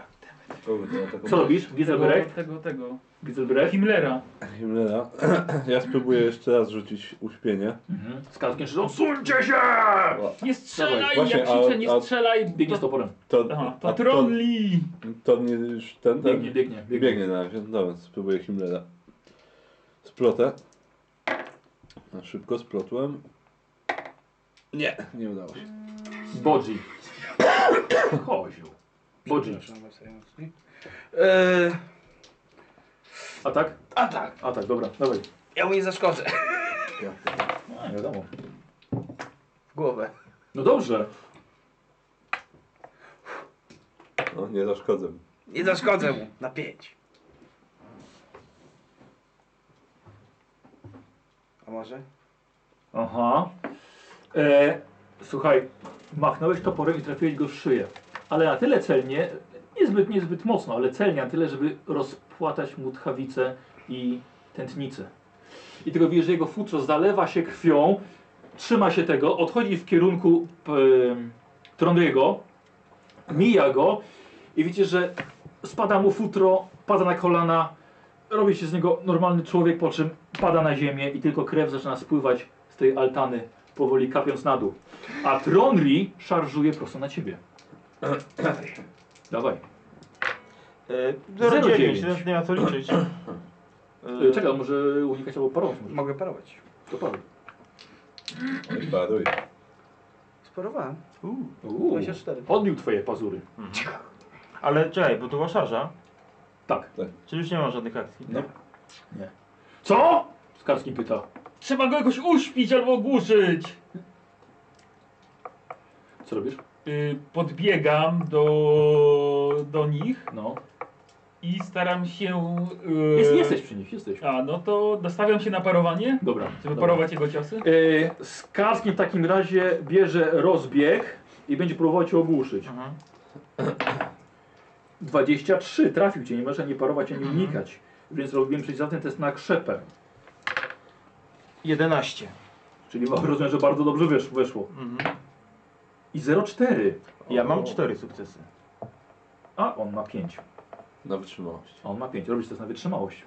S2: Kurde, taką-
S1: Co robisz? Gizelbrecht?
S5: Tego, tego, tego.
S1: Gizelbrecht?
S5: Himmlera.
S2: Himmlera. Ja spróbuję jeszcze raz rzucić uśpienie.
S1: Mhm. Z kartkiem krzyczą, odsuńcie się!
S5: Nie strzelaj!
S2: Właśnie,
S5: ja krzyczę,
S2: a-
S5: nie
S2: a-
S5: strzelaj!
S1: Biegnie z
S5: to,
S1: toporem.
S2: To,
S5: aha,
S2: a to,
S5: patronli!
S2: to nie już ten, ten?
S1: Biegnie, biegnie, biegnie.
S2: Biegnie na razie. Dobra, spróbuję Himmlera. Splotę. Na szybko splotłem. Nie, nie udało się.
S1: Bodzi. Kozioł. Bodzi.
S4: Przepraszam, sobie. Eee,
S1: A tak?
S4: a tak,
S1: A tak, dobra, dawaj.
S4: ja mu nie zaszkodzę.
S1: A, wiadomo.
S4: W głowę.
S1: No dobrze.
S2: No, nie zaszkodzę.
S4: Nie zaszkodzę mu. Na pięć. A może?
S1: Aha. E, słuchaj, machnąłeś toporem i trafiłeś go w szyję. Ale na tyle celnie, niezbyt, niezbyt mocno, ale celnie, na tyle, żeby rozpłatać mu tchawicę i tętnicę. I tylko widzisz, że jego futro zalewa się krwią, trzyma się tego, odchodzi w kierunku p, Trondriego, mija go i widzisz, że spada mu futro, pada na kolana, robi się z niego normalny człowiek, po czym pada na ziemię i tylko krew zaczyna spływać z tej altany, powoli kapiąc na dół. A Tronri szarżuje prosto na ciebie. Dawaj.
S3: Eee,
S1: 0,9.
S3: 0,9, teraz nie ma co liczyć.
S1: E, Czekaj, może unikać albo parą. Może
S4: Mogę parować.
S1: to parą.
S2: Oj, Baruj.
S4: Sparowałem.
S3: Uuu.
S1: Uuu.
S4: 24.
S1: Odniósł twoje pazury.
S3: Ale czekaj, bo to była szarża.
S1: Tak.
S3: Czyli już nie ma żadnych akcji.
S2: No.
S1: Co? Skarski pyta.
S5: Trzeba go jakoś uśpić albo ogłuszyć!
S1: Co robisz?
S5: Yy, podbiegam do, do nich
S1: No.
S5: i staram się... Yy,
S1: Jest, jesteś przy nich, jesteś.
S5: A, no to nastawiam się na parowanie,
S1: Dobra.
S5: żeby
S1: dobra.
S5: parować jego ciosy.
S1: E, Skarski w takim razie bierze rozbieg i będzie próbował cię ogłuszyć.
S3: Mhm.
S1: 23, trafił cię, nie można nie parować ani
S3: Mhm.
S1: unikać. Więc robiłem przeciw zatem test na krzepę.
S3: 11.
S1: Czyli mam- rozumiem, że bardzo dobrze wysz, wyszło.
S3: Mhm.
S1: I 04,
S3: Ja mam
S2: O.
S3: 4 sukcesy.
S1: a on ma 5.
S2: Na wytrzymałość.
S1: A on ma 5. Robisz test na wytrzymałość.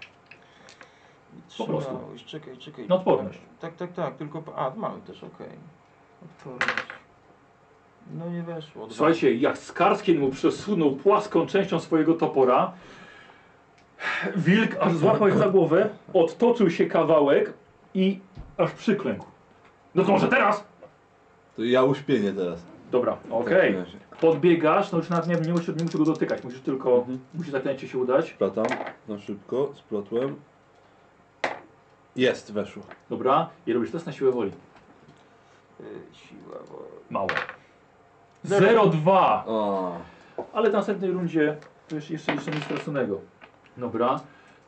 S1: Po prostu.
S3: Trzymałość, Czekaj, czekaj.
S1: Na odporność.
S3: Tak, tak, tak, tylko... po- A, mamy też, okej. Odporność. No nie weszło. Dwa.
S1: Słuchajcie, jak Skarskin mu przesunął płaską częścią swojego topora, wilk aż złapał ich za głowę, odtoczył się kawałek i aż przyklękł. No to może teraz?
S2: To ja uśpienie teraz.
S1: Dobra,
S2: W
S1: okej.
S2: takim razie.
S1: Podbiegasz, no już nawet nie, nie, musisz, nie musisz go dotykać, musisz tylko, musi zaklęcie się udać.
S2: Splatam na szybko, splotłem. Jest, weszło.
S1: Dobra, i robisz test na siłę woli.
S6: Y, Siła, bo...
S1: Mało. 0,2.
S2: O.
S1: Ale w następnej rundzie to jeszcze, jeszcze, jeszcze nic straconego. Dobra.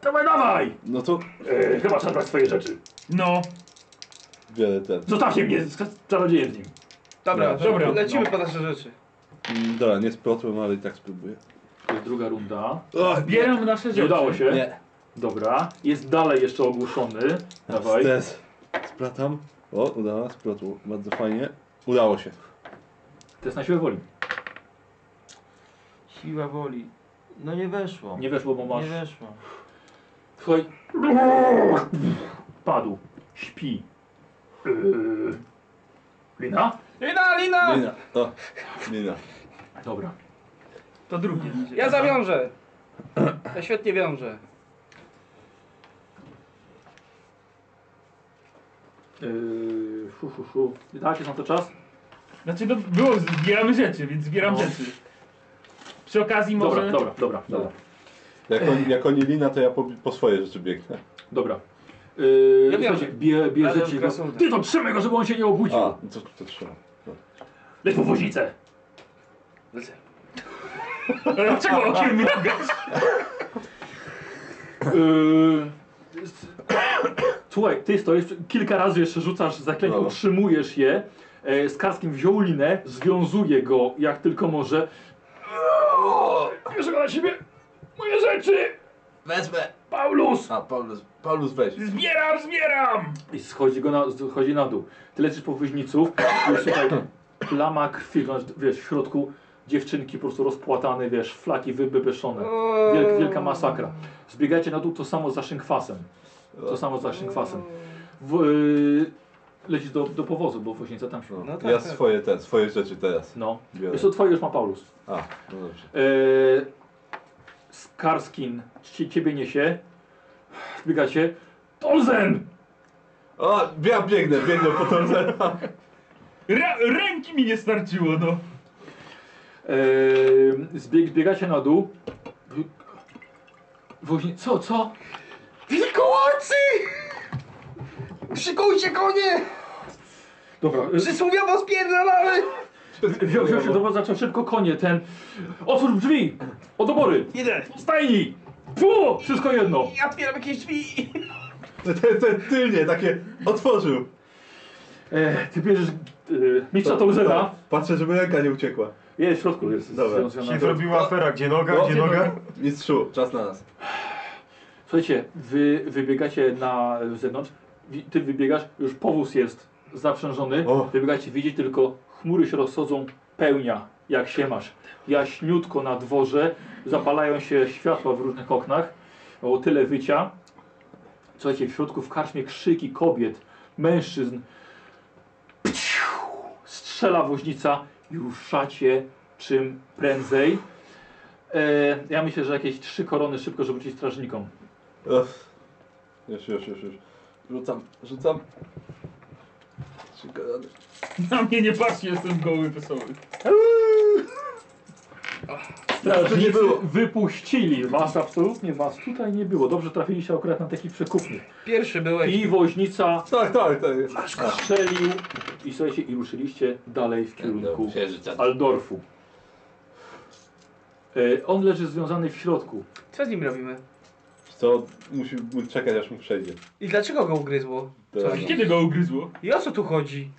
S1: Dawaj, dawaj!
S2: No to
S1: Eee, chyba trzeba brać swoje rzeczy. No.
S2: wiele ten.
S1: Zostawcie mnie z czarodziejem w nim.
S4: Dobra,
S2: Dobra.
S4: dobra. Lecimy po nasze rzeczy.
S2: Mm, Dobra, nie splotłem, ale i tak spróbuję.
S1: To jest druga runda.
S2: Och,
S5: Zbieram nasze rzeczy.
S1: Nie udało się.
S2: nie.
S1: Dobra. Jest dalej jeszcze ogłuszony. Dawaj.
S2: Stres. Splatam. O, udało, splotło. Bardzo fajnie. Udało się.
S1: Test na siłę woli.
S3: Siła woli. No nie weszło.
S1: Nie weszło, bo masz...
S3: Nie weszło.
S1: Słuchaj. Padł. Śpi. Eee, Lina?
S4: Lina, Lina!
S2: Mina. O, mina.
S1: Dobra.
S5: To drugie. idzie.
S4: Ja zawiążę. Ja świetnie wiążę.
S1: Yy, szu, szu, szu. Dajcie na to czas?
S5: Znaczy no, było, zbieramy rzeczy, więc zbieram
S1: No.
S5: rzeczy. Przy okazji może...
S1: Dobra, dobra, dobra, dobra.
S2: Jak, on, jak oni lina, to ja po, po swoje rzeczy biegnę.
S1: Dobra. Yy,
S4: Ja wiem.
S1: słuchajcie, bie,
S4: Ale
S1: bierzecie go.
S4: krasnolud.
S1: Ty to trzymaj go, żeby on się nie obudził.
S2: A, to, to trzeba.
S1: Leć po woźnicę.
S4: Lecę.
S5: Ale dlaczego okiem mrugasz?
S1: Yy, s- Słuchaj, ty stoisz, kilka razy jeszcze rzucasz zaklęcie,
S2: Dobra.
S1: utrzymujesz je. E, z Karskim wziął linę, związuje go jak tylko może. Bierze go na siebie. Moje rzeczy!
S2: Wezmę.
S1: Paulus!
S2: A, Paulus, Paulus weź.
S5: Zbieram, zbieram!
S1: I schodzi go na, schodzi na dół. Ty lecisz po wyźniców i słuchaj, plama krwi, no, wiesz, w środku dziewczynki po prostu rozpłatane, wiesz, flaki wybebeszone. Wielka, wielka masakra. Zbiegacie na dół, to samo za szynkwasem. To samo za szynkwasem. W, yy, lecisz do, do powozu, bo woźnica tam się...
S4: No tak,
S2: ja
S4: tak.
S2: swoje, ten, swoje rzeczy teraz.
S1: No.
S2: Biorę.
S1: Jest to twoje już ma Paulus.
S2: A, no dobrze.
S1: Yy, Skarskin ci, ciebie niesie. Zbiegacie. Tolzen!
S2: O, ja biegnę, biegnę po tą zera.
S5: Ra ręki mi nie starczyło, no.
S1: Eee, zbieg, zbiegacie na dół. Woźni... Co, co?
S4: Wilkołacy! Szykujcie konie!
S1: Dobra,
S4: Przysłowiowo spierdalamy!
S1: wziął wziął się, dobra, zaczął szybko konie, ten... Otwórz drzwi! Od obory!
S4: Idę!
S1: Stajni! Fu! Wszystko jedno!
S4: Ja otwieram jakieś drzwi!
S2: Ten, ten tylnie, takie otworzył.
S1: Eee, ty bierzesz eee, mistrza Tolzena.
S2: Patrzę, żeby ręka nie uciekła.
S1: Jest w środku, jest
S2: Dobra.
S1: związana.
S3: Się zrobiła afera, gdzie noga,
S2: No.
S3: gdzie noga.
S2: Mistrzu, czas na nas.
S1: Słuchajcie, wy wybiegacie na zewnątrz. Wi- Ty wybiegasz, już powóz jest zaprzężony.
S2: O.
S1: Wybiegacie, widzicie tylko chmury się rozchodzą, pełnia, jak się masz. Jaśniutko na dworze, zapalają się światła w różnych oknach. O tyle wycia. Słuchajcie, w środku w karczmie krzyki kobiet, mężczyzn. Pciu! Strzela woźnica i ruszacie czym prędzej. E, ja myślę, że jakieś trzy korony szybko rzucić strażnikom.
S2: Uff. Już, już, już, już. Rzucam, rzucam. Szykadany.
S5: Na mnie nie patrzcie, jestem goły, wesoły.
S1: Strażnicy wypuścili was, absolutnie was tutaj nie było. Dobrze trafiliście akurat na takich przekupnych.
S4: Pierwszy byłeś.
S1: I woźnica
S2: Tak, tak, tak. jest.
S1: strzelił i słuchajcie, i ruszyliście dalej w kierunku Aldorfu. E, on leży związany w środku.
S4: Co z nim robimy?
S2: Co? Musi mu czekać, aż mu przejdzie.
S4: I dlaczego go ugryzło?
S2: To
S4: Coś.
S5: Kiedy go ugryzło?
S4: I o co tu chodzi?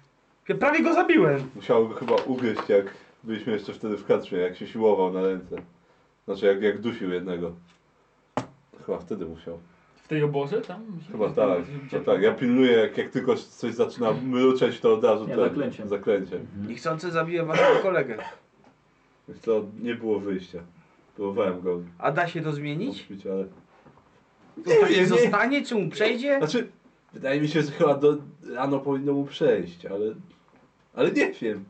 S4: Ja prawie go zabiłem.
S2: Musiał go chyba ugryźć, jak byliśmy jeszcze wtedy w kadrze, jak się siłował na ręce. Znaczy, jak, jak dusił jednego. Chyba wtedy musiał.
S5: W tej oborze tam?
S2: Chyba tak. No tak. Ja pilnuję, jak, jak tylko coś zaczyna mruczeć, to od razu
S1: Nie,
S2: ten-
S1: zaklęciem.
S2: zaklęciem.
S4: Niechcący zabiłem waszego kolegę.
S2: Wiesz co, nie było wyjścia. Próbowałem go
S4: A da się to zmienić?
S2: odbić, ale...
S4: Tak nie zostanie, czy mu przejdzie?
S2: Znaczy, wydaje mi się, że chyba do, rano powinno mu przejść, ale... Ale nie wiem.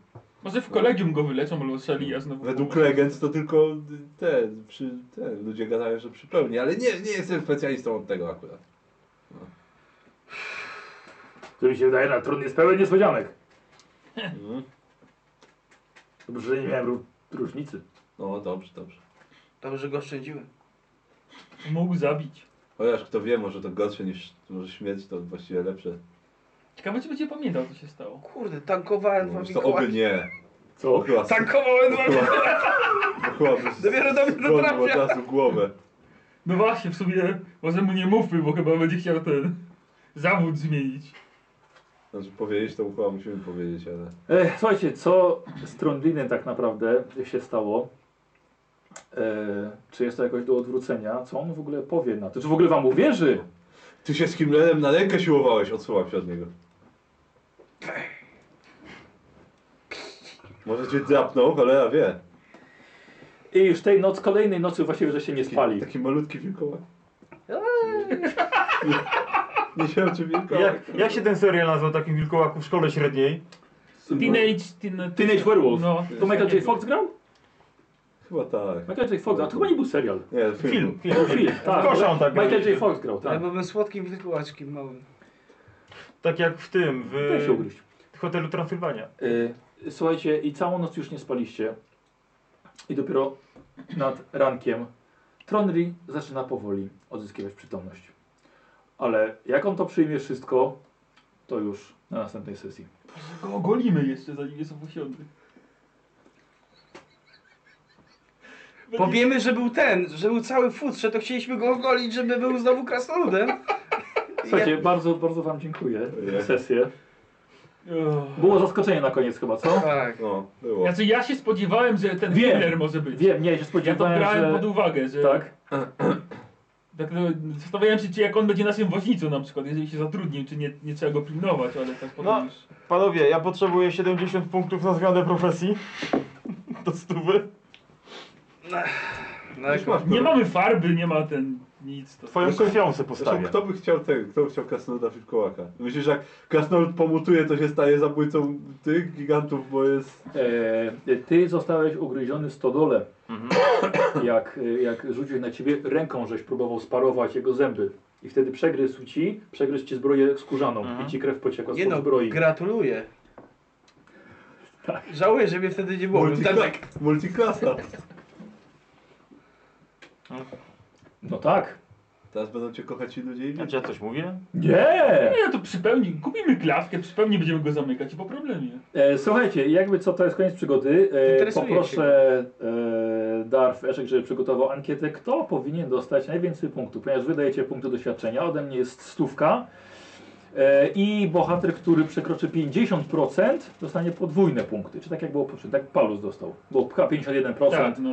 S5: Może w kolegium go wyleczą albo strzeli ja znowu.
S2: Według legend to tylko te, przy, te ludzie gadają, że przypełni, ale nie, nie jestem specjalistą od tego akurat.
S1: To mi się wydaje, na trudny jest pełen niespodzianek.
S2: Mhm.
S1: Dobrze, że nie miałem ró- różnicy.
S2: No dobrze, dobrze.
S4: Dobrze, że go oszczędziłem.
S5: Mógł zabić.
S2: Chociaż kto wie, może to gorsze niż może śmierć, to właściwie lepsze.
S5: Ciekawe, czy będzie pamiętał, co się stało.
S4: Kurde, tankowałem
S1: No,
S4: wam
S2: To oby
S4: Mikołaj.
S2: nie. Bo
S1: Co?
S2: Chyba,
S4: Tak, Tankowałem wam
S2: bo chyba by
S4: Dopiero do mnie
S2: zgonił od
S4: trafia.
S2: razu głowę.
S5: No właśnie, w sumie może mu nie mówmy, bo chyba będzie chciał ten zawód zmienić.
S2: Znaczy powiedzieć to chyba musimy powiedzieć, ale...
S1: E, słuchajcie, co z Trondlinem tak naprawdę się stało? E, czy jest to jakoś do odwrócenia? Co on w ogóle powie na to? Czy w ogóle wam uwierzy?
S2: Ty się z Kimlerem na rękę siłowałeś, odsuwam się od niego. Może cię drapnął, cholera wie.
S1: I już tej noc, kolejnej nocy właściwie, że się nie
S2: Taki,
S1: spali.
S2: taki malutki wilkołak. Nie się oczy wilkołak.
S3: Jak, jak się ten serial nazywał takim wilkołaku w szkole średniej?
S5: Teenage, teen,
S1: Teenage Werewolf.
S5: No,
S1: To Michael J. Fox grał?
S2: Chyba tak.
S1: Michael J. Fox, a to chyba nie był serial.
S2: Nie,
S3: Film,
S2: film.
S3: film.
S1: To film, tak.
S3: Kosza on tak
S1: Michael
S3: będzie.
S1: J. Fox grał,
S4: Ja
S1: tak.
S4: byłem słodkim wilkołaczkiem małym.
S3: Tak jak w tym, w
S1: Daj się ugryźć.
S3: hotelu Transylwania.
S1: Y, Słuchajcie, i całą noc już nie spaliście. I dopiero nad rankiem Tronri zaczyna powoli odzyskiwać przytomność. Ale jak on to przyjmie wszystko, to już na następnej sesji.
S5: Go ogolimy jeszcze, zanim jest opusiony.
S4: Powiemy, że był ten, że był cały w futrze, to chcieliśmy go ogolić, żeby był znowu krasnoludem.
S1: Słuchajcie, bardzo, bardzo wam dziękuję za
S2: Ojej.
S1: sesję.
S5: Ugh.
S1: Było zaskoczenie na koniec chyba, co?
S4: Ja, tak.
S2: No, było.
S5: Znaczy ja się spodziewałem, że ten
S1: Wiem.
S5: Hitler może być.
S1: Wiem, nie, się
S5: Ja to
S1: spodziewałem,
S5: brałem pod
S1: że...
S5: uwagę, że...
S1: Tak?
S5: Tak, no, zastanawiałem się, czy jak on będzie naszym woźnicą na przykład, jeżeli się zatrudnił, czy nie, nie trzeba go pilnować, ale tak potem
S3: No.
S5: już...
S3: Panowie, ja potrzebuję 70 punktów na zmianę profesji. Do stówy.
S4: No, jak-
S5: Nie mamy farby, nie ma ten... nic. To...
S3: Twoją
S2: Zresztą-
S3: konfiansę
S2: Zresztą
S3: postawię.
S2: kto by chciał tego, kto by chciał krasnoluda wilkołaka? Myślisz, że jak krasnolud pomutuje, to się staje zabójcą tych gigantów, bo jest...
S1: E, ty zostałeś ugryziony w stodole,
S3: Mhm.
S1: jak, e, jak rzucił na ciebie ręką, żeś próbował sparować jego zęby. I wtedy przegryzł ci, przegryzł ci zbroję skórzaną
S3: Mhm.
S1: i ci krew pociekła
S4: Nie
S1: z
S4: no,
S1: zbroi.
S4: gratuluję.
S1: Tak.
S4: Żałuję, że mnie wtedy nie było. Bym
S2: Multikla
S4: tam tak,
S2: multiklasa.
S1: No tak.
S2: Teraz będą cię kochać ci ludzie i
S3: Znaczy ja coś mówię?
S1: Nie!
S5: Nie, no, to przypełni, kupimy klatkę, przypełni będziemy go zamykać i po problemie.
S1: E, słuchajcie, jakby co, to jest koniec przygody. E,
S4: Interesuje
S1: poproszę e, Darf Eszek, żeby przygotował ankietę, kto powinien dostać najwięcej punktów, ponieważ wydajecie punkty doświadczenia. Ode mnie jest stówka. E, I bohater, który przekroczy 50% dostanie podwójne punkty. Czy tak jak było poprzednio, tak Paulus dostał. Było pcha 51%
S5: Tak, no.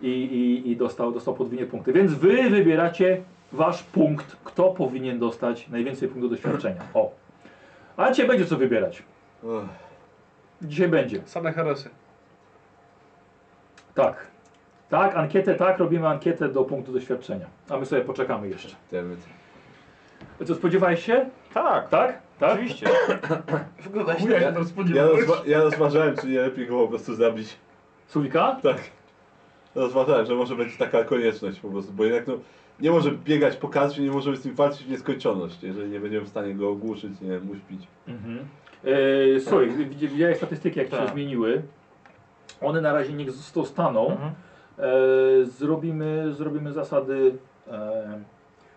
S1: i, i, i dostał, dostał podwójne punkty. Więc wy wybieracie wasz punkt, kto powinien dostać najwięcej punktów doświadczenia. O. A cię będzie co wybierać.
S2: Ugh.
S1: Dzisiaj będzie.
S4: same herosy.
S1: Tak. Tak, ankietę, tak, robimy ankietę do punktu doświadczenia. A my sobie poczekamy jeszcze.
S2: Dammit.
S1: Co, spodziewałeś się?
S3: Tak,
S1: Tak? Tak?
S3: oczywiście.
S4: Wygląda
S5: Chuja
S4: się
S5: się tam
S2: Ja,
S5: spodziewałeś.
S2: rozwa- ja rozważałem, czy nie lepiej go po prostu zabić.
S1: Sulika?
S2: Tak. Rozważałem, że może będzie taka konieczność po prostu, bo jednak no, nie może biegać po karcie, nie możemy z nim walczyć w nieskończoność, jeżeli nie będziemy w stanie go ogłuszyć, nie wiem, uśpić.
S1: Mhm. Eee, sorry, widz- widziałeś statystyki, jak się
S3: Tak.
S1: zmieniły. One na razie niech zostaną.
S3: Mhm.
S1: E, zrobimy, zrobimy zasady. E,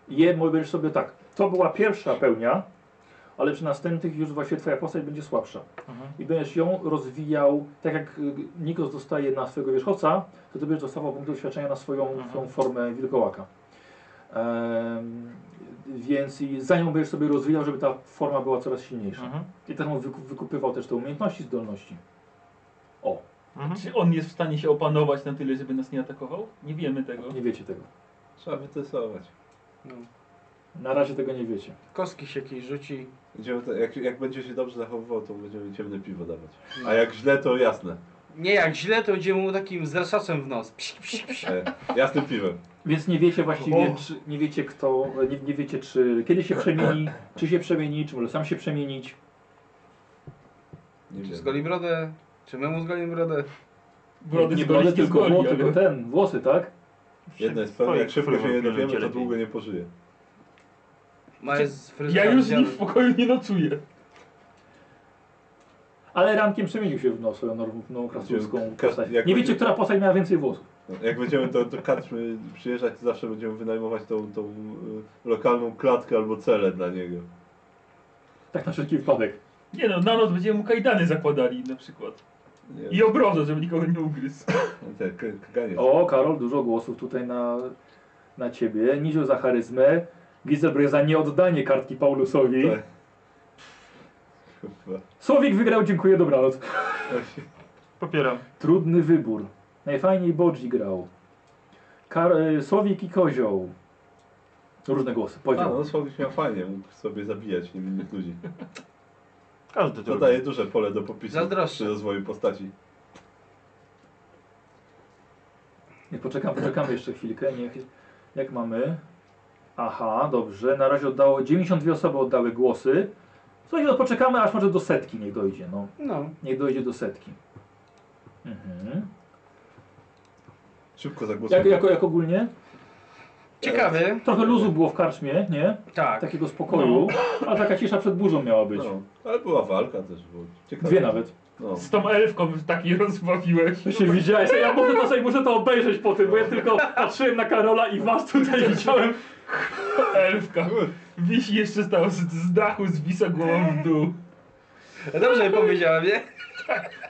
S1: je mówisz sobie tak. To była pierwsza pełnia, ale przy następnych już właśnie twoja postać będzie słabsza.
S3: Mhm.
S1: I będziesz ją rozwijał, tak jak y, Nikos dostaje na swojego wierzchowca, to ty będziesz dostawał punkt doświadczenia na swoją,
S3: Mhm.
S1: swoją formę wilkołaka. Em, więc i za nią będziesz sobie rozwijał, żeby ta forma była coraz silniejsza.
S3: Mhm.
S1: I tak on wyku- wykupywał też te umiejętności, zdolności. O,
S3: Mhm.
S5: Czy on jest w stanie się opanować na tyle, żeby nas nie atakował? Nie wiemy tego.
S1: nie wiecie tego.
S2: Trzeba wytestować.
S4: No.
S1: Na razie tego nie wiecie.
S4: Kostki się jakieś rzuci.
S2: Będziemy te, jak, jak będzie się dobrze zachowywał, to będziemy ciemne piwo dawać. A
S1: Mm.
S2: jak źle, to jasne.
S4: Nie, jak źle, to będziemy mu takim zraszaczem w nos. Psi, psi, psi.
S2: E, jasnym piwem.
S1: Więc nie wiecie właściwie,
S3: O.
S1: czy, nie wiecie kto, nie, nie wiecie czy, kiedy się przemieni, czy się przemieni, czy może sam się przemienić.
S2: Nie
S4: Czy
S2: wiem.
S4: zgoli brodę? Czy my mu zgonimy brodę?
S5: Brody
S1: nie
S5: zgolić
S1: brodę,
S5: nie
S1: tylko,
S5: zgoli,
S1: wło-
S5: ale-
S1: tylko ten, włosy, tak?
S2: Jedna jest pewna, jak szybko się nie dowiemy, to długo nie pożyje.
S4: Ma jest fryzura
S5: Ja już z
S4: widziana.
S5: nim w pokoju nie nocuję.
S1: Ale rankiem przemienił się w no, swoją normalną krasnoludzką
S2: Ka-
S1: postać.
S2: jak
S1: Nie
S2: będzie-
S1: wiecie, która postać miała więcej włosów.
S2: No, Jak będziemy do, do karczmy przyjeżdżać, to zawsze będziemy wynajmować tą, tą y, lokalną klatkę albo celę dla niego.
S1: Tak na wszelki wypadek.
S5: Nie no, na noc będziemy mu kajdany zakładali na przykład.
S2: Nie,
S5: I obrodę, żeby nikogo nie ugryzł.
S2: te k- kaganie.
S1: O, Karol, dużo głosów tutaj na, na ciebie. Nizio za charyzmę. Gizelbrecht za nieoddanie kartki Paulusowi.
S2: Tak. Kurwa.
S1: Słowik wygrał, dziękuję, dobranoc.
S3: Popieram.
S1: Trudny wybór. Najfajniej Bodzi grał. Kar y, Słowik i Kozioł. Różne głosy,
S2: A,
S1: podział.
S2: no Słowik miał fajnie, mógł sobie zabijać niewinnych ludzi.
S3: Każdy to
S2: No To
S3: lubi.
S2: daje duże pole do popisu
S4: Zazdroszczę.
S2: przy rozwoju postaci.
S1: Nie, poczekam, poczekamy jeszcze chwilkę. Niech, jak mamy? Aha, dobrze. Na razie oddało 92 osoby oddały głosy. Słuchajcie, no poczekamy, aż może do setki niech dojdzie. No,
S4: No.
S1: niech dojdzie do setki. Mhm.
S2: Szybko zagłosuj.
S1: Jak, jako, jak ogólnie?
S4: Ciekawy.
S1: Trochę luzu było w karczmie, nie?
S4: Tak.
S1: Takiego spokoju. A taka cisza przed burzą miała być.
S2: No, ale była walka też, było ciekawe.
S1: Dwie nawet.
S2: No.
S5: Z tą elfką taki rozbawiłeś. No,
S1: To się widziałeś, ja muszę to, sobie, muszę to obejrzeć po tym, bo ja tylko patrzyłem na Karola i was tutaj widziałem.
S5: Elfka. Wisi jeszcze stał z, z dachu, zwisa głową w dół. Tak.
S4: Dobrze powiedziałem, nie?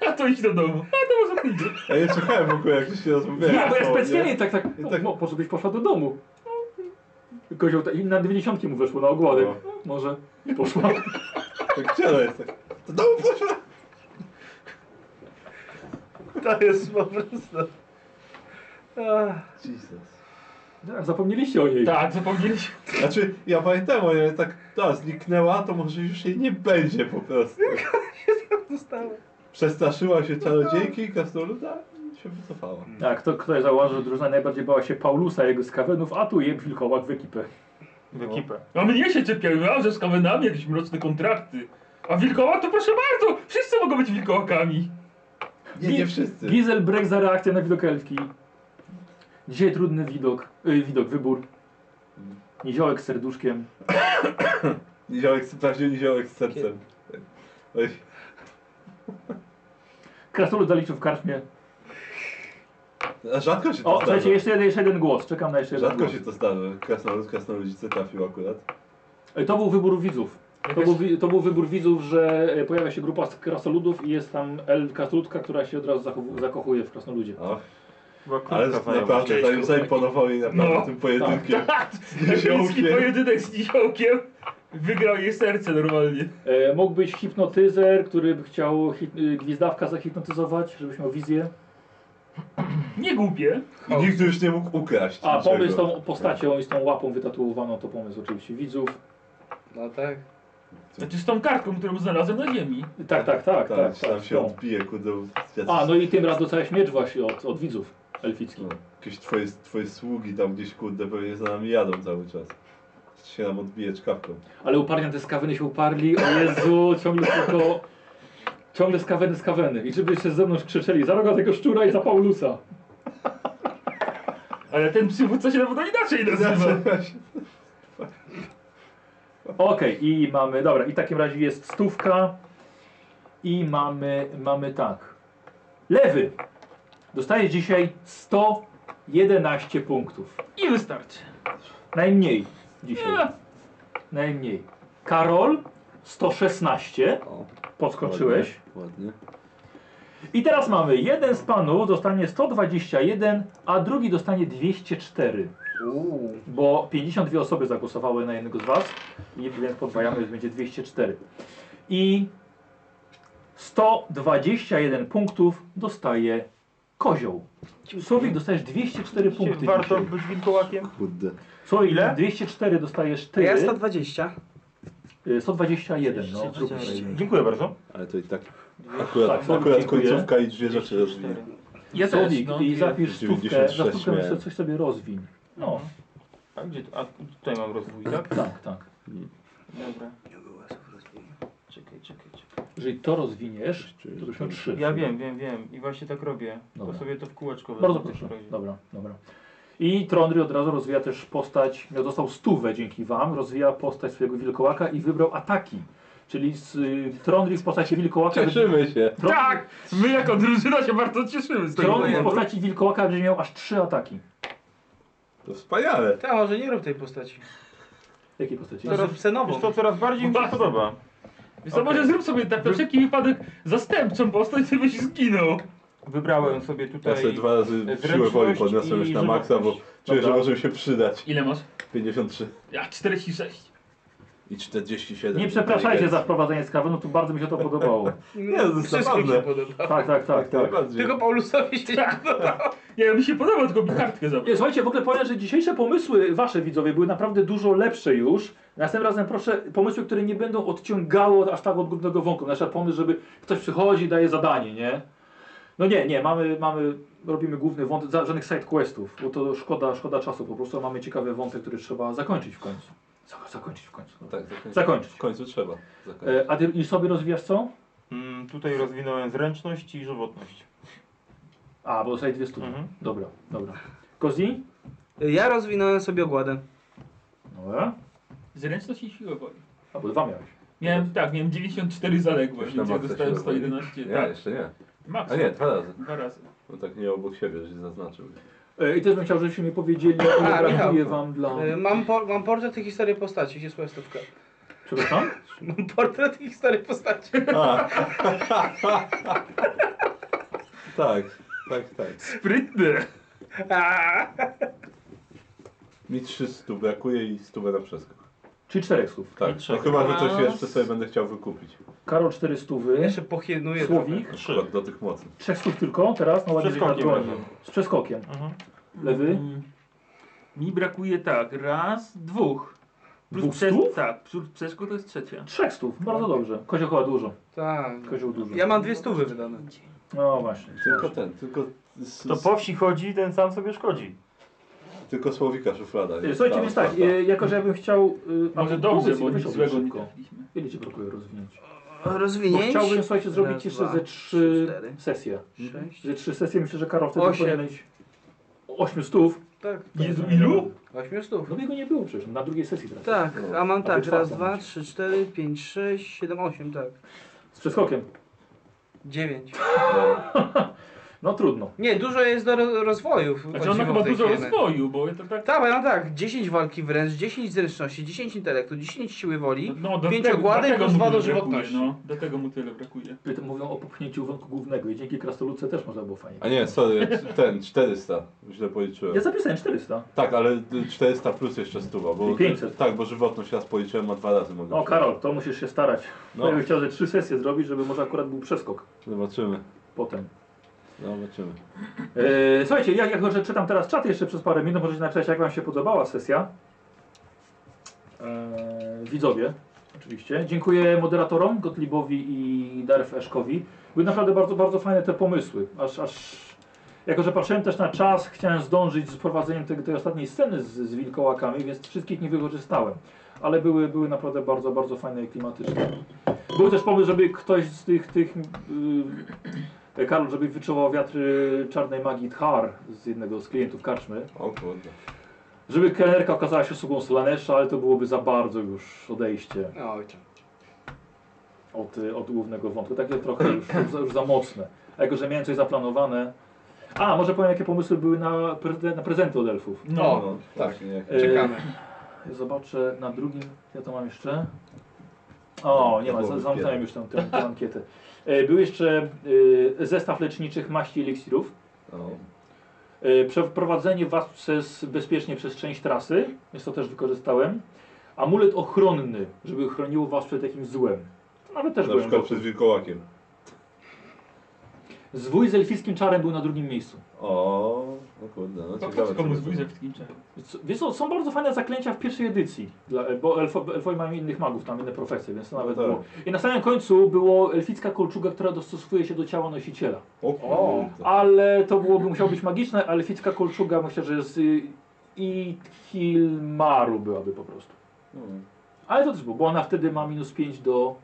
S5: A to idź do domu. A to może pójdzie.
S2: Ja nie czekałem w ogóle, jak się rozmawiałem.
S1: Nie, bo ja
S2: No,
S1: specjalnie tak, tak,
S2: Ja
S1: tak.
S2: tak-
S1: Mo, może byś poszła do domu. Kozioł, ta- i na 90 mu weszło na ogłodek. Może poszła.
S2: Tak ciele jest tak. To domu proszę!
S4: To jest po prostu... Ach.
S2: Jesus.
S1: Tak, Zapomnieliście o niej.
S5: Tak, zapomnieliśmy.
S2: Znaczy, ja pamiętam o niej, tak, ta zniknęła, to może już jej nie będzie po prostu.
S4: Zostało.
S2: Przestraszyła się czarodziejki, krasnoluda i się wycofała.
S1: Tak, kto, kto zauważył, że drużyna najbardziej bała się Paulusa, jego skawenów, a tu je wilkołak w ekipę.
S3: W ekipę.
S5: A mnie się czepiały, a że z kawenami jakieś mroczne kontrakty. A wilkoła to proszę bardzo, wszyscy mogą być wilkołakami.
S2: Nie, nie wszyscy.
S1: Gizel Brek za reakcję na widok elfki. Dzisiaj trudny widok, y, widok, wybór. Niziołek z serduszkiem.
S2: Niziołek, z- prawdziwy niziołek z sercem. Oj,
S1: Krasolud zaliczył w karczmie.
S2: a rzadko się to
S1: O,
S2: zdarza.
S1: słuchajcie, jeszcze jeden, jeszcze jeden głos. Czekam na jeszcze jeden
S2: Rzadko
S1: głos.
S2: się to zdarza. Krasnolud, krasnoludzice trafił akurat.
S1: E, To był wybór widzów. To
S5: Jakaś-
S1: był, wi- to był wybór widzów, że e, pojawia się grupa z krasoludów i jest tam El krasoludka, która się od razu zachowu- zakochuje w krasnoludzie.
S2: Och,
S3: Była krótka
S2: ale
S3: znajomość.
S2: naprawdę
S5: Cześć,
S2: zaim, zaimponował jej naprawdę
S5: No,
S2: tym pojedynkiem.
S1: tak,
S5: Epicki
S2: Niziołkiem.
S5: pojedynek z niziołkiem wygrał jej serce normalnie.
S1: E, mógł być hipnotyzer, który by chciał hip, y, gwizdawka zahipnotyzować, żebyś miał wizję.
S5: Nie głupie.
S2: I nikt już nie mógł ukraść
S1: A
S2: niczego.
S1: pomysł z tą postacią i z tą łapą wytatuowaną to pomysł oczywiście widzów.
S4: No tak.
S5: Znaczy z tą kartką, którą znalazłem na ziemi.
S1: Tak, tak, tak,
S2: Tam,
S1: tak.
S2: tam
S1: tak,
S2: się
S1: no.
S2: odbije, kurde. jacyś-
S1: A, no i tym razem dostałeś miecz właśnie od, od widzów elfickich.
S2: No, jakieś twoje, twoje sługi tam gdzieś, kurde, pewnie za nami jadą cały czas. Się nam odbije czkawką.
S1: Ale uparnia te skawyny się uparli, o Jezu, ciągle tylko... Ciągle skaweny, skaweny. I żeby jeszcze z zewnątrz krzyczeli za roga tego szczura i za Paulusa.
S5: Ale ten przywódca się na pewno inaczej nazywa.
S1: Okej, i mamy, dobra, i w takim razie jest stówka. I mamy, mamy tak. Lewy. Dostajesz dzisiaj 111 punktów.
S5: I wystarczy.
S1: Najmniej dzisiaj.
S5: Nie.
S1: Najmniej. Karol 116. Podskoczyłeś.
S2: Ładnie.
S1: I teraz mamy jeden z panów dostanie 121, a drugi dostanie 204.
S4: Uuu.
S1: Bo 52 osoby zagłosowały na jednego z was, i więc podwajamy, więc będzie 204. I 121 punktów dostaje kozioł. Słowik dostajesz 204
S3: Czy
S1: punkty.
S3: warto
S1: dzisiaj.
S3: być wilkołakiem?
S2: Kurde.
S1: Słowik,
S3: ile?
S1: 204 dostajesz ty.
S7: Ja 120.
S1: y, 121, no. zrób tutaj.
S3: Dziękuję bardzo.
S2: Ale to i tak. Akurat,
S1: Tak, Słowik,
S2: akurat
S1: dziękuję.
S2: końcówka i dwie rzeczy rozwija.
S5: Ja
S1: Słowik,
S5: no,
S1: i
S5: dwie.
S1: zapisz stówkę,
S2: 96
S1: za stówkę
S2: miałem.
S1: myślę, coś sobie rozwiń. No,
S3: A gdzie? A tutaj mam rozwój, tak?
S1: tak, tak.
S3: Dobra. Czekaj, czekaj, czekaj.
S1: Jeżeli to rozwiniesz, to byśmy trzy.
S6: Ja wiem, wiem, wiem. I właśnie tak robię.
S1: Dobra.
S6: To sobie to w kółeczko wezmę
S1: Bardzo
S6: w
S1: proszę.
S6: takim razie.
S1: Dobra, dobra. I Trondry od razu rozwija też postać, no dostał stówę dzięki wam, rozwija postać swojego wilkołaka i wybrał ataki. Czyli z, y, Trondry w postaci wilkołaka...
S2: Cieszymy się.
S1: Tron-
S7: Tak! My jako drużyna się bardzo cieszymy z tego
S1: Trondry w
S7: powodu.
S1: postaci wilkołaka będzie miał aż trzy ataki.
S2: To wspaniale.
S4: Ta, może nie rób tej postaci.
S1: W jakiej postaci?
S4: To rób
S6: Wiesz
S1: No.
S4: scenową.
S6: co, coraz bardziej mi się podoba.
S7: Więc to może zrób sobie tak na wszelki wypadek zastępcą postać, żebyś zginął.
S6: Wybrałem sobie
S2: Ja
S6: tutaj...
S2: sobie dwa razy siłę
S6: Wręczność
S2: woli podniosłem
S6: i
S2: już na maksa, bo
S6: żywotność.
S2: czuję, że
S1: Dobra.
S2: może mi się przydać.
S7: Ile masz?
S2: 53
S7: Ja 46.
S2: i Tak, 47.
S1: Nie przepraszajcie za wprowadzenie sprawy, no tu bardzo mi się to podobało.
S2: Nie, to jest
S4: Wszystkim
S2: zabawne.
S4: się podoba.
S1: Tak, tak, tak.
S2: Tak,
S1: tak.
S2: tak. bardziej.
S4: Tylko Paulusowi się
S5: Tak.
S4: nie podoba.
S7: Nie, mi się podoba, tylko mi kartkę zabrał.
S1: Nie, słuchajcie, w ogóle powiem, że dzisiejsze pomysły wasze widzowie były naprawdę dużo lepsze już. Następnym razem proszę pomysły, które nie będą odciągały aż tak od głównego wątku. Na przykład pomysł, żeby ktoś przychodzi i daje zadanie, nie? No nie, nie, mamy, mamy robimy główny wątek, za- żadnych side questów, bo to szkoda, szkoda czasu po prostu. a Mamy ciekawy wątek, który trzeba zakończyć w końcu. Zako- Zakończyć w końcu.
S2: No tak, zakończyć.
S1: Zakończyć.
S2: W końcu trzeba. zakończyć.
S1: E, a ty i sobie rozwijasz co?
S6: Mm, tutaj rozwinąłem zręczność i żywotność.
S1: A, bo dostaje dwie stówy.
S6: Mhm.
S1: Dobra, dobra. Kozi?
S4: Ja rozwinąłem sobie ogładę.
S1: Dobra.
S7: Zręczność i siłę woli.
S1: A, bo dwa miałeś.
S7: Miałem, tak, miałem 94 zaległość,
S2: Już na
S7: więc ja
S2: maksa
S7: dostałem
S2: siłę woli.
S7: 111.
S2: Nie,
S7: tak,
S2: jeszcze nie.
S7: max.
S2: A nie, dwa razy.
S7: Dwa razy.
S2: No tak nie obok siebie, żeś zaznaczył.
S1: E, I też bym chciał, żebyście mi powiedzieli, ile
S4: A,
S1: brakuje
S4: Michał.
S1: wam dla...
S4: Y, Mam, por- mam portret i historię postaci. Gdzie jest moja stówka?
S1: Przepraszam?
S4: Mam portret i historię postaci.
S2: A. tak, tak, tak.
S7: Sprytny!
S4: Aaa.
S2: Mi trzy stu brakuje i stówę na przeskok.
S1: Czyli czterech stów.
S2: Tak,
S6: I trzech.
S2: no chyba, że coś jeszcze sobie będę chciał wykupić.
S1: Karol cztery stówy,
S4: Jeszcze pochienuję.
S1: Słowik,
S2: Na przykład do tych mocnych.
S1: trzech stów tylko teraz, no ładnie żeś
S6: przeskokiem
S1: nadgonił.
S6: razem.
S1: Z przeskokiem.
S6: Mhm.
S1: Lewy,
S7: Mm, Mi brakuje tak, raz, dwóch.
S1: Dwóch
S7: przes-
S1: stów?
S7: Tak, plus przeszko to jest trzecia.
S1: trzech stów, bardzo dobrze. Kozioł chyba dużo,
S4: Tak.
S1: kozioł dużo.
S4: Ja mam dwie stówy wydane.
S1: No właśnie.
S2: Tylko ten, tylko... s-
S6: To
S2: s-
S6: po wsi chodzi, ten sam sobie szkodzi.
S2: Tylko słowika szuflada. nie?
S1: E, Słuchajcie,
S2: Ta,
S1: więc
S2: ta,
S1: tak,
S2: ta.
S1: e, jako że ja bym chciał... e, a
S2: No,
S7: Może
S1: po-
S7: dobrze,
S1: powiedz,
S7: bo
S1: weź
S7: nic
S1: oblicz
S7: złego nie
S1: szybko.
S7: trafiliśmy.
S1: Ile ci brakuje rozwinięć? Bo
S4: Rozwinięć?
S1: chciałbym, słuchajcie, zrobić
S4: Raz,
S1: jeszcze
S4: dwa,
S1: ze trzy
S4: cztery.
S1: sesje.
S4: Sześć.
S1: Ze trzy sesje, myślę, że Karol wtedy
S4: Osiem.
S1: powinien mieć... Ośmiu stów?
S4: Tak.
S7: Jezu, ilu?
S4: Ośmiu stów.
S1: No bo jego nie było przecież, na drugiej sesji teraz.
S4: Tak, a mam
S1: A
S4: tak,
S1: wy
S4: raz,
S1: czwartą
S4: dwa,
S1: macie.
S4: trzy, cztery, pięć, sześć, siedem, osiem, tak.
S1: Z przeskokiem.
S4: Dziewięć.
S2: tak,
S1: No trudno.
S4: Nie, dużo jest do ro- rozwojów.
S2: No,
S7: Znaczy on ma
S4: podziwu
S7: chyba
S4: tej
S7: dużo
S4: hieny.
S7: rozwoju, bo ja to tak...
S4: Tak, bo ja mam tak, 10 walki wręcz, 10 zręczności, 10 intelektu, 10 siły woli.
S7: No, do
S4: Pięć
S7: tego,
S4: ogładek
S7: dlatego
S4: plus
S7: mu
S4: dwa
S7: tyle
S4: do żywotności.
S7: Brakuje, no, do tego mu tyle brakuje.
S1: Tutaj mówią o popchnięciu wątku głównego i dzięki krasnoludce też można było fajnie.
S2: A nie, sorry, ten, 400. Źle policzyłem.
S1: Ja zapisałem 400.
S2: Tak, ale 400 plus jeszcze stuwa, bo...
S1: I 500.
S2: Tak, bo żywotność raz policzyłem, a dwa razy mogę
S1: O
S2: przyjąć.
S1: No Karol, to musisz się starać.
S2: No.
S1: Ja bym chciał, że trzy sesje zrobić, żeby może akurat był przeskok
S2: Zobaczymy,
S1: potem.
S2: zobaczymy.
S1: Eee, słuchajcie, ja jako, że czytam teraz czat jeszcze przez parę minut, możecie napisać jak wam się podobała sesja. Eee, widzowie, oczywiście. Dziękuję moderatorom, Gottliebowi i Darf Eszkowi. Były naprawdę bardzo, bardzo fajne te pomysły. Aż, aż... Jako, że patrzyłem też na czas, chciałem zdążyć z prowadzeniem tej, tej ostatniej sceny z, z wilkołakami, więc wszystkich nie wykorzystałem. Ale były, były naprawdę bardzo, bardzo fajne i klimatyczne. Był też pomysł, żeby ktoś z tych, tych yy, E, Karol, żeby wyczuwał wiatry czarnej magii Thar z jednego z klientów karczmy.
S2: O kurde.
S1: Żeby kelnerka okazała się sługą Solanesza, ale to byłoby za bardzo już odejście
S4: No, ojcze.
S1: od, y, od głównego wątku. Takie trochę już, już, za- już za mocne. A jako, że miałem coś zaplanowane... A, może powiem, jakie pomysły były na, pre, na prezenty od elfów.
S7: No,
S2: No, tak, nie.
S1: E,
S4: Czekamy.
S1: Zobaczę na drugim, ja to mam jeszcze. O, nie
S2: To
S1: ma,
S2: byłoby
S1: zamknąłem
S2: biedne.
S1: już tę, tę, tę ankietę. E, Był jeszcze y, zestaw leczniczych maści i eliksirów.
S2: No.
S1: E, Przeprowadzenie Was przez, bezpiecznie przez część trasy, więc to też wykorzystałem. Amulet ochronny, żeby chroniło Was przed jakimś złem. To Nawet też
S2: Na
S1: byłem
S2: przykład
S1: za-
S2: przed wilkołakiem.
S1: Zwój z elfickim czarem był na drugim miejscu.
S2: O, o kurde, no
S7: to
S2: ciekawe.
S7: po co komu
S2: co
S7: zwój
S2: będzie.
S7: ze wszystkim czasem?
S1: Co- Wiesz co, są bardzo fajne zaklęcia w pierwszej edycji, dla, bo elfo, elfowie mają innych magów, tam inne profesje, więc to nawet
S2: tak.
S1: było. I na samym końcu było elficka kolczuga, która dostosowuje się do ciała nosiciela.
S2: O kurde.
S1: Ale to byłoby, musiało być magiczne, a elficka kolczuga myślę, że z y, Itkilmaru byłaby po prostu.
S2: Mm.
S1: Ale to też było, bo ona wtedy ma minus 5 do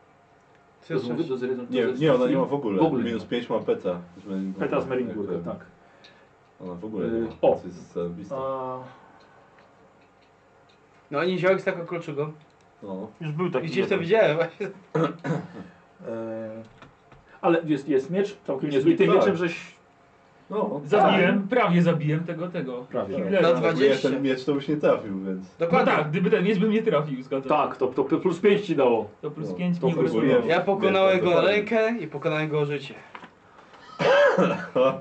S1: To jest mówię do zrezygnowania.
S2: Nie, nie, ona nie ma w ogóle.
S1: W ogóle nie
S2: Minus
S1: ma.
S2: 5 ma peta. Żeby-
S1: Peta z Meringurga,
S2: jakby-
S1: tak.
S2: Ona w ogóle nie ma.
S1: Y, o.
S2: To jest zajebiste.
S1: A,
S4: No i niziołek z taką kolczugą.
S2: No.
S3: Już był taki
S4: I gdzieś to
S3: jeden.
S4: widziałem właśnie.
S1: e, ale jest, jest miecz, całkiem niezły. I tym
S2: Tak.
S1: mieczem żeś...
S2: No,
S7: Zabiłem, Tak. prawie zabiłem tego, tego.
S1: Prawie.
S7: Hitlera.
S4: Na
S2: tak. Jakby ja
S4: 20.
S2: ten miecz to byś nie trafił, więc...
S7: No
S4: Dokładnie.
S7: tak, gdyby ten miecz bym nie trafił, zgadzam.
S1: Tak, to, to plus 5 ci dało.
S7: To plus
S2: No,
S7: 5
S1: to
S7: nie
S1: plus
S7: uratuje.
S2: pięć.
S4: Ja pokonałem
S2: Wiesz, no,
S4: go
S2: dokładnie.
S4: rękę i pokonałem go życie.
S2: Ha,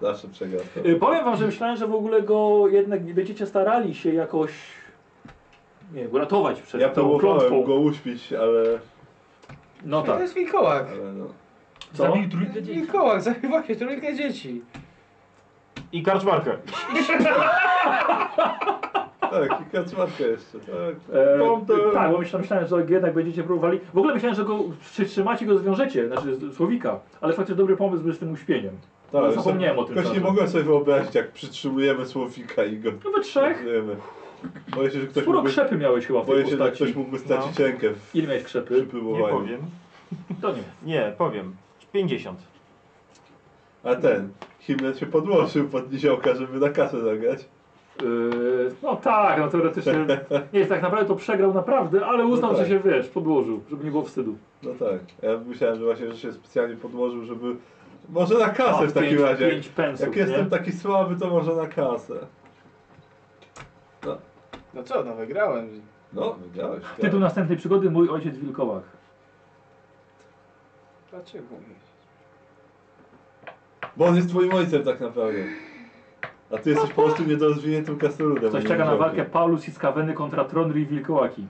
S2: Zawsze przegrasz to.
S1: Y, Powiem wam, że myślałem, że w ogóle go jednak będziecie starali się jakoś nie wiem, uratować przed
S2: Ja
S1: tą klątwą.
S2: próbowałem go uśpić, ale...
S1: No
S4: To
S1: tak.
S4: jest Mikołak.
S2: ale no.
S1: Co?
S7: Zabił trójkę dzieci.
S4: Mikołak, zabił właśnie trójkę dzieci.
S3: I karczmarkę.
S2: Tak, i kaczmarka jeszcze, tak.
S1: E,
S2: Tom, to-
S1: tak, bo myślałem, myślałem, że jednak będziecie próbowali. W ogóle myślałem, że go przytrzymacie, go zwiążecie, znaczy z- słowika, ale faktycznie dobry pomysł był z tym uśpieniem.
S2: Tak,
S1: Ale
S2: już
S1: zapomniałem
S2: sobie-
S1: o tym
S2: Ktoś nie
S1: czasie.
S2: mogłem sobie wyobrazić, jak przytrzymujemy słowika i go...
S1: No we trzech.
S2: Wiemy. Boję się, że ktoś
S1: Sporo No.
S2: mógłby,
S1: krzepy miałeś chyba w tej
S2: boję się, że
S1: postaci.
S2: ktoś mógłby stracić rękę w
S1: Ile miałeś krzepy?
S3: Nie
S2: przypływaniu.
S3: powiem.
S1: To nie.
S3: Nie, powiem. 50.
S2: A ten, Himmler się podłączył pod niziołka, żeby na kasę zagrać.
S1: Yy, no tak, no teoretycznie. Nie, tak naprawdę to przegrał naprawdę, ale uznał,
S2: No tak.
S1: że się wiesz, podłożył, żeby nie było wstydu.
S2: No tak, ja myślałem, że właśnie, że się specjalnie podłożył, żeby... Może na kasę
S1: A,
S2: w takim
S1: pięć-
S2: razie.
S1: pięć pensów,
S2: jak
S1: nie?
S2: jestem tak- taki słaby, to może na kasę.
S4: No co, no wygrałem.
S2: No, wygrałeś.
S1: Tytuł następnej przygody Mój ojciec w Wilkołach.
S4: Dlaczego?
S2: Bo on jest twoim ojcem tak naprawdę. A ty jesteś po prostu niedorozwiniętym kasnoludem.
S1: Ktoś
S2: nie
S1: czeka na
S2: niziołkiem.
S1: walkę Paulus i Skaweny kontra Tronry i Wilkołaki.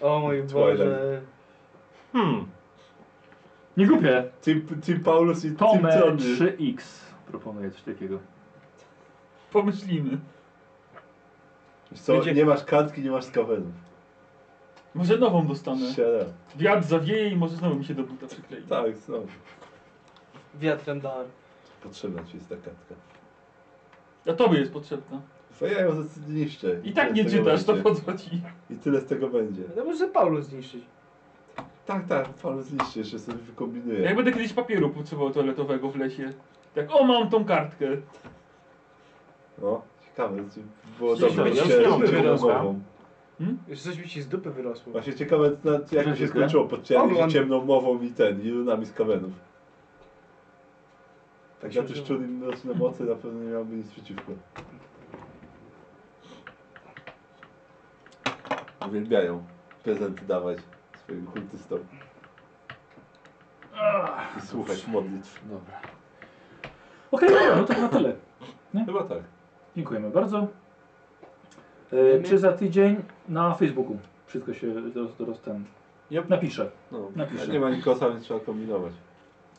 S4: O mój Boże.
S3: Hmm.
S1: Nie głupie!
S2: Team, team Paulus i Team
S1: Tome
S2: Tony.
S1: 3X proponuję coś takiego.
S7: Pomyślimy.
S2: Wiesz Co,
S4: Będzie-
S2: nie masz kartki, nie masz skawenów.
S7: Może nową dostanę.
S2: Siada.
S7: Wiatr zawieje i może znowu mi się do buta przyklei.
S2: Tak, znowu.
S4: Wiatrem dar.
S2: Potrzebna ci jest ta kartka.
S7: A tobie jest potrzebna.
S2: To ja ją zniszczę.
S7: I tak
S2: tyle
S7: nie
S2: z tego
S7: czytasz, to
S2: będzie.
S7: po co ci?
S2: I tyle z tego będzie.
S4: To No może Paulu zniszczyć.
S2: Tak, tak, Paulus zniszczy, jeszcze sobie wykombinuję.
S7: Jak będę kiedyś papieru potrzebował toaletowego w lesie. Tak, o mam tą kartkę.
S2: No, ciekawe, czy było
S3: Zniszczę,
S2: dobre
S3: ja już
S2: się
S3: nie mam
S2: z
S3: tego
S2: ciemną
S3: rozwa.
S2: mową.
S4: Już coś mi ci z dupy wyrosło.
S2: Właśnie ciekawe, na- jak mi się
S1: Rzeczy,
S2: skończyło podcięli się
S4: Ogląd-
S2: ciemną mową i ten, i runami z kawenów. Tak na te
S4: Myślę, że-
S2: szczury i roczne mocy na pewno nie miałby nic przeciwko. Uwielbiają prezenty dawać swoim kultystom. I słuchać modlitw.
S1: Dobra. Okej, dobra, no to na tyle.
S2: Chyba tak.
S1: Dziękujemy bardzo. E, czy za tydzień na Facebooku wszystko się roz, roz ten...
S2: Yep.
S1: Napiszę.
S2: No,
S1: Napiszę.
S2: jak nie ma nikosa, więc trzeba kombinować.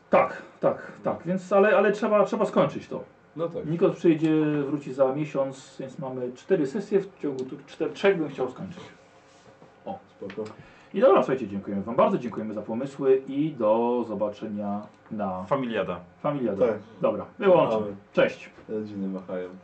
S1: Tak, tak, tak. Więc, ale, ale trzeba, trzeba skończyć to.
S2: No tak.
S1: Nikos przyjdzie, wróci za miesiąc, więc mamy cztery sesje w ciągu tu- czter, trzech bym chciał skończyć.
S2: Spoko.
S1: I dobra, słuchajcie, dziękujemy Wam bardzo, dziękujemy za pomysły i do zobaczenia na
S3: Familiada.
S1: Familiadę.
S2: Tak.
S1: Dobra, wyłączam.
S2: Mamy.
S1: Cześć.
S2: Rodziny machają.